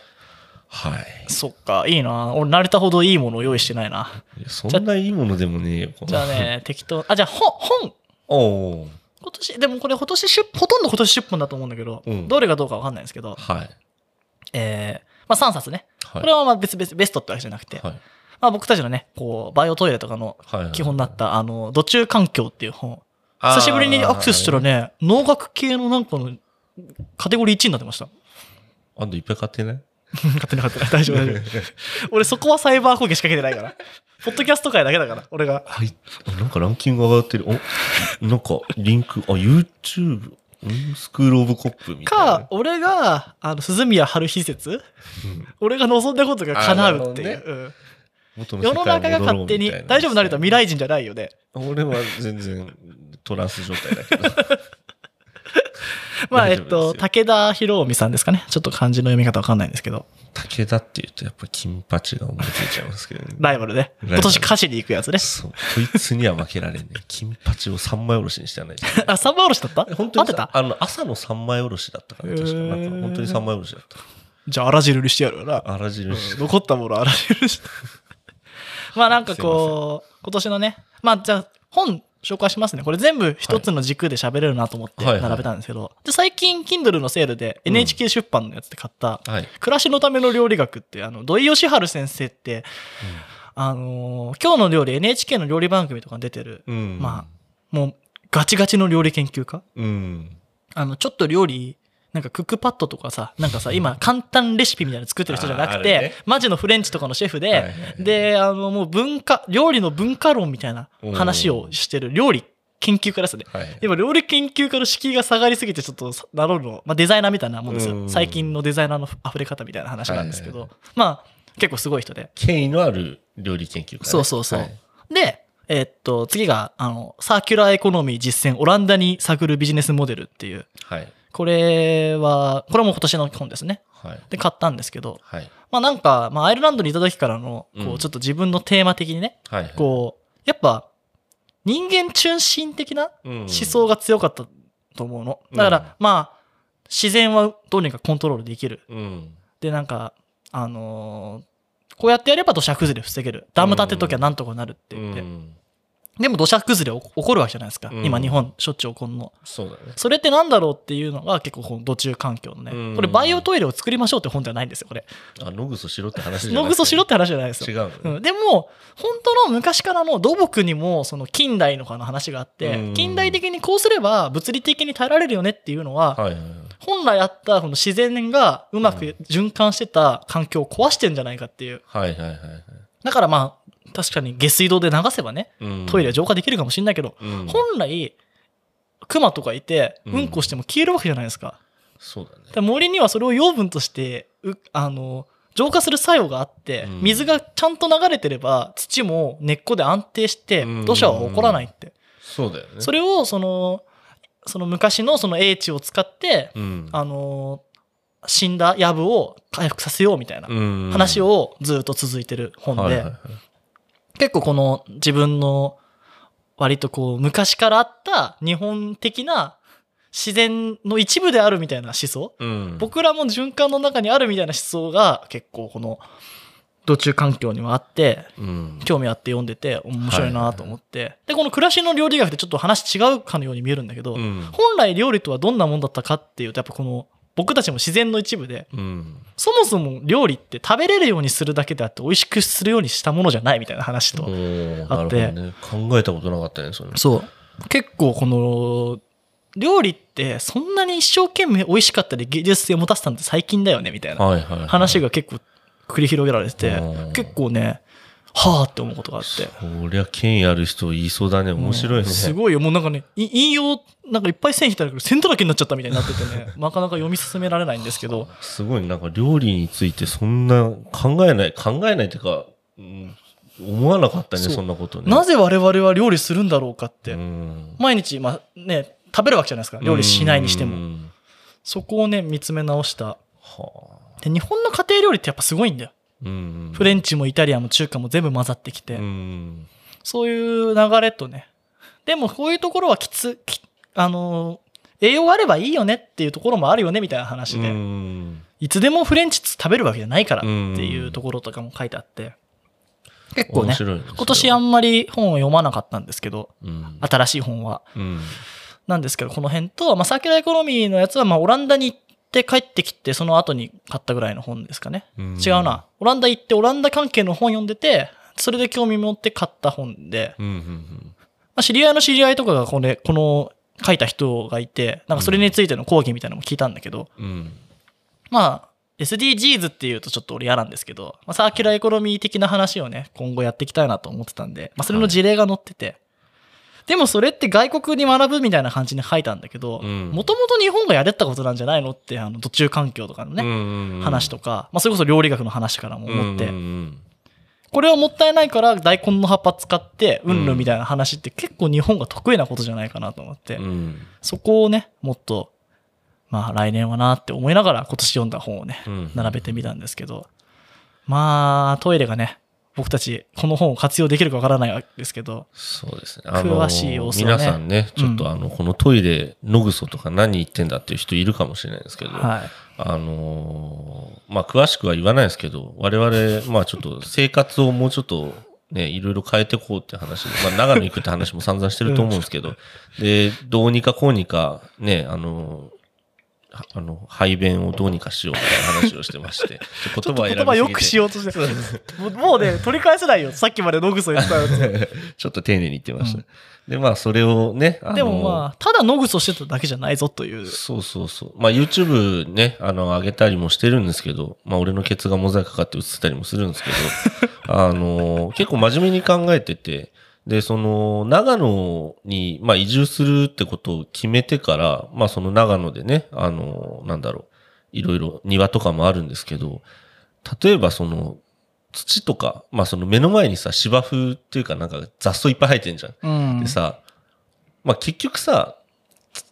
[SPEAKER 1] はい。
[SPEAKER 2] そっか、いいな。俺、慣れたほどいいものを用意してない な。
[SPEAKER 1] いやそんないいものでもねえよ。こん
[SPEAKER 2] じゃ
[SPEAKER 1] な
[SPEAKER 2] あ。ね、適当。あ、じゃあ、本、本。
[SPEAKER 1] おう
[SPEAKER 2] 今年、でもこれ、今年出、ほとんど今年出本だと思うんだけど、
[SPEAKER 1] うん
[SPEAKER 2] どれがどうかわかんないんですけど、
[SPEAKER 1] はい。
[SPEAKER 2] えー、まあ3冊ね。
[SPEAKER 1] はい。
[SPEAKER 2] これはまあ別々、ベストってわけじゃなくて、
[SPEAKER 1] はい。
[SPEAKER 2] まあ僕たちのね、こう、バイオトイレとかの
[SPEAKER 1] はいはい
[SPEAKER 2] 基本になった、あの、土中環境っていう本。
[SPEAKER 1] あー
[SPEAKER 2] 久しぶりにアクセスしたらね、農学系のなんかの、カテゴリー1位になってました。
[SPEAKER 1] あんたいっぱい買ってない
[SPEAKER 2] 勝手 に勝手に。大丈夫、大丈夫。俺そこはサイバー攻撃仕掛けてないから。ポッドキャスト界だけだから、俺が。
[SPEAKER 1] はい。あなんかランキング上がってる。おなんか、リンク、あ、YouTube、うんスクールオブコップみたいな
[SPEAKER 2] か。、俺が、あの、鈴宮春日説
[SPEAKER 1] うん
[SPEAKER 2] 俺が望んだことが叶うってい
[SPEAKER 1] あなる
[SPEAKER 2] う
[SPEAKER 1] ほ
[SPEAKER 2] うん。
[SPEAKER 1] 元
[SPEAKER 2] 世
[SPEAKER 1] 世
[SPEAKER 2] の
[SPEAKER 1] 界
[SPEAKER 2] 中
[SPEAKER 1] に
[SPEAKER 2] が
[SPEAKER 1] 戻ろう
[SPEAKER 2] 勝
[SPEAKER 1] み
[SPEAKER 2] 手
[SPEAKER 1] たい
[SPEAKER 2] に、大丈夫なれた未来人じゃないよね。
[SPEAKER 1] 俺は全然トランス状態だけ ど。
[SPEAKER 2] まあ、え
[SPEAKER 1] 大
[SPEAKER 2] っ
[SPEAKER 1] 丈夫ですよ
[SPEAKER 2] と、武田博臣さんですかね。ちょっと漢字の読み方わかんないんですけど、
[SPEAKER 1] 武田って言うとやっぱ金八が思いついちゃいますけどね。
[SPEAKER 2] ライバルで。
[SPEAKER 1] ライバル
[SPEAKER 2] 今年歌詞に行くやつね。
[SPEAKER 1] そう。こいつには負けられねえ。金八を三枚おろしにしてはないじゃん。
[SPEAKER 2] あ、三番おろしだった
[SPEAKER 1] 本当
[SPEAKER 2] 合っ
[SPEAKER 1] に
[SPEAKER 2] て
[SPEAKER 1] さ
[SPEAKER 2] た
[SPEAKER 1] あの朝の三枚おろしだったから、確か。なんか本当に三枚おろしだった。
[SPEAKER 2] じゃあ、あら汁にしてやるよな。
[SPEAKER 1] あら汁にして
[SPEAKER 2] 残ったものあらゆる まあなんかこう今年のねまあじゃあ本紹介しますねこれ全部一つの軸で喋れるなと思って
[SPEAKER 1] はいはいはい
[SPEAKER 2] 並べたんですけど、で最近 Kindle のセールで
[SPEAKER 1] ん
[SPEAKER 2] NHK 出版のやつで買った「
[SPEAKER 1] はい。
[SPEAKER 2] 暮らしのための料理学」ってあの土井善晴先生って、あのー今日の料理」NHK の料理番組とかに出てる、
[SPEAKER 1] うん。
[SPEAKER 2] まあもうガチガチの料理研究家
[SPEAKER 1] うん。
[SPEAKER 2] あのちょっと料理なんかクックパッドとかさなんかさ今簡単レシピみたいなの作ってる人じゃな
[SPEAKER 1] あー
[SPEAKER 2] く
[SPEAKER 1] あ
[SPEAKER 2] て、
[SPEAKER 1] るね
[SPEAKER 2] マジのフレンチとかのシェフで、
[SPEAKER 1] はいはいはい
[SPEAKER 2] であのもう文化料理の文化論みたいな
[SPEAKER 1] おー
[SPEAKER 2] 話をしてる料理研究家ですよね。
[SPEAKER 1] はい。
[SPEAKER 2] 今、料理研究家の敷居が下がりすぎて、ちょっとさ、なろうの、まあ、デザイナーみたいなもんで
[SPEAKER 1] う
[SPEAKER 2] すよ。
[SPEAKER 1] ん
[SPEAKER 2] 最近のデザイナーの溢れ方みたいな話なんですけど、
[SPEAKER 1] はい
[SPEAKER 2] まあ、結構すごい人で。
[SPEAKER 1] 権威のある料理研究家ね、
[SPEAKER 2] そうそうそう。
[SPEAKER 1] はい
[SPEAKER 2] で、えっと、次が、あの、サーキュラーエコノミー実践、オランダに探るビジネスモデルっていう、
[SPEAKER 1] はい。
[SPEAKER 2] これは、これも今年の本ですね。
[SPEAKER 1] はい。
[SPEAKER 2] で、買ったんですけど、
[SPEAKER 1] はい。
[SPEAKER 2] まあなんか、まあアイルランドにいた時からの、
[SPEAKER 1] う
[SPEAKER 2] こ
[SPEAKER 1] ん
[SPEAKER 2] う、ちょっと自分のテーマ的にね、
[SPEAKER 1] はい。
[SPEAKER 2] こう、やっぱ、人間中心的な
[SPEAKER 1] うん、思
[SPEAKER 2] 思想が強かったと思うの。だか
[SPEAKER 1] うん
[SPEAKER 2] ら、まあ、自然はどうにかコントロールできる。
[SPEAKER 1] うん。
[SPEAKER 2] で、なんか、あのーこうやってやれば土砂崩れ防げる。ダム建てときゃなんとかなるって言って
[SPEAKER 1] う。ん
[SPEAKER 2] でも土砂崩れ起こるわけじゃないですか。
[SPEAKER 1] うん
[SPEAKER 2] 今日本しょっちゅう起こるの。
[SPEAKER 1] そうだね。
[SPEAKER 2] それってなんだろうっていうのが結構この土中環境の
[SPEAKER 1] うん
[SPEAKER 2] ね。これバイオトイレを作りましょうって本ではないんですよ、これ。
[SPEAKER 1] あ、ノグソしろって話じゃなくて
[SPEAKER 2] ノグソしろって話じゃないです
[SPEAKER 1] 違
[SPEAKER 2] よ。
[SPEAKER 1] うの
[SPEAKER 2] う
[SPEAKER 1] ね。
[SPEAKER 2] ん、でも本当の昔からの土木にもその近代のかの話があっ
[SPEAKER 1] うん
[SPEAKER 2] て近代的にこうすれば物理的に耐えられるよねっていうのは
[SPEAKER 1] はいはいはい。
[SPEAKER 2] 本来あったこの自然がうまく循環してた環境を壊してんじゃないかっていう
[SPEAKER 1] はいはいはいはい。
[SPEAKER 2] だからまあ確かに下水道で流せばね
[SPEAKER 1] うん
[SPEAKER 2] トイレは浄化できるかもしれないけど
[SPEAKER 1] うん
[SPEAKER 2] 本来クマとかいて
[SPEAKER 1] うん
[SPEAKER 2] うんこしても消えるわけじゃないですか
[SPEAKER 1] そうだね
[SPEAKER 2] だから森にはそれを養分としてうあの浄化する作用があって、
[SPEAKER 1] うん
[SPEAKER 2] 水がちゃんと流れてれば土も根っこで安定して
[SPEAKER 1] うん
[SPEAKER 2] 土砂は起こらないって、
[SPEAKER 1] そうだよね
[SPEAKER 2] それをそのその昔のその英知を使って、
[SPEAKER 1] うん
[SPEAKER 2] あの死んだ藪を回復させようみたいな
[SPEAKER 1] うん
[SPEAKER 2] 話をずっと続いてる本で、
[SPEAKER 1] はいはいはい
[SPEAKER 2] 結構この自分の割とこう昔からあった日本的な自然の一部であるみたいな思想
[SPEAKER 1] うん
[SPEAKER 2] 僕らも循環の中にあるみたいな思想が結構この土中環境にはあって
[SPEAKER 1] うん
[SPEAKER 2] 興味あって読んでて面白いなと思って、でこの暮らしの料理学でちょっと話違うかのように見えるんだけど、
[SPEAKER 1] うん
[SPEAKER 2] 本来料理とはどんなもんだったかっていうとやっぱこの僕たちも自然の一部で
[SPEAKER 1] うん
[SPEAKER 2] そもそも料理って食べれるようにするだけであって美味しくするようにしたものじゃないみたいな話と、
[SPEAKER 1] おー
[SPEAKER 2] あって
[SPEAKER 1] なるほどね考えたことなかったねそれ
[SPEAKER 2] そう結構この料理ってそんなに一生懸命美味しかったり芸術性を持たせたのって最近だよねみたいな
[SPEAKER 1] はいはいはい
[SPEAKER 2] 話が結構繰り広げられてて
[SPEAKER 1] うん
[SPEAKER 2] 結構ねはあって思うことがあって
[SPEAKER 1] そりゃ権威ある人言いそうだね面白いね
[SPEAKER 2] うんすごいよもうなんかねい引用なんかいっぱい線引いたら線だらけになっちゃったみたいになってて ねなかなか読み進められないんですけど
[SPEAKER 1] すごいなんか料理についてそんな考えない考えないっていうかうん思わなかったね
[SPEAKER 2] そう
[SPEAKER 1] そんなことね
[SPEAKER 2] なぜ我々は料理するんだろうかって
[SPEAKER 1] うん
[SPEAKER 2] 毎日まあね食べるわけじゃないですか料理しないにして
[SPEAKER 1] う
[SPEAKER 2] も
[SPEAKER 1] ん
[SPEAKER 2] そこをね見つめ直した
[SPEAKER 1] はあ
[SPEAKER 2] で日本の家庭料理ってやっぱすごいんだよ
[SPEAKER 1] うん
[SPEAKER 2] フレンチもイタリアンも中華も全部混ざってきて、
[SPEAKER 1] うん
[SPEAKER 2] そういう流れとね。でもこういうところはきつ、きあのー栄養あればいいよねっていうところもあるよねみたいな話で、
[SPEAKER 1] うん
[SPEAKER 2] いつでもフレンチ食べるわけじゃないからって
[SPEAKER 1] うん
[SPEAKER 2] いうところとかも書いてあって、結構
[SPEAKER 1] 面
[SPEAKER 2] ね、
[SPEAKER 1] 白いねそれは
[SPEAKER 2] 今年あんまり本を読まなかったんですけど、
[SPEAKER 1] うん
[SPEAKER 2] 新しい本は。
[SPEAKER 1] うん
[SPEAKER 2] なんですけど、この辺と、まあ、サーキュラーエコノミーのやつは、まあ、オランダに行って帰ってきて、その後に買ったぐらいの本ですかね。
[SPEAKER 1] うん
[SPEAKER 2] 違うな。オランダ行って、オランダ関係の本読んでて、それで興味持って買った本で、
[SPEAKER 1] うんうん
[SPEAKER 2] まあ、知り合いの知り合いとかがこれ、この書いた人がいて、なんかそれについての講義みたいなのも聞いたんだけど、
[SPEAKER 1] うんうん
[SPEAKER 2] まあ、SDGs っていうとちょっと俺嫌なんですけど、まあ、サーキュラーエコノミー的な話をね、今後やっていきたいなと思ってたんで、まあ、それの事例が載ってて、でもそれって外国に学ぶみたいな感じに書いたんだけど、
[SPEAKER 1] うん
[SPEAKER 2] もともと日本がやれたことなんじゃないのって、あの、途中環境とかの
[SPEAKER 1] う
[SPEAKER 2] ね、
[SPEAKER 1] んうん
[SPEAKER 2] 話とか、まあ、それこそ料理学の話からも思って、
[SPEAKER 1] うんうん
[SPEAKER 2] これはもったいないから大根の葉っぱ使ってうんぬみたいな話って結構日本が得意なことじゃないかなと思って、
[SPEAKER 1] うんうん
[SPEAKER 2] そこをねもっとまあ来年はなって思いながら今年読んだ本をね
[SPEAKER 1] うん
[SPEAKER 2] 並べてみたんですけどまあトイレがね僕たちこの本を活用できるかわからないわけですけど
[SPEAKER 1] そうですね。
[SPEAKER 2] 詳しい様子をね
[SPEAKER 1] 皆さんね、ちょっとあの、このトイレ、ノグソとか何言ってんだっていう人いるかもしれないですけど、
[SPEAKER 2] はい
[SPEAKER 1] あのーまあ、詳しくは言わないですけど、我々、まあ、ちょっと生活をもうちょっと、ね、いろいろ変えていこうって話、まあ、長野行くって話も散々してると思うんです けど、で、どうにかこうにか、ね、あのーはあの、排便をどうにかしようみたいな話をしてまして、ちょっ
[SPEAKER 2] ち
[SPEAKER 1] と
[SPEAKER 2] ょっと
[SPEAKER 1] 言葉選びすぎて
[SPEAKER 2] 言葉よくしようとして もうもうね取り返せないよさっきまでノグソ言ってたのに
[SPEAKER 1] ちょっと丁寧に言ってました。で、まあ、それをね、あのー
[SPEAKER 2] でもまあただノグソしてただけじゃないぞという
[SPEAKER 1] そうそうそう。まあ YouTube ね、あの、上げたりもしてるんですけど、まあ俺のケツがモザイクかかって映ってたりもするんですけど、あの、結構真面目に考えてて、で、その、長野に、まあ、移住するってことを決めてから、まあ、その長野でね、あの、なんだろう、いろいろ庭とかもあるんですけど、例えばその、土とか、まあ、その目の前にさ、芝生っていうかなんか雑草いっぱい生えてんじゃん。
[SPEAKER 2] うん
[SPEAKER 1] でさ、まあ、結局さ、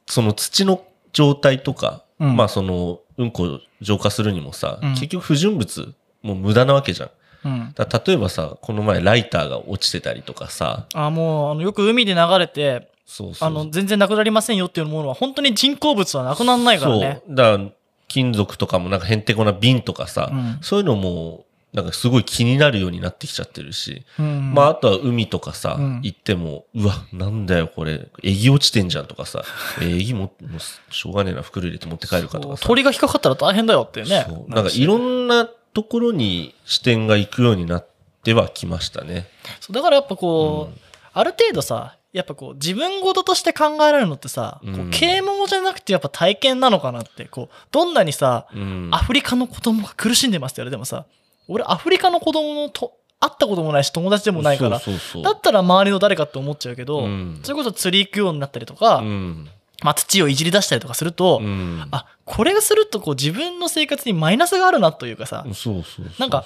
[SPEAKER 1] つその土の状態とか、
[SPEAKER 2] うん
[SPEAKER 1] まあ、その、うんこを浄化するにもさ、
[SPEAKER 2] うん
[SPEAKER 1] 結局不純物、もう無駄なわけじゃん。
[SPEAKER 2] うん、
[SPEAKER 1] だ例えばさ、この前ライターが落ちてたりとかさ、
[SPEAKER 2] あもうあのよく海で流れて
[SPEAKER 1] そうそう。
[SPEAKER 2] あの全然なくなりませんよっていうものは本当に人工物はなくならないからね。
[SPEAKER 1] そう。だから金属とかもなんかへんてこな瓶とかさ、
[SPEAKER 2] うん
[SPEAKER 1] そういうのも、なんかすごい気になるようになってきちゃってるし、
[SPEAKER 2] うん
[SPEAKER 1] まああとは海とかさ、
[SPEAKER 2] うん
[SPEAKER 1] 行っても、うわ、なんだよこれ、エギ落ちてんじゃんとか さ、えーエギも、もうしょうがねえな、袋入れて持って帰るかとかさ。
[SPEAKER 2] 鳥が引っかかったら大変だよっていうね
[SPEAKER 1] そうなんかいろんなところに視点が行くようになってはきましたね。
[SPEAKER 2] そうだからやっぱこう、
[SPEAKER 1] うん
[SPEAKER 2] ある程度さやっぱこう自分事として考えられるのってさ、こ
[SPEAKER 1] う
[SPEAKER 2] うん啓蒙じゃなくてやっぱ体験なのかなってこうどんなにさ、
[SPEAKER 1] うん。
[SPEAKER 2] アフリカの子供が苦しんでますって言われてもさ俺アフリカの子供と会ったこともないし友達でもないから
[SPEAKER 1] そうそうそう
[SPEAKER 2] だったら周りの誰かって思っちゃうけど、
[SPEAKER 1] うん
[SPEAKER 2] それこそ釣り行くようになったりとか、
[SPEAKER 1] うん。
[SPEAKER 2] まあ、土をいじり出したりとかすると、
[SPEAKER 1] うん。
[SPEAKER 2] あこれがするとこう自分の生活にマイナスがあるなというかさ、
[SPEAKER 1] そうそうそうそう。
[SPEAKER 2] なんか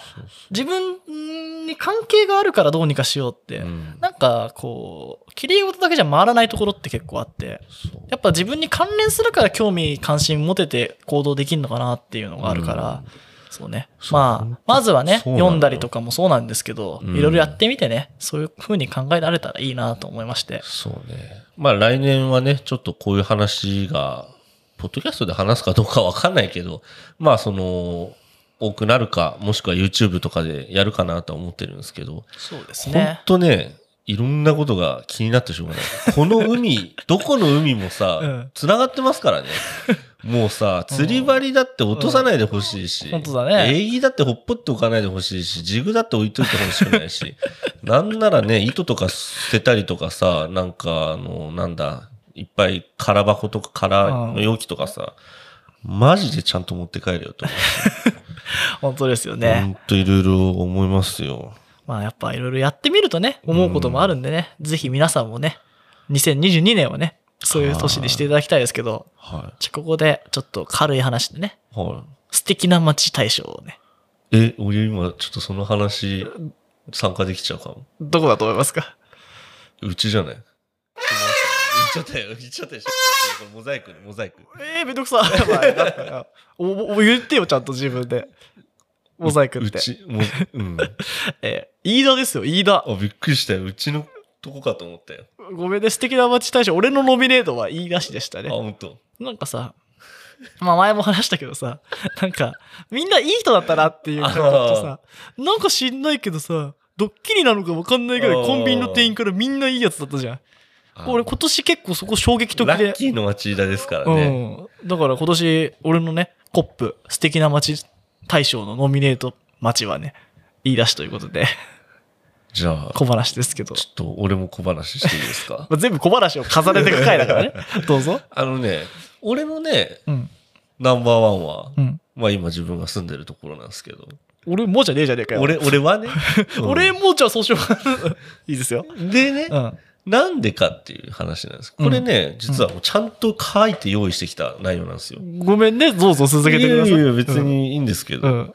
[SPEAKER 2] 自分に関係があるからどうにかしようって、
[SPEAKER 1] うん、
[SPEAKER 2] なんかこう、綺麗事だけじゃ回らないところって結構あって、
[SPEAKER 1] そう
[SPEAKER 2] やっぱ自分に関連するから興味関心持てて行動できるのかなっていうのがあるから、そうね。
[SPEAKER 1] そう
[SPEAKER 2] まあ、まずはね、
[SPEAKER 1] そうなんだよ
[SPEAKER 2] 読んだりとかもそうなんですけど、
[SPEAKER 1] うん
[SPEAKER 2] いろいろやってみてね、そういう風に考えられたらいいなと思いまして。
[SPEAKER 1] そうね。まあ来年はね、ちょっとこういう話が、ポッドキャストで話すかどうかわかんないけど、まあその、多くなるか、もしくは YouTube とかでやるかなとは思ってるんですけど、
[SPEAKER 2] そうです
[SPEAKER 1] ほん
[SPEAKER 2] ね。
[SPEAKER 1] とね、いろんなことが気になってしょうがない。この 海、どこの海も
[SPEAKER 2] う
[SPEAKER 1] さ
[SPEAKER 2] ん、
[SPEAKER 1] 繋がってますからね。もうさ、釣り針だって落とさないでほしいし、
[SPEAKER 2] うん本当だね
[SPEAKER 1] 礼儀だってほっぽっておかないでほしいし、ジグだって置いといてほしくないし、 なんならね、糸とか捨てたりとかさ、なんか、あの、なんだ、いっぱい空箱とか空の容器とかさ、マジでちゃんと持って帰れよと思
[SPEAKER 2] 本当ですよ
[SPEAKER 1] う。ほ
[SPEAKER 2] ね。
[SPEAKER 1] んといろいろ思いますよ。
[SPEAKER 2] まあやっぱいろいろやってみるとね、思うこともあるんでね、ぜひ皆さんもね、2022年はね、そういう年にしていただきたいですけど、
[SPEAKER 1] は
[SPEAKER 2] じゃあここでちょっと軽い話でね、
[SPEAKER 1] い。はい。
[SPEAKER 2] 素敵な街大賞をね。
[SPEAKER 1] え、俺今ちょっとその話参加できちゃうかも。
[SPEAKER 2] どこだと思いますか
[SPEAKER 1] うちじゃない言っちゃったよ、言っちゃったでしょ。これモザイクね、モザイク。
[SPEAKER 2] えー、めんどくさ。やばいなんかおお言ってよ、ちゃんと自分で。モザイクっ
[SPEAKER 1] う
[SPEAKER 2] て。
[SPEAKER 1] ち、もうん。あ、
[SPEAKER 2] えー、飯田ですよ、飯田。
[SPEAKER 1] びっくりしたよ。うちのとこかと思ったよ。
[SPEAKER 2] ごめんね、素敵な街大賞。俺のノミネートは飯田氏でした
[SPEAKER 1] あ、
[SPEAKER 2] ね。
[SPEAKER 1] ほんと。
[SPEAKER 2] なんかさ、まあ前も話したけどさ、なんか、みんないい人だったなっていう感覚とさ、なんか知んないけどさ、ドッキリなのかわかんないぐら
[SPEAKER 1] あ
[SPEAKER 2] い
[SPEAKER 1] ー
[SPEAKER 2] コンビニの店員からみんないいやつだったじゃん。俺今年結構そこ衝撃的
[SPEAKER 1] ラ
[SPEAKER 2] で
[SPEAKER 1] ッ。キーの町田ですからね。
[SPEAKER 2] うん、だから今年俺のねコップ素敵な街大賞のノミネート街はね言い出しということで
[SPEAKER 1] じゃあ、
[SPEAKER 2] 小話ですけど、
[SPEAKER 1] ちょっと俺も小話していいですか
[SPEAKER 2] まあ、全部小話を重ねていく回 だからねどうぞ
[SPEAKER 1] あのね、俺のね、
[SPEAKER 2] うん
[SPEAKER 1] ナンバーワンは、
[SPEAKER 2] うん
[SPEAKER 1] まあ今自分が住んでるところなんですけど、
[SPEAKER 2] 俺もうじゃねえじゃねえかよ
[SPEAKER 1] 俺、俺 はね、うん
[SPEAKER 2] 俺もうじゃそうしよういいですよ、
[SPEAKER 1] でね、
[SPEAKER 2] うん、
[SPEAKER 1] なんでかっていう話なんです。これね、実はもうちゃんと書いて用意してきた内容なんですよ。
[SPEAKER 2] ごめんねどうぞ続けてください
[SPEAKER 1] いやいや別にいいんですけ
[SPEAKER 2] う
[SPEAKER 1] ど、
[SPEAKER 2] ん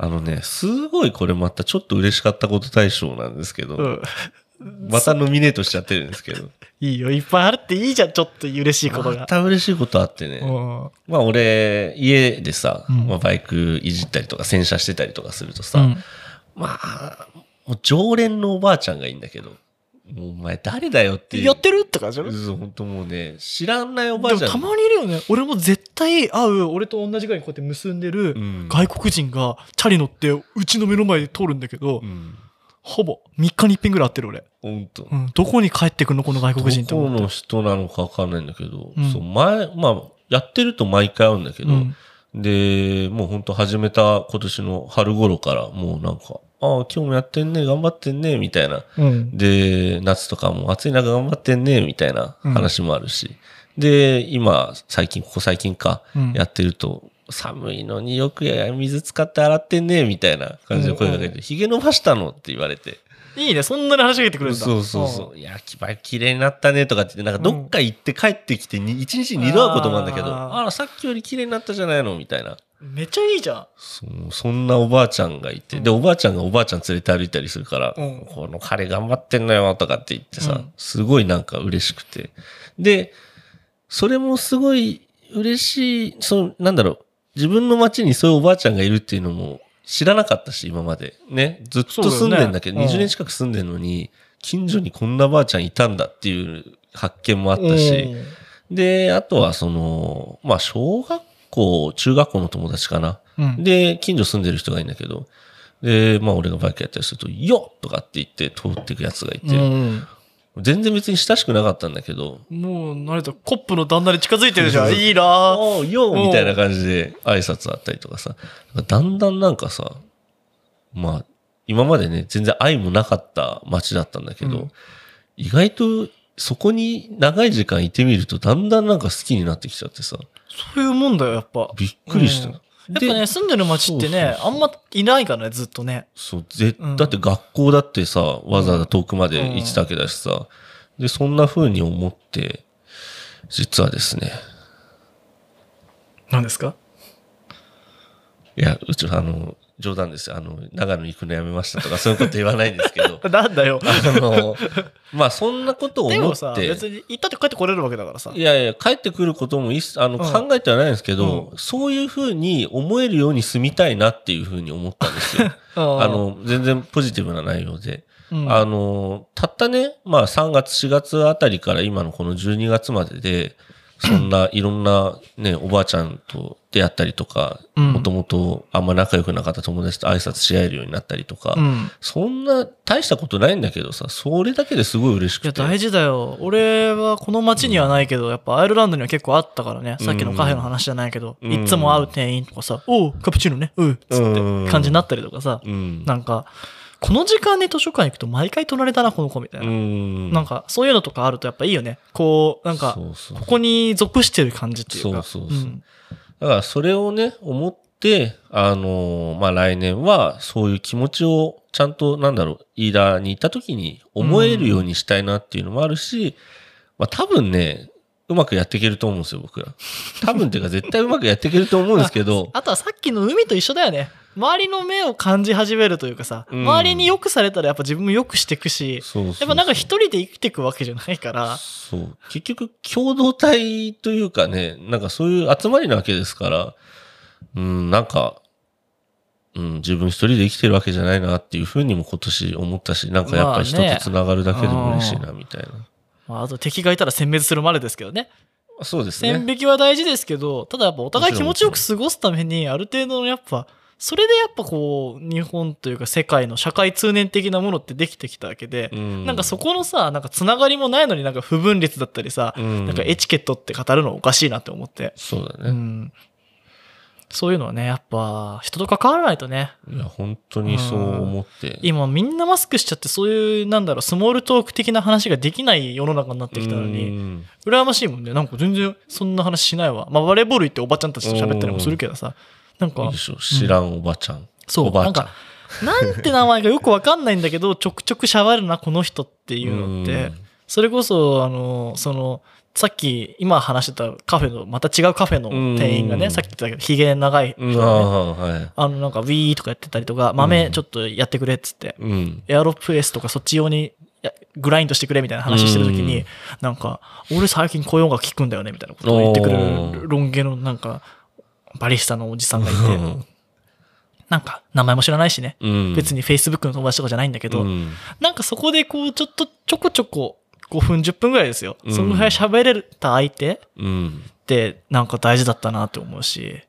[SPEAKER 1] あのね、すごいこれまたちょっと嬉しかったこと大賞なんですけど、
[SPEAKER 2] うん、
[SPEAKER 1] またノミネートしちゃってるんですけど、
[SPEAKER 2] いいよいっぱいあるっていいじゃんちょっと嬉しいこと
[SPEAKER 1] ま
[SPEAKER 2] が、
[SPEAKER 1] た嬉しいことあってね、
[SPEAKER 2] うん
[SPEAKER 1] まあ俺、家でさ、
[SPEAKER 2] うん
[SPEAKER 1] まあ、バイクいじったりとか洗車してたりとかするとさ、
[SPEAKER 2] うん
[SPEAKER 1] まあ、もう常連のおばあちゃんがいいんだけど、もうお前誰だよっていう。
[SPEAKER 2] やってるって感じだろ
[SPEAKER 1] 嘘本当もうね、知らないおば
[SPEAKER 2] で
[SPEAKER 1] あ
[SPEAKER 2] も
[SPEAKER 1] ちゃん。
[SPEAKER 2] たまにいるよね俺も絶対会う俺と同じぐらいにこうやって結んでる
[SPEAKER 1] うん
[SPEAKER 2] 外国人がチャリ乗ってうちの目の前で通るんだけど、
[SPEAKER 1] うん
[SPEAKER 2] ほぼ3日に一遍ぐらい会ってる俺、
[SPEAKER 1] 本当。
[SPEAKER 2] うん、どこに帰ってくんのこの外国人って
[SPEAKER 1] どこ
[SPEAKER 2] 思って
[SPEAKER 1] の人なのかわかんないんだけど、
[SPEAKER 2] うん
[SPEAKER 1] そう前、まあ、やってると毎回会うんだけど、
[SPEAKER 2] うん
[SPEAKER 1] で、もう本当始めた今年の春頃から、もうなんか、ああ、今日もやってんね、頑張ってんね、みたいな。
[SPEAKER 2] うん
[SPEAKER 1] で、夏とかも暑い中頑張ってんね、みたいな話もあるし。で、今、最近、ここ最近か、
[SPEAKER 2] うん
[SPEAKER 1] やってると、寒いのによくや水使って洗ってんね、みたいな感じで声かけて、髭伸ばしたのって言われて。
[SPEAKER 2] いいね、そんなに話しかけてくれるんだ。
[SPEAKER 1] そうそうそう。いや、きば綺麗になったねとかって言って、なんかどっか行って帰ってきてに、一日に二度会うこともあるんだけど、
[SPEAKER 2] あー
[SPEAKER 1] あら、さっきより綺麗になったじゃないのみたいな。
[SPEAKER 2] うん。めっちゃいいじゃん。
[SPEAKER 1] そうそんなおばあちゃんがいて、で、おばあちゃんがおばあちゃん連れて歩いたりするから、
[SPEAKER 2] うん
[SPEAKER 1] この彼頑張ってんのよとかって言ってさ、
[SPEAKER 2] うん
[SPEAKER 1] すごいなんか嬉しくて。で、それもすごい嬉しい、その、なんだろう、自分の町にそういうおばあちゃんがいるっていうのも知らなかったし、今まで。ね、ずっと住んでんだけど、
[SPEAKER 2] そうだよねう
[SPEAKER 1] 20
[SPEAKER 2] ん
[SPEAKER 1] 年近く住んでるのに、近所にこんなばあちゃんいたんだっていう発見もあったし、
[SPEAKER 2] うん
[SPEAKER 1] で、あとはその、まあ、小学校、中学校の友達かな。
[SPEAKER 2] うん
[SPEAKER 1] で、近所住んでる人がいいんだけど、で、まあ俺がバイクやったりすると、よっとかって言って通っていくやつがいて、
[SPEAKER 2] うん
[SPEAKER 1] 全然別に親しくなかったんだけど、
[SPEAKER 2] もう、慣れた。コップの旦那に近づいてるじゃん。
[SPEAKER 1] そうそう
[SPEAKER 2] いいなぁ
[SPEAKER 1] おうよみたいな感じで挨拶あったりとかさ、だんだんなんかさ、まあ、今までね、全然愛もなかった街だったんだけど、
[SPEAKER 2] うん
[SPEAKER 1] 意外とそこに長い時間いてみると、だんだんなんか好きになってきちゃってさ、
[SPEAKER 2] そういうもんだよ、やっぱ。
[SPEAKER 1] びっくりした。
[SPEAKER 2] うんやっぱね、住んでる町っ
[SPEAKER 1] そ
[SPEAKER 2] てね、
[SPEAKER 1] うそうそう
[SPEAKER 2] あんまいないからね、ずっとね。
[SPEAKER 1] そう、ぜ、
[SPEAKER 2] うん
[SPEAKER 1] だって学校だってさ、わざわざ遠くまで行ってたわけだしさ、で、そんな風に思って、実はですね、
[SPEAKER 2] 何ですか、
[SPEAKER 1] いや、うちのあの、冗談ですよ。あの、長野行くのやめましたとか、そういうこと言わないんですけど
[SPEAKER 2] なんだよ。
[SPEAKER 1] あの、まあ、そんなことを
[SPEAKER 2] で
[SPEAKER 1] 思
[SPEAKER 2] も
[SPEAKER 1] っ
[SPEAKER 2] さ、
[SPEAKER 1] て、
[SPEAKER 2] 別に行ったって帰ってこれるわけだからさ。
[SPEAKER 1] いやいや、帰ってくることもいっすあの、
[SPEAKER 2] うん
[SPEAKER 1] 考えてはないんですけど、そういう風に思えるように住みたいなっていう風に思ったんです よ。
[SPEAKER 2] あ
[SPEAKER 1] あの、全然ポジティブな内容で。
[SPEAKER 2] うん、
[SPEAKER 1] あの、たったね、まあ3月、4月あたりから今のこの12月まで で、そんないろんなね、おばあちゃんと出会ったりとか、
[SPEAKER 2] うん
[SPEAKER 1] もともとあんま仲良くなかった友達と挨拶し合えるようになったりとか、
[SPEAKER 2] うん。
[SPEAKER 1] そんな大したことないんだけどさ、それだけですごい嬉し
[SPEAKER 2] いや、
[SPEAKER 1] くて。
[SPEAKER 2] 大事だよ。俺はこの町にはないけど、やっぱアイルランドには結構あったからね。さっきのカフェの話じゃないけど、
[SPEAKER 1] うん
[SPEAKER 2] いつも会う店員とかさ、おう、カプチーノね、うん、つって感じになったりとかさ、
[SPEAKER 1] うん。
[SPEAKER 2] なんか、この時間に図書館行くと毎回取られたな、この子みたいな。
[SPEAKER 1] うん
[SPEAKER 2] なんか、そういうのとかあるとやっぱいいよね。こう、なんか、
[SPEAKER 1] そうそう
[SPEAKER 2] ここに属してる感じっていうか。、
[SPEAKER 1] そうそうそうんだからそれをね、思って、あのーまあ、来年はそういう気持ちをちゃんと、なんだろう、イーダーに行った時に思えるようにしたいなっていうのもあるし、まあ、多分ね、うまくやっていけると思うんですよ、僕ら。多分っていうか絶対うまくやっていけると思うんですけど
[SPEAKER 2] あとはさっきの海と一緒だよね。周りの目を感じ始めるというかさ、
[SPEAKER 1] うん
[SPEAKER 2] 周りに良くされたらやっぱ自分も良くしていくし、
[SPEAKER 1] そうそうそう
[SPEAKER 2] やっぱなんか一人で生きていくわけじゃないから、
[SPEAKER 1] そう。結局、共同体というかね、なんかそういう集まりなわけですから、うん、なんか、うん、自分一人で生きてるわけじゃないなっていうふうにも今年思ったし、なんかやっぱ人
[SPEAKER 2] まあね
[SPEAKER 1] と繋がるだけでも嬉しいな、みたいな。
[SPEAKER 2] まあ、あと敵がいたら殲滅するまでですけどね。
[SPEAKER 1] そうです
[SPEAKER 2] 線
[SPEAKER 1] ね。
[SPEAKER 2] 引きは大事ですけど、ただやっぱお互い
[SPEAKER 1] も
[SPEAKER 2] 気
[SPEAKER 1] ちろん
[SPEAKER 2] 持ちよく過ごすために、ある程度のやっぱ、それでやっぱこう、日本というか世界の社会通念的なものってできてきたわけで、
[SPEAKER 1] うん
[SPEAKER 2] なんかそこのさ、なんかつながりもないのになんか不分裂だったりさ、
[SPEAKER 1] うん
[SPEAKER 2] なんかエチケットって語るのおかしいなって思って。
[SPEAKER 1] そうだ
[SPEAKER 2] う
[SPEAKER 1] ね。
[SPEAKER 2] んそういうのはね、やっぱ、人と関わらないとね、
[SPEAKER 1] いや、本当にそう思って。
[SPEAKER 2] 今みんなマスクしちゃって、そういう、なんだろう、スモールトーク的な話ができない世の中になってきたの
[SPEAKER 1] う
[SPEAKER 2] に、
[SPEAKER 1] ん
[SPEAKER 2] 羨ましいもんね。なんか全然そんな話しないわ。まあ、バレーボール行っておばちゃんたちと喋ったりもするけどさ、なん
[SPEAKER 1] いい
[SPEAKER 2] か
[SPEAKER 1] で、しょ知らんおばちゃん。
[SPEAKER 2] そう
[SPEAKER 1] おばあちゃん
[SPEAKER 2] なんか。なんて名前かよくわかんないんだけど、ちょくちょくしゃべるな、この人っていうのって、それこそ、あの、その、さっき、今話してたカフェの、また違うカフェの店員が
[SPEAKER 1] う
[SPEAKER 2] ね、
[SPEAKER 1] ん
[SPEAKER 2] さっき言ってたけど、ひげ長い人
[SPEAKER 1] うん、
[SPEAKER 2] ね
[SPEAKER 1] ああ、はい。
[SPEAKER 2] あの、なんか、ウィーとかやってたりとか、豆ちょっとやってくれっつって、
[SPEAKER 1] うん。
[SPEAKER 2] エアロプレスとかそっち用にやグラインドしてくれみたいな話してるときに、
[SPEAKER 1] うん
[SPEAKER 2] なんか、俺最近こういう音楽聞くんだよねみたいなことを言ってくれ
[SPEAKER 1] お
[SPEAKER 2] る
[SPEAKER 1] ー
[SPEAKER 2] ロン毛のなんか、バリスタのおじさんがいて、
[SPEAKER 1] うん
[SPEAKER 2] なんか、名前も知らないしね。
[SPEAKER 1] うん。
[SPEAKER 2] 別
[SPEAKER 1] に
[SPEAKER 2] に Facebook の友達とかじゃないんだけど、
[SPEAKER 1] うん
[SPEAKER 2] なんかそこでこう、ちょっとちょこちょこ5分、10分ぐらいですよ。
[SPEAKER 1] うん
[SPEAKER 2] そのぐらい喋れた相手っ
[SPEAKER 1] うん。
[SPEAKER 2] てなんか大事だったなって思うし、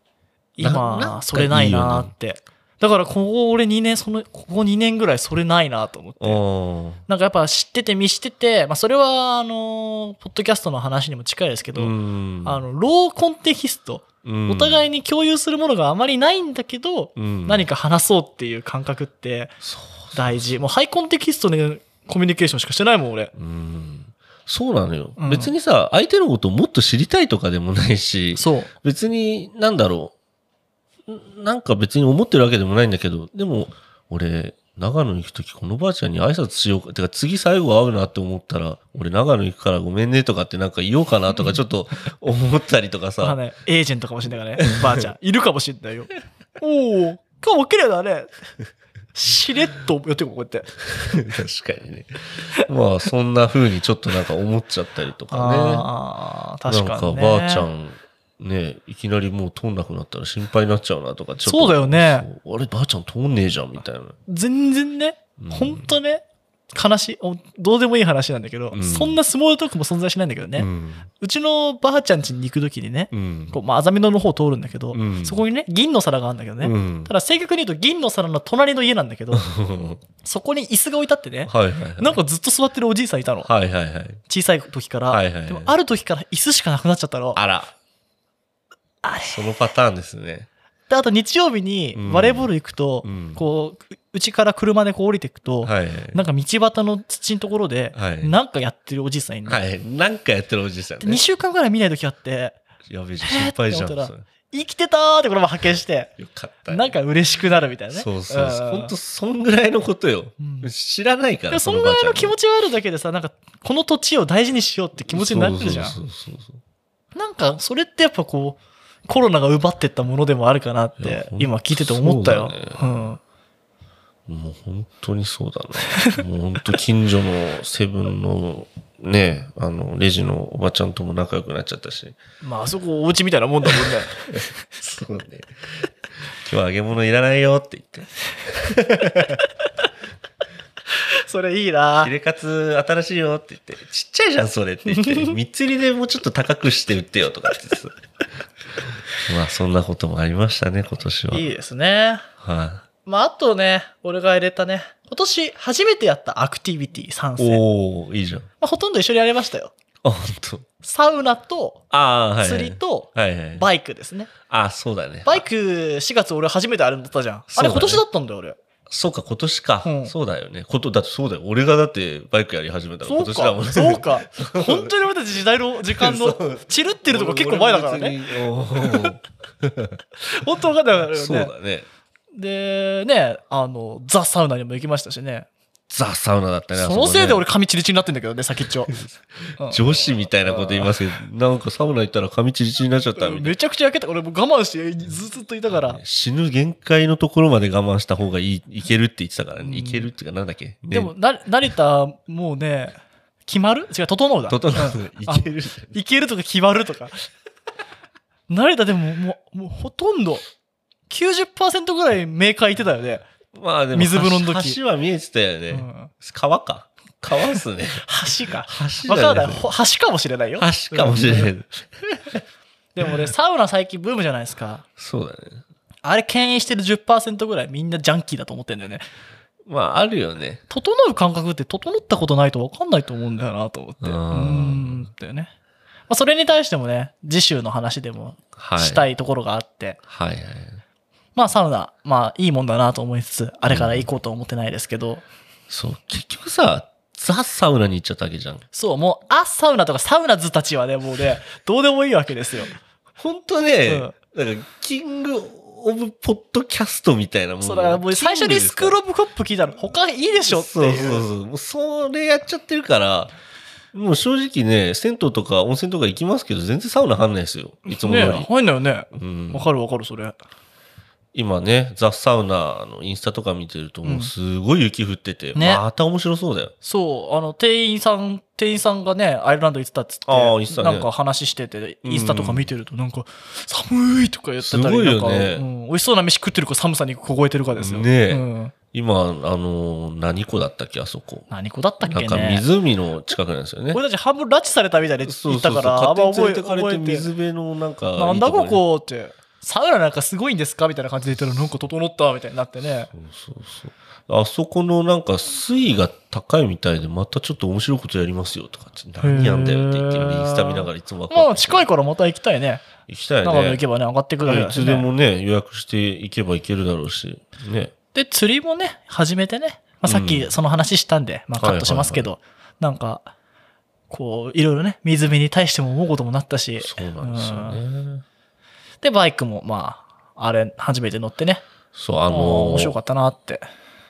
[SPEAKER 1] ななん
[SPEAKER 2] 今、
[SPEAKER 1] か
[SPEAKER 2] それないなって。だから、ここ俺2年、その、ここ2年ぐらいそれないなと思って。
[SPEAKER 1] あ
[SPEAKER 2] なんかやっぱ知ってて見してて、まあ、それはあのーポッドキャストの話にも近いですけ
[SPEAKER 1] あ。
[SPEAKER 2] ど、
[SPEAKER 1] うん
[SPEAKER 2] あのローコンテキスト、お互いに共有するものがあまりないんだけど、何
[SPEAKER 1] か
[SPEAKER 2] か話そうっていう感覚って大事もうハイコンテキストでコミュニケーションしかしてないもん俺
[SPEAKER 1] うんそうなのよ、
[SPEAKER 2] うん
[SPEAKER 1] 別にさ、相手のことをもっと知りたいとかでもないし、
[SPEAKER 2] そう
[SPEAKER 1] 別に、なんだろう。んなんか別に思ってるわけでもないんだけど、でも、俺、長野に行くとき、このばあちゃんに挨拶しようか。てか、次最後会うなって思ったら、俺長野行くからごめんねとかってなんか言おうかな とか、ちょっと思ったりとか
[SPEAKER 2] まあ
[SPEAKER 1] さ。
[SPEAKER 2] ね、エージェントかもしれないからね、ばあ ちゃん。いるかもしれないよ。おお、今日も綺麗だね。しれっとやってこう、こうやって。
[SPEAKER 1] 確かにね。まあ、そんな風にちょっとなんか思っちゃったりとか
[SPEAKER 2] ああ、
[SPEAKER 1] ね。
[SPEAKER 2] 確
[SPEAKER 1] な
[SPEAKER 2] か
[SPEAKER 1] んか、
[SPEAKER 2] に、ね。
[SPEAKER 1] ばあちゃ。ん、ね、いきなりもう通んなくなったら心配になっちゃうなとか、ちょっと。
[SPEAKER 2] そうだよね
[SPEAKER 1] そう。あれ、ばあちゃん通んねえじゃん、みたいな。
[SPEAKER 2] 全然ね
[SPEAKER 1] うん、
[SPEAKER 2] ほんとね、悲しい、おどうでもいい話なんだけど、
[SPEAKER 1] うん
[SPEAKER 2] そんなスモールトークも存在しないんだけどね。う
[SPEAKER 1] うん。
[SPEAKER 2] ちのばあちゃん家に行くときにね、
[SPEAKER 1] うん。
[SPEAKER 2] こう、まあ、あざみ野の方通るんだけど、
[SPEAKER 1] うん
[SPEAKER 2] そこにね、銀の皿があるんだけどね。
[SPEAKER 1] うん
[SPEAKER 2] ただ正確に言うと銀の皿の隣の家なん だけどそこに椅子が置いてあってね
[SPEAKER 1] はいはいはい。
[SPEAKER 2] なんかずっと座ってるおじいさんいたの
[SPEAKER 1] はいはいはい。
[SPEAKER 2] 小さい時から、
[SPEAKER 1] はいはいはい
[SPEAKER 2] でもある時から椅子しかなくなっちゃったの
[SPEAKER 1] あら。
[SPEAKER 2] あれ
[SPEAKER 1] そのパターンですね。
[SPEAKER 2] であと日曜日に
[SPEAKER 1] うん
[SPEAKER 2] バレーボール行くと、
[SPEAKER 1] うん
[SPEAKER 2] こうううちから車でこう降りていくと、
[SPEAKER 1] はい。
[SPEAKER 2] なんか道端の土のところで、
[SPEAKER 1] はい
[SPEAKER 2] なんかやってるおじいさんいるの、
[SPEAKER 1] はい。なんかやってるおじいさん
[SPEAKER 2] で
[SPEAKER 1] ね
[SPEAKER 2] 2。週間ぐらい見ない時あって
[SPEAKER 1] やべえじゃん、心配じゃん。
[SPEAKER 2] えーって思った
[SPEAKER 1] そ
[SPEAKER 2] ら
[SPEAKER 1] れ
[SPEAKER 2] 生きてたーってこれも発見して
[SPEAKER 1] よかった。
[SPEAKER 2] なん、か嬉しくなるみたいなね
[SPEAKER 1] そうそうそう。
[SPEAKER 2] ん
[SPEAKER 1] ほんと、そんぐらいのことよ
[SPEAKER 2] うん。
[SPEAKER 1] 知らないか
[SPEAKER 2] で
[SPEAKER 1] ら。
[SPEAKER 2] もそんぐらいの気持
[SPEAKER 1] ち
[SPEAKER 2] ちがあるだけでさなんかこの土地を大事にしようって気持ちになってるじゃん
[SPEAKER 1] そうそうそうそう
[SPEAKER 2] なんかそれってやっぱこうコロナが奪ってったものでもあるかなっ
[SPEAKER 1] いや
[SPEAKER 2] て
[SPEAKER 1] ほんと
[SPEAKER 2] 今聞いてて思ったよ
[SPEAKER 1] そうだね
[SPEAKER 2] うん
[SPEAKER 1] もう本当にそうだな。 もう本当近所のセブンのね、あの、レジのおばちゃんとも仲良くなっちゃったし。
[SPEAKER 2] まああそこお家みたいなもんだもんね
[SPEAKER 1] そうね。今日は揚げ物いらないよって言って。
[SPEAKER 2] それいいな
[SPEAKER 1] ヒレカツ新しいよって言って、ちっちゃいじゃんそれって言って、 三つ入りでもうちょっと高くして売ってよとかって言ってさ まあそんなこともありましたね、今年は。
[SPEAKER 2] いいですね
[SPEAKER 1] は
[SPEAKER 2] まああとね俺が入れたね今年初めてやったアクティビティ参
[SPEAKER 1] い
[SPEAKER 2] 戦、ま
[SPEAKER 1] おおいいじゃん。
[SPEAKER 2] あ、ほとんど一緒にやりましたよ
[SPEAKER 1] あ、本当。
[SPEAKER 2] サウナと
[SPEAKER 1] ああ、はい、はい。
[SPEAKER 2] 釣り、と
[SPEAKER 1] はいはい。
[SPEAKER 2] バイクですね、
[SPEAKER 1] ああ、そうだね。
[SPEAKER 2] バイク4月俺初めてあれ乗ったじゃん、
[SPEAKER 1] そ
[SPEAKER 2] あ
[SPEAKER 1] うだ
[SPEAKER 2] れ
[SPEAKER 1] ね
[SPEAKER 2] 今年だったんだよ俺
[SPEAKER 1] そうか、今年か、
[SPEAKER 2] うん
[SPEAKER 1] そうだよね。こと、だってそうだよ。俺がだってバイクやり始めたの
[SPEAKER 2] そ
[SPEAKER 1] 今
[SPEAKER 2] う
[SPEAKER 1] 年だもん
[SPEAKER 2] か、
[SPEAKER 1] ね。
[SPEAKER 2] そうか。本当に俺たち時代の時間の
[SPEAKER 1] そう
[SPEAKER 2] 散るってるとこ結構前だからね。
[SPEAKER 1] ね。おー
[SPEAKER 2] 本当分かんないからね。
[SPEAKER 1] そうだね。
[SPEAKER 2] で、ね、あの、ザ・サウナにも行きましたしね。
[SPEAKER 1] ザ・サウナだったね。あ
[SPEAKER 2] そ
[SPEAKER 1] こ
[SPEAKER 2] の
[SPEAKER 1] ね
[SPEAKER 2] せいで俺髪チリチリになってんだけどね、先っ ちょ。うん
[SPEAKER 1] 女子みたいなこと言いますけど、なんかサウナ行ったら髪チリチリになっちゃったみたいな。
[SPEAKER 2] めちゃくちゃ焼けた。俺もう我慢してずずっといたから。
[SPEAKER 1] 死ぬ限界のところまで我慢した方がいい、いけるって言ってたから
[SPEAKER 2] うん
[SPEAKER 1] ね。いけるっていうか、なんだっけ。ね
[SPEAKER 2] でも、、な、成田、もうね、決まる違う、整うだ。
[SPEAKER 1] 整わ
[SPEAKER 2] うん
[SPEAKER 1] ずい
[SPEAKER 2] あ
[SPEAKER 1] ける。
[SPEAKER 2] いけるとか決まるとか。成田でももう、もうほとんど、90%ぐらいメーカーいてたよね。
[SPEAKER 1] まあでも、
[SPEAKER 2] 水風呂の時
[SPEAKER 1] 橋橋は見えてたよ
[SPEAKER 2] う
[SPEAKER 1] ね。
[SPEAKER 2] ん、
[SPEAKER 1] 川か。川っすね。
[SPEAKER 2] 橋か。
[SPEAKER 1] 橋
[SPEAKER 2] わ
[SPEAKER 1] だ
[SPEAKER 2] かん
[SPEAKER 1] ね
[SPEAKER 2] ない。ほ橋かもしれないよ。
[SPEAKER 1] 橋かもしれ
[SPEAKER 2] うん。
[SPEAKER 1] ない。
[SPEAKER 2] でもね、サウナ最近ブームじゃないですか。
[SPEAKER 1] そうだね。
[SPEAKER 2] あれ、牽引してる10%ぐらいみんなジャンキーだと思ってんだよね。
[SPEAKER 1] まあ、あるよね。
[SPEAKER 2] 整う感覚って整ったことないと分かんないと思うんだよなと思って。う
[SPEAKER 1] あー
[SPEAKER 2] ーん、だよね。まあ、それに対してもね、次週の話でも
[SPEAKER 1] はい。
[SPEAKER 2] した
[SPEAKER 1] い。
[SPEAKER 2] いところがあって、
[SPEAKER 1] はいはい。
[SPEAKER 2] まあサウナ、まあいいもんだなと思いつつ、あれから行こうとは思ってないですけど、
[SPEAKER 1] そう、結局さ、ザ・サウナに行っちゃったわけじゃん。
[SPEAKER 2] そう、もう、あ、サウナとかサウナズたちはね、も うね、どうでもいいわけですよ。
[SPEAKER 1] ほんとね、なんか、キング・オブ・ポッドキャストみたいなもん。
[SPEAKER 2] そうだからもう最初にスクローブコップ聞いたら他いいでしょってい
[SPEAKER 1] そうそう
[SPEAKER 2] う。
[SPEAKER 1] そう。もうそれやっちゃってるから、もう正直ね、銭湯とか温泉とか行きますけど、全然サウナ入んないですよ。いつも通り。
[SPEAKER 2] ね入んないよね。
[SPEAKER 1] うん
[SPEAKER 2] わ、かるわかる、それ。
[SPEAKER 1] 今ね、ザ・サウナのインスタとか見てると、もうすごい雪降ってて、
[SPEAKER 2] ね
[SPEAKER 1] また面白そうだよ。
[SPEAKER 2] そう、あの、店員さん、店員さんがね、アイルランド行ってたっつって、
[SPEAKER 1] あー言ってたね
[SPEAKER 2] なんか話してて、
[SPEAKER 1] うん
[SPEAKER 2] インスタとか見てると、なんか、寒いとか言ってたり、
[SPEAKER 1] すごいよね
[SPEAKER 2] なんか、うん、美味しそうな飯食ってるか寒さに凍えてるかですよ。
[SPEAKER 1] ねえ
[SPEAKER 2] うん、
[SPEAKER 1] 今、あのー何湖だったっけ、あそこ。
[SPEAKER 2] 何子だったっけ
[SPEAKER 1] な
[SPEAKER 2] ね。
[SPEAKER 1] んか湖の近くなんですよね。
[SPEAKER 2] 俺たち半分拉致されたみたいで
[SPEAKER 1] そう
[SPEAKER 2] 行
[SPEAKER 1] そう
[SPEAKER 2] っ
[SPEAKER 1] そう
[SPEAKER 2] たから、あんま
[SPEAKER 1] 勝手に
[SPEAKER 2] 覚
[SPEAKER 1] 連れて
[SPEAKER 2] え
[SPEAKER 1] かれ
[SPEAKER 2] 覚
[SPEAKER 1] て
[SPEAKER 2] えて
[SPEAKER 1] 水、辺のなんかいいとこ
[SPEAKER 2] な
[SPEAKER 1] ろ
[SPEAKER 2] ん
[SPEAKER 1] に。
[SPEAKER 2] だここって、サウナなんかすごいんですかみたいな感じで言ったら、なんか整ったみたいになってね。
[SPEAKER 1] そうそうそう。あそこのなんか水位が高いみたいで、またちょっと面白いことやりますよとかって、何やんだよって言って、
[SPEAKER 2] へー
[SPEAKER 1] インスタ見ながらいつもワクワク
[SPEAKER 2] まあ、近いからまた行きたいね。
[SPEAKER 1] 行きたい
[SPEAKER 2] 長野
[SPEAKER 1] ね
[SPEAKER 2] 行。けばね、上がってくるだけ
[SPEAKER 1] ね
[SPEAKER 2] だ
[SPEAKER 1] い
[SPEAKER 2] しね
[SPEAKER 1] つでもね、予約して行けば行けるだろうし。ね。
[SPEAKER 2] で、釣りもね、始めてね、まあ、さっ
[SPEAKER 1] う
[SPEAKER 2] きその話したんで、まあ、カットしますけど、なんか、こう、いろいろね、水辺に対しても思うこともなったし、
[SPEAKER 1] そうなんですよ
[SPEAKER 2] うん
[SPEAKER 1] ね。
[SPEAKER 2] で、バイクも、まあ、あれ、初めて乗ってね、
[SPEAKER 1] そう、あ
[SPEAKER 2] あの
[SPEAKER 1] の
[SPEAKER 2] 面白
[SPEAKER 1] ー
[SPEAKER 2] かったなって。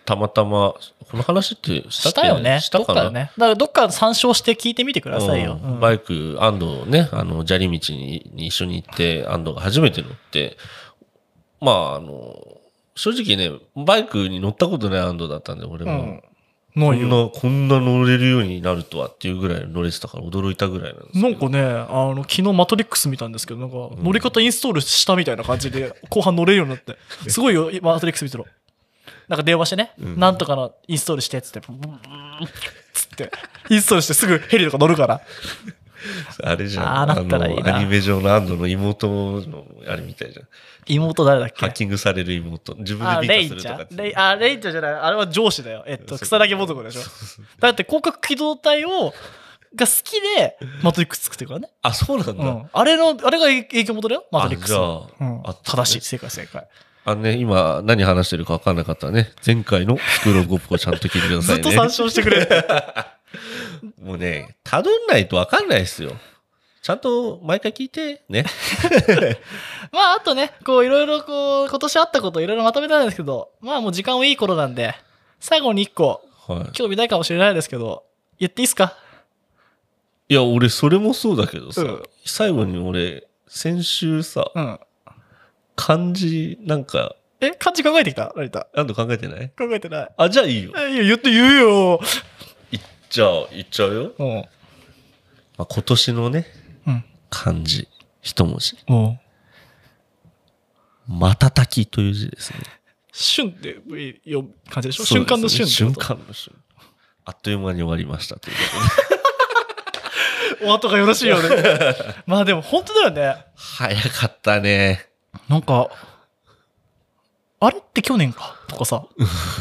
[SPEAKER 1] たまたま、この話ってしたっ
[SPEAKER 2] し
[SPEAKER 1] け
[SPEAKER 2] たよね。
[SPEAKER 1] した
[SPEAKER 2] どっ
[SPEAKER 1] か
[SPEAKER 2] か
[SPEAKER 1] な
[SPEAKER 2] でね。だからどっか参照して聞いてみてくださいよ。
[SPEAKER 1] うん
[SPEAKER 2] うん
[SPEAKER 1] バイク、安藤ね、あの、砂利道にに一緒に行って、安藤が初めて乗って、まあ、あの、正直ね、バイクに乗ったことない安藤だったんで、俺
[SPEAKER 2] う
[SPEAKER 1] も。
[SPEAKER 2] ん。な
[SPEAKER 1] こ
[SPEAKER 2] い
[SPEAKER 1] ん
[SPEAKER 2] よ。
[SPEAKER 1] な、こんな乗れるようになるとはっていうぐらい乗れてたから驚いたぐらいなんですけど
[SPEAKER 2] なんかね、あの、昨日マトリックス見たんですけど、なんか、乗り方インストールしたみたいな感じで、後半乗れるようにな って。すごいよ、マトリックス見てろ。なんか電話してね、
[SPEAKER 1] うん
[SPEAKER 2] なんとかのインストールして、つって、ブーンつって、インストールしてすぐヘリとか乗るから。
[SPEAKER 1] あれじゃん。
[SPEAKER 2] ああなったらいいな
[SPEAKER 1] のアニメ上の安藤の妹の、あれみたいじゃん。
[SPEAKER 2] 妹誰だっ
[SPEAKER 1] ハッ
[SPEAKER 2] け
[SPEAKER 1] キングされる妹。自分
[SPEAKER 2] あ、
[SPEAKER 1] でビ
[SPEAKER 2] レ
[SPEAKER 1] ート
[SPEAKER 2] イ
[SPEAKER 1] す
[SPEAKER 2] ち
[SPEAKER 1] ると
[SPEAKER 2] ゃ
[SPEAKER 1] かっ
[SPEAKER 2] ん
[SPEAKER 1] て。
[SPEAKER 2] レイ、あ、レイちゃんじゃない。あれは上司だよ。えっ
[SPEAKER 1] そ
[SPEAKER 2] と、
[SPEAKER 1] う
[SPEAKER 2] 草薙元子でしょ。だって、広角機動隊を、が好きで、マトリックス作ってるからね。
[SPEAKER 1] あ、そうなん
[SPEAKER 2] う
[SPEAKER 1] だ。
[SPEAKER 2] ん。あれの、あれが影響元だよ、マトリックスの。
[SPEAKER 1] あじゃあ
[SPEAKER 2] うん
[SPEAKER 1] あったね
[SPEAKER 2] 正しい、正解、正解。
[SPEAKER 1] あのね、今何話してるか分かんなかったらね、前回 のスクロールゴップをちゃんと聞いてくださ
[SPEAKER 2] ず
[SPEAKER 1] い
[SPEAKER 2] っ
[SPEAKER 1] ね。
[SPEAKER 2] と参照してくれ。
[SPEAKER 1] もうね、たどんないと分かんないですよ。ちゃんと毎回聞いて、ね。
[SPEAKER 2] まあ、あとね、こう、いろいろこう、今年あったこといろいろまとめたんですけど、まあ、もう時間もいい頃なんで、最後に一個、
[SPEAKER 1] は
[SPEAKER 2] 興味ないかもしれないですけど、言っていいっすか
[SPEAKER 1] い。いや、俺、それもそうだけどさ、
[SPEAKER 2] うん
[SPEAKER 1] 最後に俺、先週さ、
[SPEAKER 2] うん。
[SPEAKER 1] 漢字、なんか、
[SPEAKER 2] え、漢字考えてきた成田。
[SPEAKER 1] 何度考えてない
[SPEAKER 2] 考えてない。
[SPEAKER 1] あ、じゃあいいよ。
[SPEAKER 2] え、いや、言って言うよ。
[SPEAKER 1] じゃあ、言っちゃうよ。
[SPEAKER 2] うん。
[SPEAKER 1] まあ、今年のね、
[SPEAKER 2] うん。
[SPEAKER 1] 漢字、一文字。
[SPEAKER 2] もう。
[SPEAKER 1] 瞬きという字ですね。
[SPEAKER 2] 瞬って読む感じでしょ
[SPEAKER 1] そうですね
[SPEAKER 2] 瞬間の瞬っ
[SPEAKER 1] 瞬
[SPEAKER 2] てこと
[SPEAKER 1] 間の瞬。あっという間に終わりましたということで。
[SPEAKER 2] お後がよろしい よね。まあでも本当だよね。
[SPEAKER 1] 早かったね。
[SPEAKER 2] なんか、あれって去年かと かさ、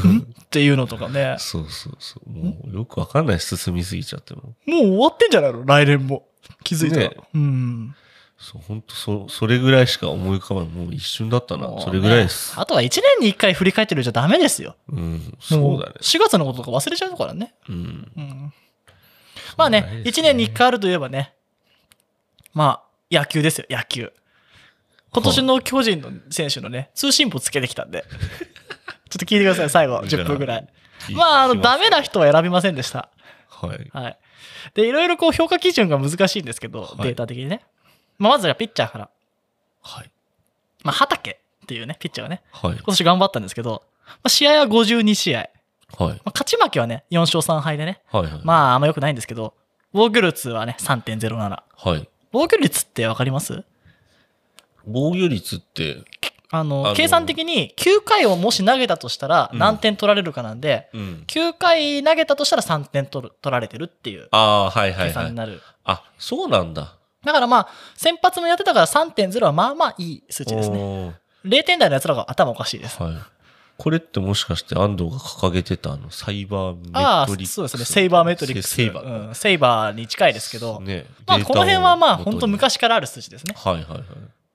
[SPEAKER 2] んっていうのとかね。
[SPEAKER 1] そうそうそう。もうよくわかんない。進みすぎちゃっても。
[SPEAKER 2] もう終わってんじゃないの来年も。気づいたら。
[SPEAKER 1] ね
[SPEAKER 2] うん。
[SPEAKER 1] そう、ほんと、そ、それぐらいしか思い浮かばない。もう一瞬だった
[SPEAKER 2] もう
[SPEAKER 1] な。
[SPEAKER 2] ね
[SPEAKER 1] それぐらいです。
[SPEAKER 2] あとは1年に1回振り返ってるじゃダメですよ。
[SPEAKER 1] うん。そうだね。
[SPEAKER 2] 4月のこととか忘れちゃうからね。
[SPEAKER 1] うん。
[SPEAKER 2] うん。まあね、1年に1回あるといえばね、まあ、野球ですよ、野球。今年の巨人の選手のね、ツーシームをつけてきたんで、 ちょっと聞いてください、最後、
[SPEAKER 1] じゃあ
[SPEAKER 2] 10分ぐらい。
[SPEAKER 1] 聞いてきす。
[SPEAKER 2] まあ、あの、ダメな人は選びませんでした。
[SPEAKER 1] はい。
[SPEAKER 2] はい。で、いろいろこう、評価基準が難しいんですけど、
[SPEAKER 1] はい
[SPEAKER 2] データ的にね。まあ、まずはピッチャーから。
[SPEAKER 1] はい。
[SPEAKER 2] まあ、畑っていうね、ピッチャーがね、
[SPEAKER 1] はい
[SPEAKER 2] 今。年頑張ったんですけど、まあ、試合は52試合。
[SPEAKER 1] はい。
[SPEAKER 2] まあ、勝ち負けはね、4勝3敗でね、
[SPEAKER 1] はい。はい。
[SPEAKER 2] まあ、あんま良くないんですけど、防御率はね、3.07。
[SPEAKER 1] はい。
[SPEAKER 2] 防御率ってわかります
[SPEAKER 1] 防御率って、
[SPEAKER 2] あの、
[SPEAKER 1] あの
[SPEAKER 2] 計算的に9回をもし投げたとしたら
[SPEAKER 1] うん
[SPEAKER 2] 何点取られるかなんで、
[SPEAKER 1] うん。
[SPEAKER 2] 9回投げたとしたら3点取る取られてるっていう
[SPEAKER 1] ああー、はいは
[SPEAKER 2] 計
[SPEAKER 1] いは
[SPEAKER 2] 算に
[SPEAKER 1] い。
[SPEAKER 2] なる。
[SPEAKER 1] あ、そうなんだ。
[SPEAKER 2] だからまあ、先発もやってたから3.0はまあまあいい数値ですね。
[SPEAKER 1] おー
[SPEAKER 2] 0点台のやつらが頭おかしいです。
[SPEAKER 1] はい。これってもしかして安藤が掲げてたあの、サイバーメ
[SPEAKER 2] あ
[SPEAKER 1] トリック
[SPEAKER 2] あ、
[SPEAKER 1] ス。
[SPEAKER 2] そうですね。セイバーメトリックス。
[SPEAKER 1] セイバー。
[SPEAKER 2] うんセイバーに近いですけど、
[SPEAKER 1] ね、
[SPEAKER 2] まあ
[SPEAKER 1] データを
[SPEAKER 2] この辺はまあ
[SPEAKER 1] 元に
[SPEAKER 2] 本当。昔からある数値ですね。
[SPEAKER 1] はいはいはい。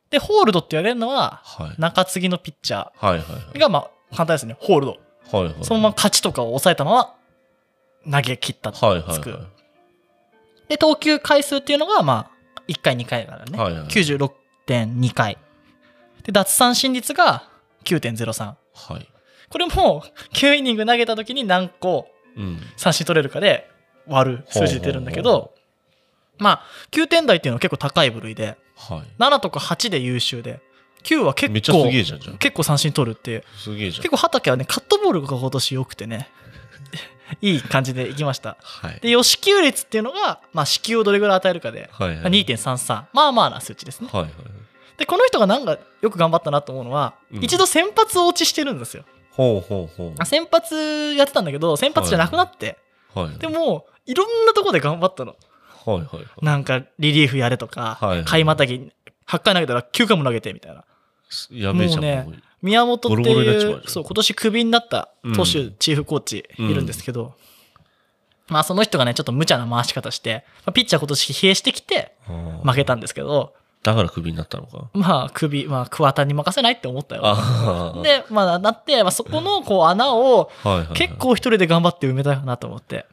[SPEAKER 2] で、ホールドって言われるのは、
[SPEAKER 1] はい。
[SPEAKER 2] 中継ぎのピッチャ
[SPEAKER 1] はいはいはい
[SPEAKER 2] ー。がまあ簡単ですね。ホールド。
[SPEAKER 1] はいはい。
[SPEAKER 2] そのまま勝ちとかを抑えたまま投げ切った。
[SPEAKER 1] はいはいはい。
[SPEAKER 2] つくで、投球回数っていうのが、まあ、1回、2回からね、
[SPEAKER 1] はいはい
[SPEAKER 2] 96.2回。で、奪三振率が9.03。
[SPEAKER 1] はい。
[SPEAKER 2] これも、9イニン グ投げた時に何個
[SPEAKER 1] うん。
[SPEAKER 2] 三振取れるかで割る数字出てるんだけ
[SPEAKER 1] ほうほう
[SPEAKER 2] ど、まあ、9点台っていうのは結構高い部類で、
[SPEAKER 1] はい。
[SPEAKER 2] 7とか8で優秀で、9は結
[SPEAKER 1] めっちゃ
[SPEAKER 2] 構
[SPEAKER 1] すげ、えじゃんじゃん。
[SPEAKER 2] 結構三振取るっていう。
[SPEAKER 1] すげえじゃん
[SPEAKER 2] 結。構畑はね、カットボールが今年良くてね、 いい感じでいきました。
[SPEAKER 1] はい。
[SPEAKER 2] で、予支給率っていうのが、まあ、支給をどれぐらい与えるかで、
[SPEAKER 1] はいはい。
[SPEAKER 2] 2.33。まあまあな数値ですね。
[SPEAKER 1] はいはい。
[SPEAKER 2] で、この人がなんかよく頑張ったなと思うのは、
[SPEAKER 1] うん
[SPEAKER 2] 一度先発落ちしてるんですよ。
[SPEAKER 1] ほうほうほ
[SPEAKER 2] あ先発やってたんだけど、先発じゃなくなって、
[SPEAKER 1] う。はい。
[SPEAKER 2] で、も、いろんなところで頑張ったの。
[SPEAKER 1] はいはいはい。
[SPEAKER 2] なんか、リリーフやれとか、
[SPEAKER 1] はいはい
[SPEAKER 2] 買いまたぎ、8回投げたら9回も投げて、みたいな。
[SPEAKER 1] やべえじゃん。
[SPEAKER 2] もうね
[SPEAKER 1] もう
[SPEAKER 2] 宮本って
[SPEAKER 1] ボロボロになっ
[SPEAKER 2] い
[SPEAKER 1] ち
[SPEAKER 2] う
[SPEAKER 1] まうじゃん
[SPEAKER 2] そう今年クビになった投手、
[SPEAKER 1] うん
[SPEAKER 2] チーフコーチいるんですけど、まあその人がねちょっと無茶な回し方して、まあ、ピッチャー今年疲弊してきて
[SPEAKER 1] あー
[SPEAKER 2] 負けたんですけど
[SPEAKER 1] だからクビになったのか。
[SPEAKER 2] まあクビ、まあ、桑田に任せないって思ったよ
[SPEAKER 1] ああ。
[SPEAKER 2] でまあなって、まあ、そこのこう穴を
[SPEAKER 1] はいはいはい。
[SPEAKER 2] 結。構一人で頑張って埋めたかなと思って、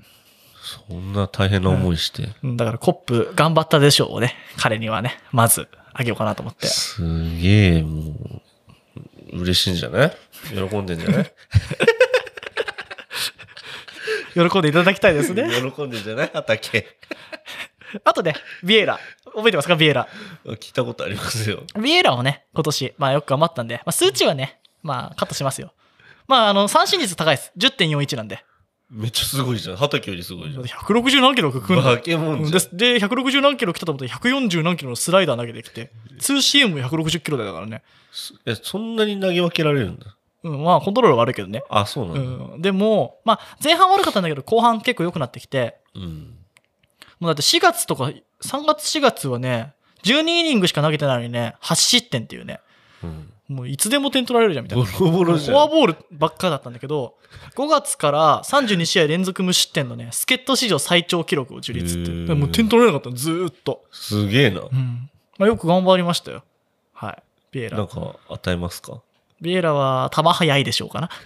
[SPEAKER 1] そんな大変な思いして。
[SPEAKER 2] うん、だからコップ頑張ったでしょうをね彼にはねまずあげようかなと 思って
[SPEAKER 1] すげえ、もう、嬉しいんじゃない喜んでんじゃない
[SPEAKER 2] 喜んでいただきたいですね。
[SPEAKER 1] 喜んでんじゃない畑。
[SPEAKER 2] あとね、ビエラ。覚えてますかビエラ。
[SPEAKER 1] 聞いたことありますよ。
[SPEAKER 2] ビエラをね、今年、まあよく頑張ったんで、まあ数値はね、まあカットしますよ。まああの、三振率高いです。10.41なんで。
[SPEAKER 1] めっちゃすごいじゃん。畑よりすごいじゃん。
[SPEAKER 2] 160何キロか来るんだ
[SPEAKER 1] 化け物じ
[SPEAKER 2] で
[SPEAKER 1] ゃん。
[SPEAKER 2] すで、160何キロ来たと思ったら140何キロのスライダー投げてきて、2シームも160キロ台だからね。
[SPEAKER 1] え、そんなに投げ分けられるんだ。
[SPEAKER 2] うん、まあコントロールは悪いけどね。
[SPEAKER 1] あ、そうな
[SPEAKER 2] うん
[SPEAKER 1] だ。
[SPEAKER 2] ん、でも、まあ前半悪かったんだけど、後半結構良くなってきて、
[SPEAKER 1] うん。
[SPEAKER 2] もうだって4月とか、3月4月はね、12イニングしか投げてないのにね、8失点っていうね、
[SPEAKER 1] うん。
[SPEAKER 2] もういつでも点取られるじゃんみたい
[SPEAKER 1] ボ
[SPEAKER 2] な。
[SPEAKER 1] ロボ
[SPEAKER 2] フ
[SPEAKER 1] ロじゃん。
[SPEAKER 2] ォアボールばっかだったんだけど、5月から32試合連続無失点のね、助っ人史上最長記録を樹立って
[SPEAKER 1] へ
[SPEAKER 2] いう。
[SPEAKER 1] ー
[SPEAKER 2] だからもう点取れなかったの、ずーっと。
[SPEAKER 1] すげえな。
[SPEAKER 2] うん。まあ、よく頑張りましたよ。はい。ビエ
[SPEAKER 1] なん
[SPEAKER 2] ラ。
[SPEAKER 1] か、与えますか
[SPEAKER 2] ビエラは球早いでしょうかな。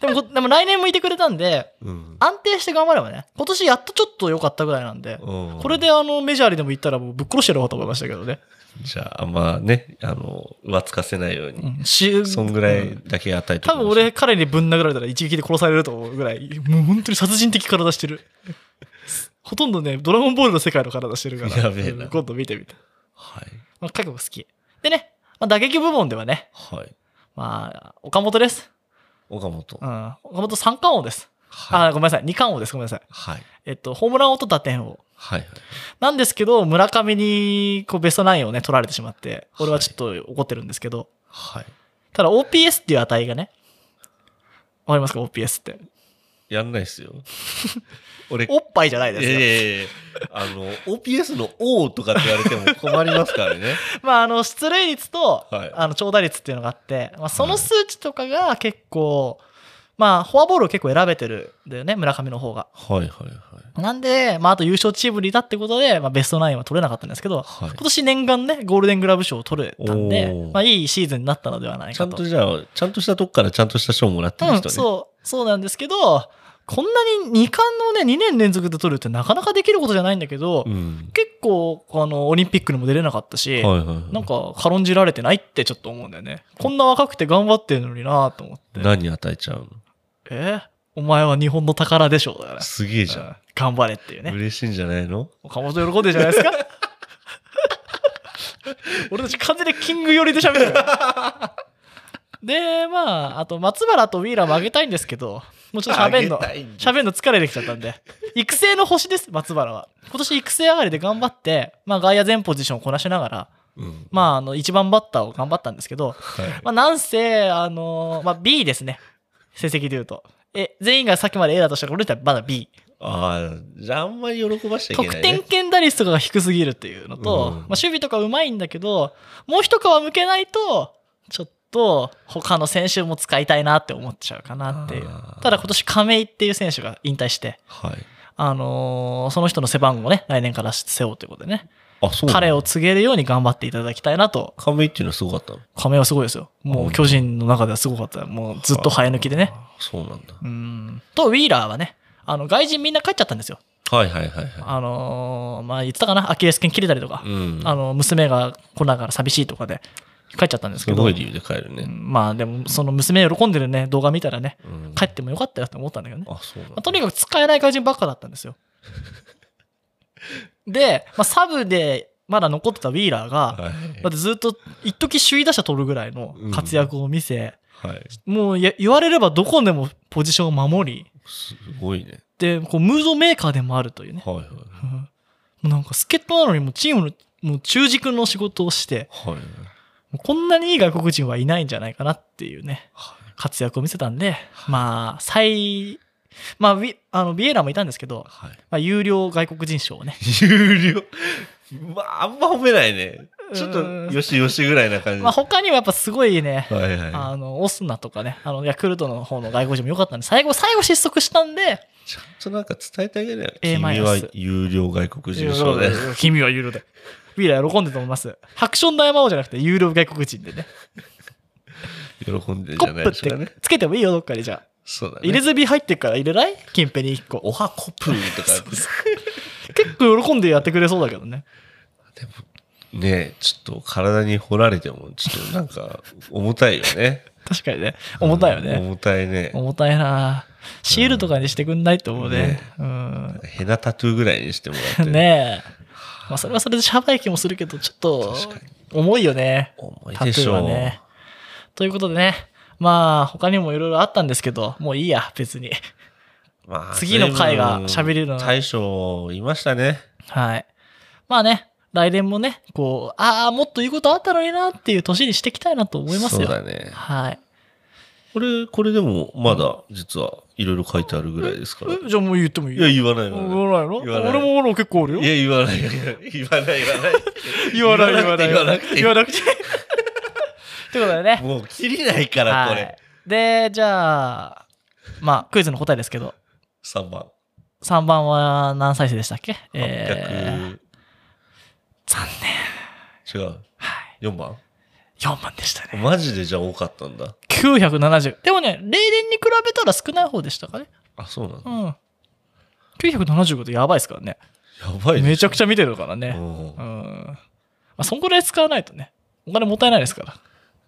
[SPEAKER 2] でもこ、でも来年もいてくれたんで、
[SPEAKER 1] うん。
[SPEAKER 2] 安定して頑張ればね、今年やっとちょっと良かったぐらいなんで、こ
[SPEAKER 1] こ
[SPEAKER 2] れであの、メジャーにでも行ったらもうぶっ殺してやろうかと思いましたけどね。
[SPEAKER 1] じゃあ、あんまね、あの、浮つかせないよう
[SPEAKER 2] う
[SPEAKER 1] に、
[SPEAKER 2] ん、し
[SPEAKER 1] そんぐら
[SPEAKER 2] う
[SPEAKER 1] い
[SPEAKER 2] ん
[SPEAKER 1] だけ与えて
[SPEAKER 2] 多分俺、彼にぶん殴られたら一撃で殺されると思うぐらい、もう本当に殺人的体して る。ほとんどね、ドラゴンボールの世界の体してるから。
[SPEAKER 1] やべえな
[SPEAKER 2] うん今度見てみて。
[SPEAKER 1] はい。
[SPEAKER 2] まあ、覚悟好き。でね、まあ、打撃部門ではね、
[SPEAKER 1] はい。
[SPEAKER 2] まあ、岡本です。
[SPEAKER 1] 岡本
[SPEAKER 2] う。ん。岡本三冠王です。
[SPEAKER 1] はい。
[SPEAKER 2] あ、ごめんなさい。二冠王です。ごめんなさい。
[SPEAKER 1] はい。
[SPEAKER 2] えっと、ホームラン王と打点王。
[SPEAKER 1] はい。
[SPEAKER 2] なんですけど、村上にこうベストナインをね、取られてしまって、俺はちょっと怒ってるんですけど、
[SPEAKER 1] はい。
[SPEAKER 2] ただ OPS っていう値がね、わかりますか ?OPS って。
[SPEAKER 1] やんないっす よ。俺、
[SPEAKER 2] おっぱいじゃないですよ。
[SPEAKER 1] ええあの、OPS の O とかって言われても困りますからね。
[SPEAKER 2] まあ、あの、出塁率と、
[SPEAKER 1] はい
[SPEAKER 2] あの、長打率っていうのがあって、まあ、そ
[SPEAKER 1] は
[SPEAKER 2] の
[SPEAKER 1] い
[SPEAKER 2] 数値とかが結構、まあ、フォアボールを結構選べてるんだよね、村上の方が。
[SPEAKER 1] はいはいはい。
[SPEAKER 2] なんで、まあ、あと優勝チームにいたってことで、まあ、ベストナインは取れなかったんですけど、
[SPEAKER 1] はい
[SPEAKER 2] 今年念願ね、ゴールデングラブ賞を取れたんで
[SPEAKER 1] おー、
[SPEAKER 2] まあ、いいシーズンになったのではない
[SPEAKER 1] ちゃ
[SPEAKER 2] か
[SPEAKER 1] ん
[SPEAKER 2] と。
[SPEAKER 1] とじゃあ、ちゃんとしたとこからちゃんとした賞もらってる人ね。
[SPEAKER 2] うん、そう、そうなんですけど、こんなに2冠をね、2年連続で取るってなかなかできることじゃないんだけど、
[SPEAKER 1] うん。
[SPEAKER 2] 結構、あの、オリンピックにも出れなかった
[SPEAKER 1] は
[SPEAKER 2] し、
[SPEAKER 1] いはいはい。
[SPEAKER 2] なんか軽んじられてないってちょっと思うんだよね。こんな若くて頑張ってるのになと思って。
[SPEAKER 1] 何与えちゃう
[SPEAKER 2] えお前は日本の宝でしょうだよ
[SPEAKER 1] の
[SPEAKER 2] ね。
[SPEAKER 1] すげえじゃん。
[SPEAKER 2] うん頑張れっていうね。
[SPEAKER 1] 嬉しいんじゃないの
[SPEAKER 2] 岡本喜んでるじゃないで すか。俺たち完全にキング寄りで喋るよ。で、まあ、あと松原とウィーラーもあげたいんですけど、もうちょっと喋んの
[SPEAKER 1] あげたいん、だ
[SPEAKER 2] 喋んの疲れてきちゃったんで。育成の星です、松原は。今年育成上がりで頑張って、まあ外野全ポジションをこなしながら、
[SPEAKER 1] うん。
[SPEAKER 2] まあ、あの、一番バッターを頑張ったんですけど、
[SPEAKER 1] はい。
[SPEAKER 2] まあ、なんせ、あのーまあ、B ですね。成績で言うと。え、全員がさっきまで A だとしたら、俺たちはまだ B。
[SPEAKER 1] ああ、じゃああんまり喜ばしちゃいけな
[SPEAKER 2] 得
[SPEAKER 1] い、
[SPEAKER 2] 点
[SPEAKER 1] ね。
[SPEAKER 2] 圏打率とかが低すぎるっていうのと、
[SPEAKER 1] うん
[SPEAKER 2] まあ、守備とかうまいんだけど、もう一皮向けないと、ちょっと、他の選手も使いたいなって思っちゃうかなっていう
[SPEAKER 1] あ。ー
[SPEAKER 2] ただ今年亀井っていう選手が引退して、
[SPEAKER 1] はい。
[SPEAKER 2] あのーその人の背番号をね、来年から背負うということでね、
[SPEAKER 1] あ、そう
[SPEAKER 2] 彼
[SPEAKER 1] を。
[SPEAKER 2] を告げるように頑張っていただきたいなと
[SPEAKER 1] 亀井っていうのはすごかったの
[SPEAKER 2] 亀はすごいですよ。もう
[SPEAKER 1] あ
[SPEAKER 2] 巨人の中ではすごかった。もうずっと生え抜きでね。
[SPEAKER 1] あーそうなんだ。
[SPEAKER 2] うん。と、ウィーラーはね、あの、外人みんな帰っちゃったんですよ。
[SPEAKER 1] はいはいはいは
[SPEAKER 2] あのーまあ、言ってたかな、アキレス腱切れたりとか
[SPEAKER 1] い。、うん。
[SPEAKER 2] あの、娘が来ながら寂しいとかで帰っちゃったんです
[SPEAKER 1] す
[SPEAKER 2] けど、
[SPEAKER 1] ご
[SPEAKER 2] う
[SPEAKER 1] い理由で帰るね。
[SPEAKER 2] んまあ、でも、その娘喜んでるね、動画見たらね、
[SPEAKER 1] うん。
[SPEAKER 2] 帰ってもよかったよって思ったんだけどね。
[SPEAKER 1] あ、そうなん
[SPEAKER 2] まあ
[SPEAKER 1] だ。
[SPEAKER 2] とにかく使えない外人ばっかだったんで すよ。で、まあ、サブでまだ残ってたウィーラーが、
[SPEAKER 1] はい
[SPEAKER 2] だってずっと一時首位打者取るぐらいの活躍を見せ、
[SPEAKER 1] はい。
[SPEAKER 2] もうや言われればどこでもポジションを守り、
[SPEAKER 1] すごいね。
[SPEAKER 2] で、こうムードメーカーでもあるというね。
[SPEAKER 1] はいはい。
[SPEAKER 2] うんもうなんか助っ人なのにもうチームのもう中軸の仕事をして、
[SPEAKER 1] はい。
[SPEAKER 2] もうこんなにいい外国人はいないんじゃないかなっていうね、
[SPEAKER 1] はい
[SPEAKER 2] 活躍を見せたんで、まあ、最、まあ、ウィあのビエラもいたんですけど、
[SPEAKER 1] はい。
[SPEAKER 2] まあ、有料外国人賞をね、
[SPEAKER 1] 有料。まあ、あんま褒めないね。ちょっ
[SPEAKER 2] うん
[SPEAKER 1] と、よしよしぐらいな感じ。
[SPEAKER 2] まあ、他にもやっぱすごいね、
[SPEAKER 1] はいは
[SPEAKER 2] あの、オスナとかね、あの、ヤクルトの方の外国人も良かったんで、最後、最後失速したんで、
[SPEAKER 1] い。ちゃんとなんか伝えてあげれよ。
[SPEAKER 2] A-
[SPEAKER 1] 君は有料外国人賞で。
[SPEAKER 2] 君はユーロで。ビーラー喜んでると思います。ハクション大魔王じゃなくて、ユーロ外国人でね。
[SPEAKER 1] 喜んでん
[SPEAKER 2] コ
[SPEAKER 1] じゃな
[SPEAKER 2] ッ
[SPEAKER 1] い
[SPEAKER 2] プ
[SPEAKER 1] で
[SPEAKER 2] っ
[SPEAKER 1] すかね
[SPEAKER 2] て。つけてもいいよ、どっかにじゃあ。
[SPEAKER 1] そうだね。
[SPEAKER 2] 入れ墨入ってっから入れない金ペニ1個。
[SPEAKER 1] おはコップとか。
[SPEAKER 2] 結構喜んでやってくれそうだけどね。
[SPEAKER 1] ねえ、ちょっと体に掘られても、ちょっとなんか、重たいよね。
[SPEAKER 2] 確かにね。重たいよ
[SPEAKER 1] うん
[SPEAKER 2] ね。
[SPEAKER 1] 重たいね。
[SPEAKER 2] 重たいなシールとかにしてくんないと思うね。うん。
[SPEAKER 1] ヘダタトゥーぐらいにしてもらって。
[SPEAKER 2] ねえ。まあ、それはそれでシャバい気もするけど、ちょっと
[SPEAKER 1] 確かに、
[SPEAKER 2] 重いよね。
[SPEAKER 1] 重い
[SPEAKER 2] タト
[SPEAKER 1] で
[SPEAKER 2] ゥ
[SPEAKER 1] し
[SPEAKER 2] ーは
[SPEAKER 1] ょう。
[SPEAKER 2] ね。ということでね。まあ、他にもいろいろあったんですけど、もういいや、別に。
[SPEAKER 1] まあ
[SPEAKER 2] 次の回が喋れるのは
[SPEAKER 1] 大将いましたね。
[SPEAKER 2] はい。まあね、来年もね、こう、ああ、もっと言うことあったのになっていう年にしていきたいなと思います
[SPEAKER 1] そう
[SPEAKER 2] よ。
[SPEAKER 1] だね。
[SPEAKER 2] はい。
[SPEAKER 1] これ、これでもまだ実はいろいろ書いてあるぐらいですから。い
[SPEAKER 2] えじゃあもう言ってもいい
[SPEAKER 1] や、言わない
[SPEAKER 2] 言
[SPEAKER 1] わな
[SPEAKER 2] わ
[SPEAKER 1] い。
[SPEAKER 2] ないの
[SPEAKER 1] 言わない
[SPEAKER 2] 俺も俺も結構あるよ
[SPEAKER 1] い。や、言わない。言わない、言わない。
[SPEAKER 2] 言わない言わない
[SPEAKER 1] 言わなくていい
[SPEAKER 2] 言わなくていいってことでね
[SPEAKER 1] もう切りないから、こ
[SPEAKER 2] は
[SPEAKER 1] れ。
[SPEAKER 2] いでじゃあまあクイズの答えですけど
[SPEAKER 1] 3番。
[SPEAKER 2] 3番は何再生でしたっけえー、
[SPEAKER 1] 800。
[SPEAKER 2] 残念
[SPEAKER 1] 違う。
[SPEAKER 2] はい
[SPEAKER 1] 4番
[SPEAKER 2] 4番でしたね
[SPEAKER 1] マジでじゃあ多かったんだ。
[SPEAKER 2] 970でもね例年に比べたら少ない方でしたかね
[SPEAKER 1] あ、そうなの
[SPEAKER 2] う。ん975ってやばいですからね
[SPEAKER 1] やばい
[SPEAKER 2] めちゃく
[SPEAKER 1] ゃ。
[SPEAKER 2] ちゃ見てるから
[SPEAKER 1] う
[SPEAKER 2] ね
[SPEAKER 1] ん
[SPEAKER 2] うん、まあ、そんぐらい使わないとねお金もったいないですから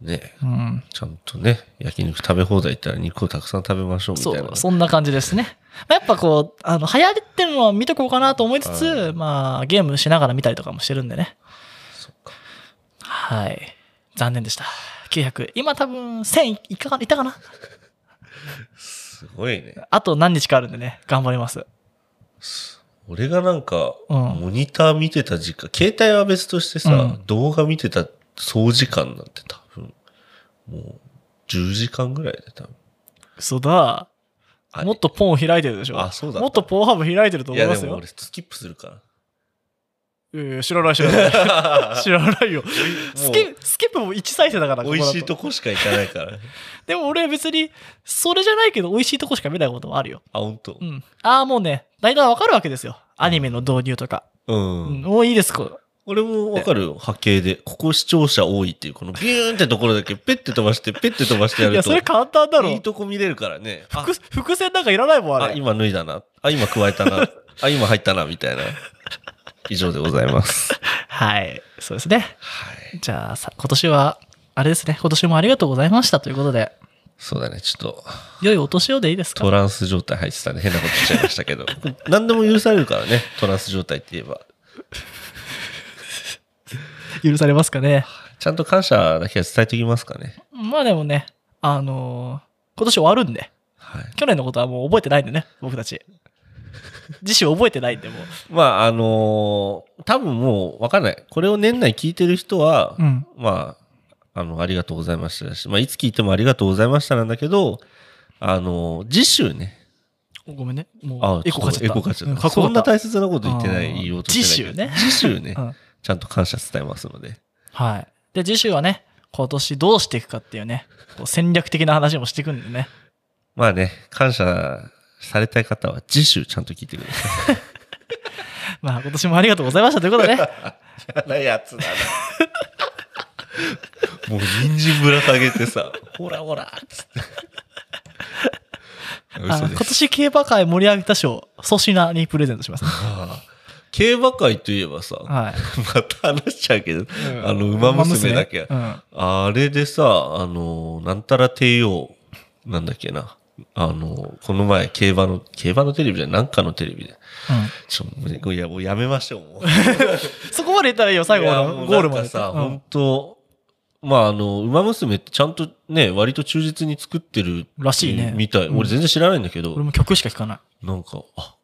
[SPEAKER 1] ね
[SPEAKER 2] うん
[SPEAKER 1] ちゃんとね、焼肉食べ放題行ったら肉をたくさん食べましょうみた
[SPEAKER 2] そ
[SPEAKER 1] いな
[SPEAKER 2] う、。そんな感じですね。まあやっぱこう、あの、流行ってるのは見とこうかなと思いつ
[SPEAKER 1] は
[SPEAKER 2] つ、まあ、ゲームしながら見たりとかもしてるんでね。
[SPEAKER 1] そっか
[SPEAKER 2] はい。残念でした。900。今多分、1000いかが、いったかな
[SPEAKER 1] すごいね。
[SPEAKER 2] あと何日かあるんでね、頑張ります。
[SPEAKER 1] 俺がなんか、
[SPEAKER 2] うん
[SPEAKER 1] モニター見てた時間、携帯は別としてさ、
[SPEAKER 2] うん
[SPEAKER 1] 動画見てた総時間なんて多分、もう10時間ぐらいで多分。
[SPEAKER 2] 嘘だ。
[SPEAKER 1] あ
[SPEAKER 2] もっとポン開いてるでしょ。
[SPEAKER 1] あそうだ
[SPEAKER 2] もっとポンハブ開いてると
[SPEAKER 1] い
[SPEAKER 2] 思い
[SPEAKER 1] や
[SPEAKER 2] ま
[SPEAKER 1] ですも
[SPEAKER 2] よ
[SPEAKER 1] 俺。スキップするから。
[SPEAKER 2] いやいや、知らない知ら ない。知らないよ。ス
[SPEAKER 1] も
[SPEAKER 2] キスキップも1再生だから、
[SPEAKER 1] う
[SPEAKER 2] ここ
[SPEAKER 1] 美
[SPEAKER 2] だ
[SPEAKER 1] 味しいとこしか行かないから。
[SPEAKER 2] でも俺は別に、それじゃないけど、美味しいとこしか見ないこともあるよ。
[SPEAKER 1] あ、本当
[SPEAKER 2] う。ん。ああ、もうね、大体わかるわけですよ。アニメの導入とか。
[SPEAKER 1] うん。
[SPEAKER 2] うん、もういいです、これ。
[SPEAKER 1] 俺もわかるよ。波形で。ここ視聴者多いっていう、このビューンってところだけペッて飛ばして、ペッて飛ばしてや
[SPEAKER 2] い
[SPEAKER 1] る
[SPEAKER 2] や、
[SPEAKER 1] と。
[SPEAKER 2] それ簡単だろ。
[SPEAKER 1] いいとこ見れるからね。あ
[SPEAKER 2] 伏伏線なんかいらないもん、あ
[SPEAKER 1] あ、
[SPEAKER 2] れ。
[SPEAKER 1] 今脱いだな。あ、今加えたな。あ、今入ったな、みたいな。以上でございます。
[SPEAKER 2] はい。そうですね。
[SPEAKER 1] はい。
[SPEAKER 2] じゃあさ、今年は、あれですね、今年もありがとうございましたということで、
[SPEAKER 1] そうだね。ちょっと、
[SPEAKER 2] 良いお年をでいいですか
[SPEAKER 1] トランス状態入ってたね。変なこと言っちゃいましたけど。 何でも許されるからね。トランス状態って言えば。
[SPEAKER 2] 許されますかね。
[SPEAKER 1] ちゃんと感謝だけは伝えておきますかね。
[SPEAKER 2] まあでもね、あのー今年終わるんで、
[SPEAKER 1] はい。
[SPEAKER 2] 去年のことはもう覚えてないんでね、僕たち。自身覚えてないんで、もう。
[SPEAKER 1] まあ、あのー多分もうわかんない。これを年内聞いてる人は、
[SPEAKER 2] うん。
[SPEAKER 1] まあ、あの、ありがとうございましただし、まあ、いつ聞いてもありがとうございましたなんだけど、あの、次週ね。
[SPEAKER 2] ごめんね。も
[SPEAKER 1] あ
[SPEAKER 2] う、エコかっちゃった。
[SPEAKER 1] エコかっちゃ
[SPEAKER 2] う
[SPEAKER 1] っ
[SPEAKER 2] ん
[SPEAKER 1] た。そんな
[SPEAKER 2] かっこよかっ
[SPEAKER 1] 大切なこと言ってな
[SPEAKER 2] あ
[SPEAKER 1] い、
[SPEAKER 2] ー
[SPEAKER 1] 言おうとしてないけど。
[SPEAKER 2] 次週
[SPEAKER 1] 次
[SPEAKER 2] ね
[SPEAKER 1] 週ね
[SPEAKER 2] た。。うん
[SPEAKER 1] ちゃんと感謝伝えますので。
[SPEAKER 2] はい。で、次週はね、今年どうしていくかっていうね、こう戦略的な話もしていくんでね。
[SPEAKER 1] まあね、感謝されたい方は次週ちゃんと聞いてください。
[SPEAKER 2] まあ、今年もありがとうございましたということ でね。
[SPEAKER 1] 嫌なやつだな。もう人参ぶら下げてさ、 ほらほらっつって。
[SPEAKER 2] あ
[SPEAKER 1] 嘘
[SPEAKER 2] の
[SPEAKER 1] です。
[SPEAKER 2] 今年競馬界盛り上げた賞、粗品にプレゼントします。
[SPEAKER 1] あー競馬界といえばさ、
[SPEAKER 2] はい。
[SPEAKER 1] また話しちゃうけど、 あの、馬娘だっけ、
[SPEAKER 2] うん。
[SPEAKER 1] あれでさ、あの、なんたら帝王、なんだっけな。あの、この前、競馬の、競馬のテレビじゃないなんかのテレビで。ちょ、もういや、もうやめましょう、もう。
[SPEAKER 2] そこまでいったらいいよ、 最後
[SPEAKER 1] いや
[SPEAKER 2] の
[SPEAKER 1] もう
[SPEAKER 2] ゴールま
[SPEAKER 1] な
[SPEAKER 2] で。
[SPEAKER 1] んかさ、
[SPEAKER 2] うん
[SPEAKER 1] 本当まあ、あの、馬娘ってちゃんとね、割と忠実に作ってる。
[SPEAKER 2] らしいね
[SPEAKER 1] みたい。
[SPEAKER 2] うん
[SPEAKER 1] 俺全然知らないんだけど、
[SPEAKER 2] 俺も曲しか聴かない。
[SPEAKER 1] なんか、あ、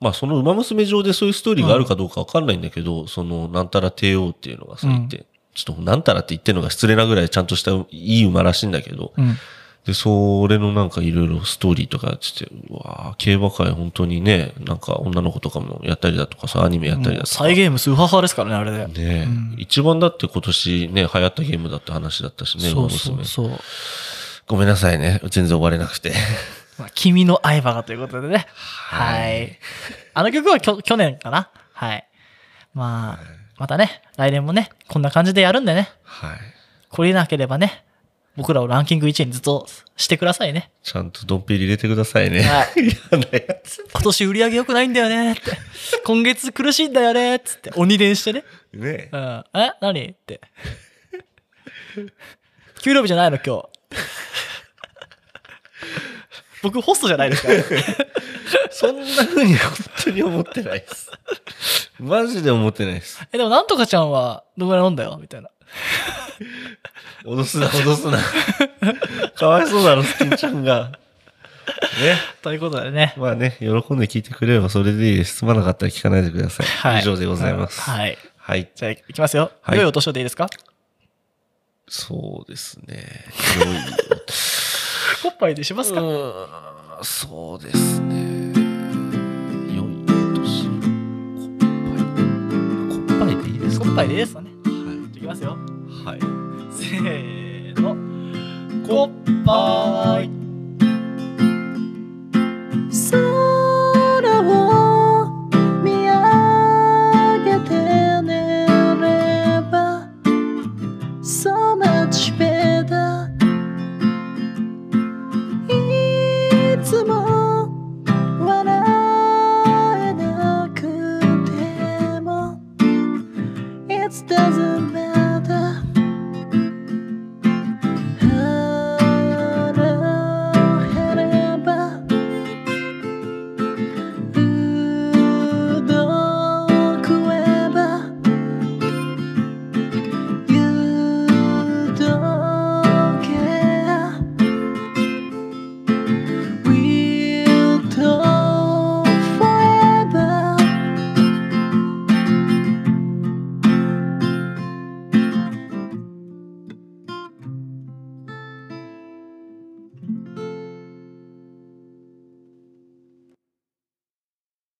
[SPEAKER 1] まあ、その馬娘上でそういうストーリーがあるかどうかわかんないんだけど、その、なんたら帝王っていうのがさ、
[SPEAKER 2] うん
[SPEAKER 1] いて、ちょっとなんたらって言ってるのが失礼なぐらいちゃんとしたいい馬らしいんだけど、
[SPEAKER 2] うん。
[SPEAKER 1] で、それのなんかいろいろストーリーとかやってて、うわー競馬界本当にね、なんか女の子とかもやったりだとかさ、アニメやったりだ
[SPEAKER 2] もう
[SPEAKER 1] とか。
[SPEAKER 2] 再
[SPEAKER 1] ね
[SPEAKER 2] ゲーム数ハハですからね、あれで。
[SPEAKER 1] え、
[SPEAKER 2] うん
[SPEAKER 1] 一番だって今年ね、流行ったゲームだって話だったしね、
[SPEAKER 2] そうそ
[SPEAKER 1] 馬
[SPEAKER 2] う
[SPEAKER 1] 娘
[SPEAKER 2] そう。
[SPEAKER 1] ごめんなさいね、全然終われなくて。
[SPEAKER 2] まあ君の相葉がということでね。
[SPEAKER 1] は
[SPEAKER 2] はいい。あの曲はきょ去年かな。はい。まあ、またね、来年もね、こんな感じでやるんでね。
[SPEAKER 1] はい。
[SPEAKER 2] 懲りなければね、僕らをランキング1位にずっとしてくださいね。
[SPEAKER 1] ちゃんとドンペリ入れてくださいね。。
[SPEAKER 2] はい
[SPEAKER 1] 嫌なやつ。
[SPEAKER 2] 今年売り上げ良くないんだよねって。今月苦しいんだよねっつって。鬼伝してね。
[SPEAKER 1] ね
[SPEAKER 2] うん。え何って。給料日じゃないの今日。僕ホストじゃないですから、
[SPEAKER 1] そんな風に本当に思ってないです。マジで思ってないです。
[SPEAKER 2] え、でもなんとかちゃんはどのぐらい飲んだよみたいな。
[SPEAKER 1] 脅すな、脅すな。かわいそうだろ、スキンちゃんが。ね。
[SPEAKER 2] ということでね。
[SPEAKER 1] まあね、喜んで聞いてくれればそれでいいです。すまなかったら聞かないでください。
[SPEAKER 2] はい。
[SPEAKER 1] 以上でございます。はい。
[SPEAKER 2] はい。じゃあ、いきますよ。
[SPEAKER 1] はい
[SPEAKER 2] 良いお年をでいいですか
[SPEAKER 1] そうですね。
[SPEAKER 2] コッパイでします
[SPEAKER 1] 良い。う
[SPEAKER 2] か、
[SPEAKER 1] ーん、そうですね。良いお年。こっぱい。こっぱいでいいです
[SPEAKER 2] コ
[SPEAKER 1] か
[SPEAKER 2] ッパイでいいですかね。
[SPEAKER 1] は
[SPEAKER 2] じゃあいきますよ。
[SPEAKER 1] い。はい。
[SPEAKER 2] せーの。コッパイ。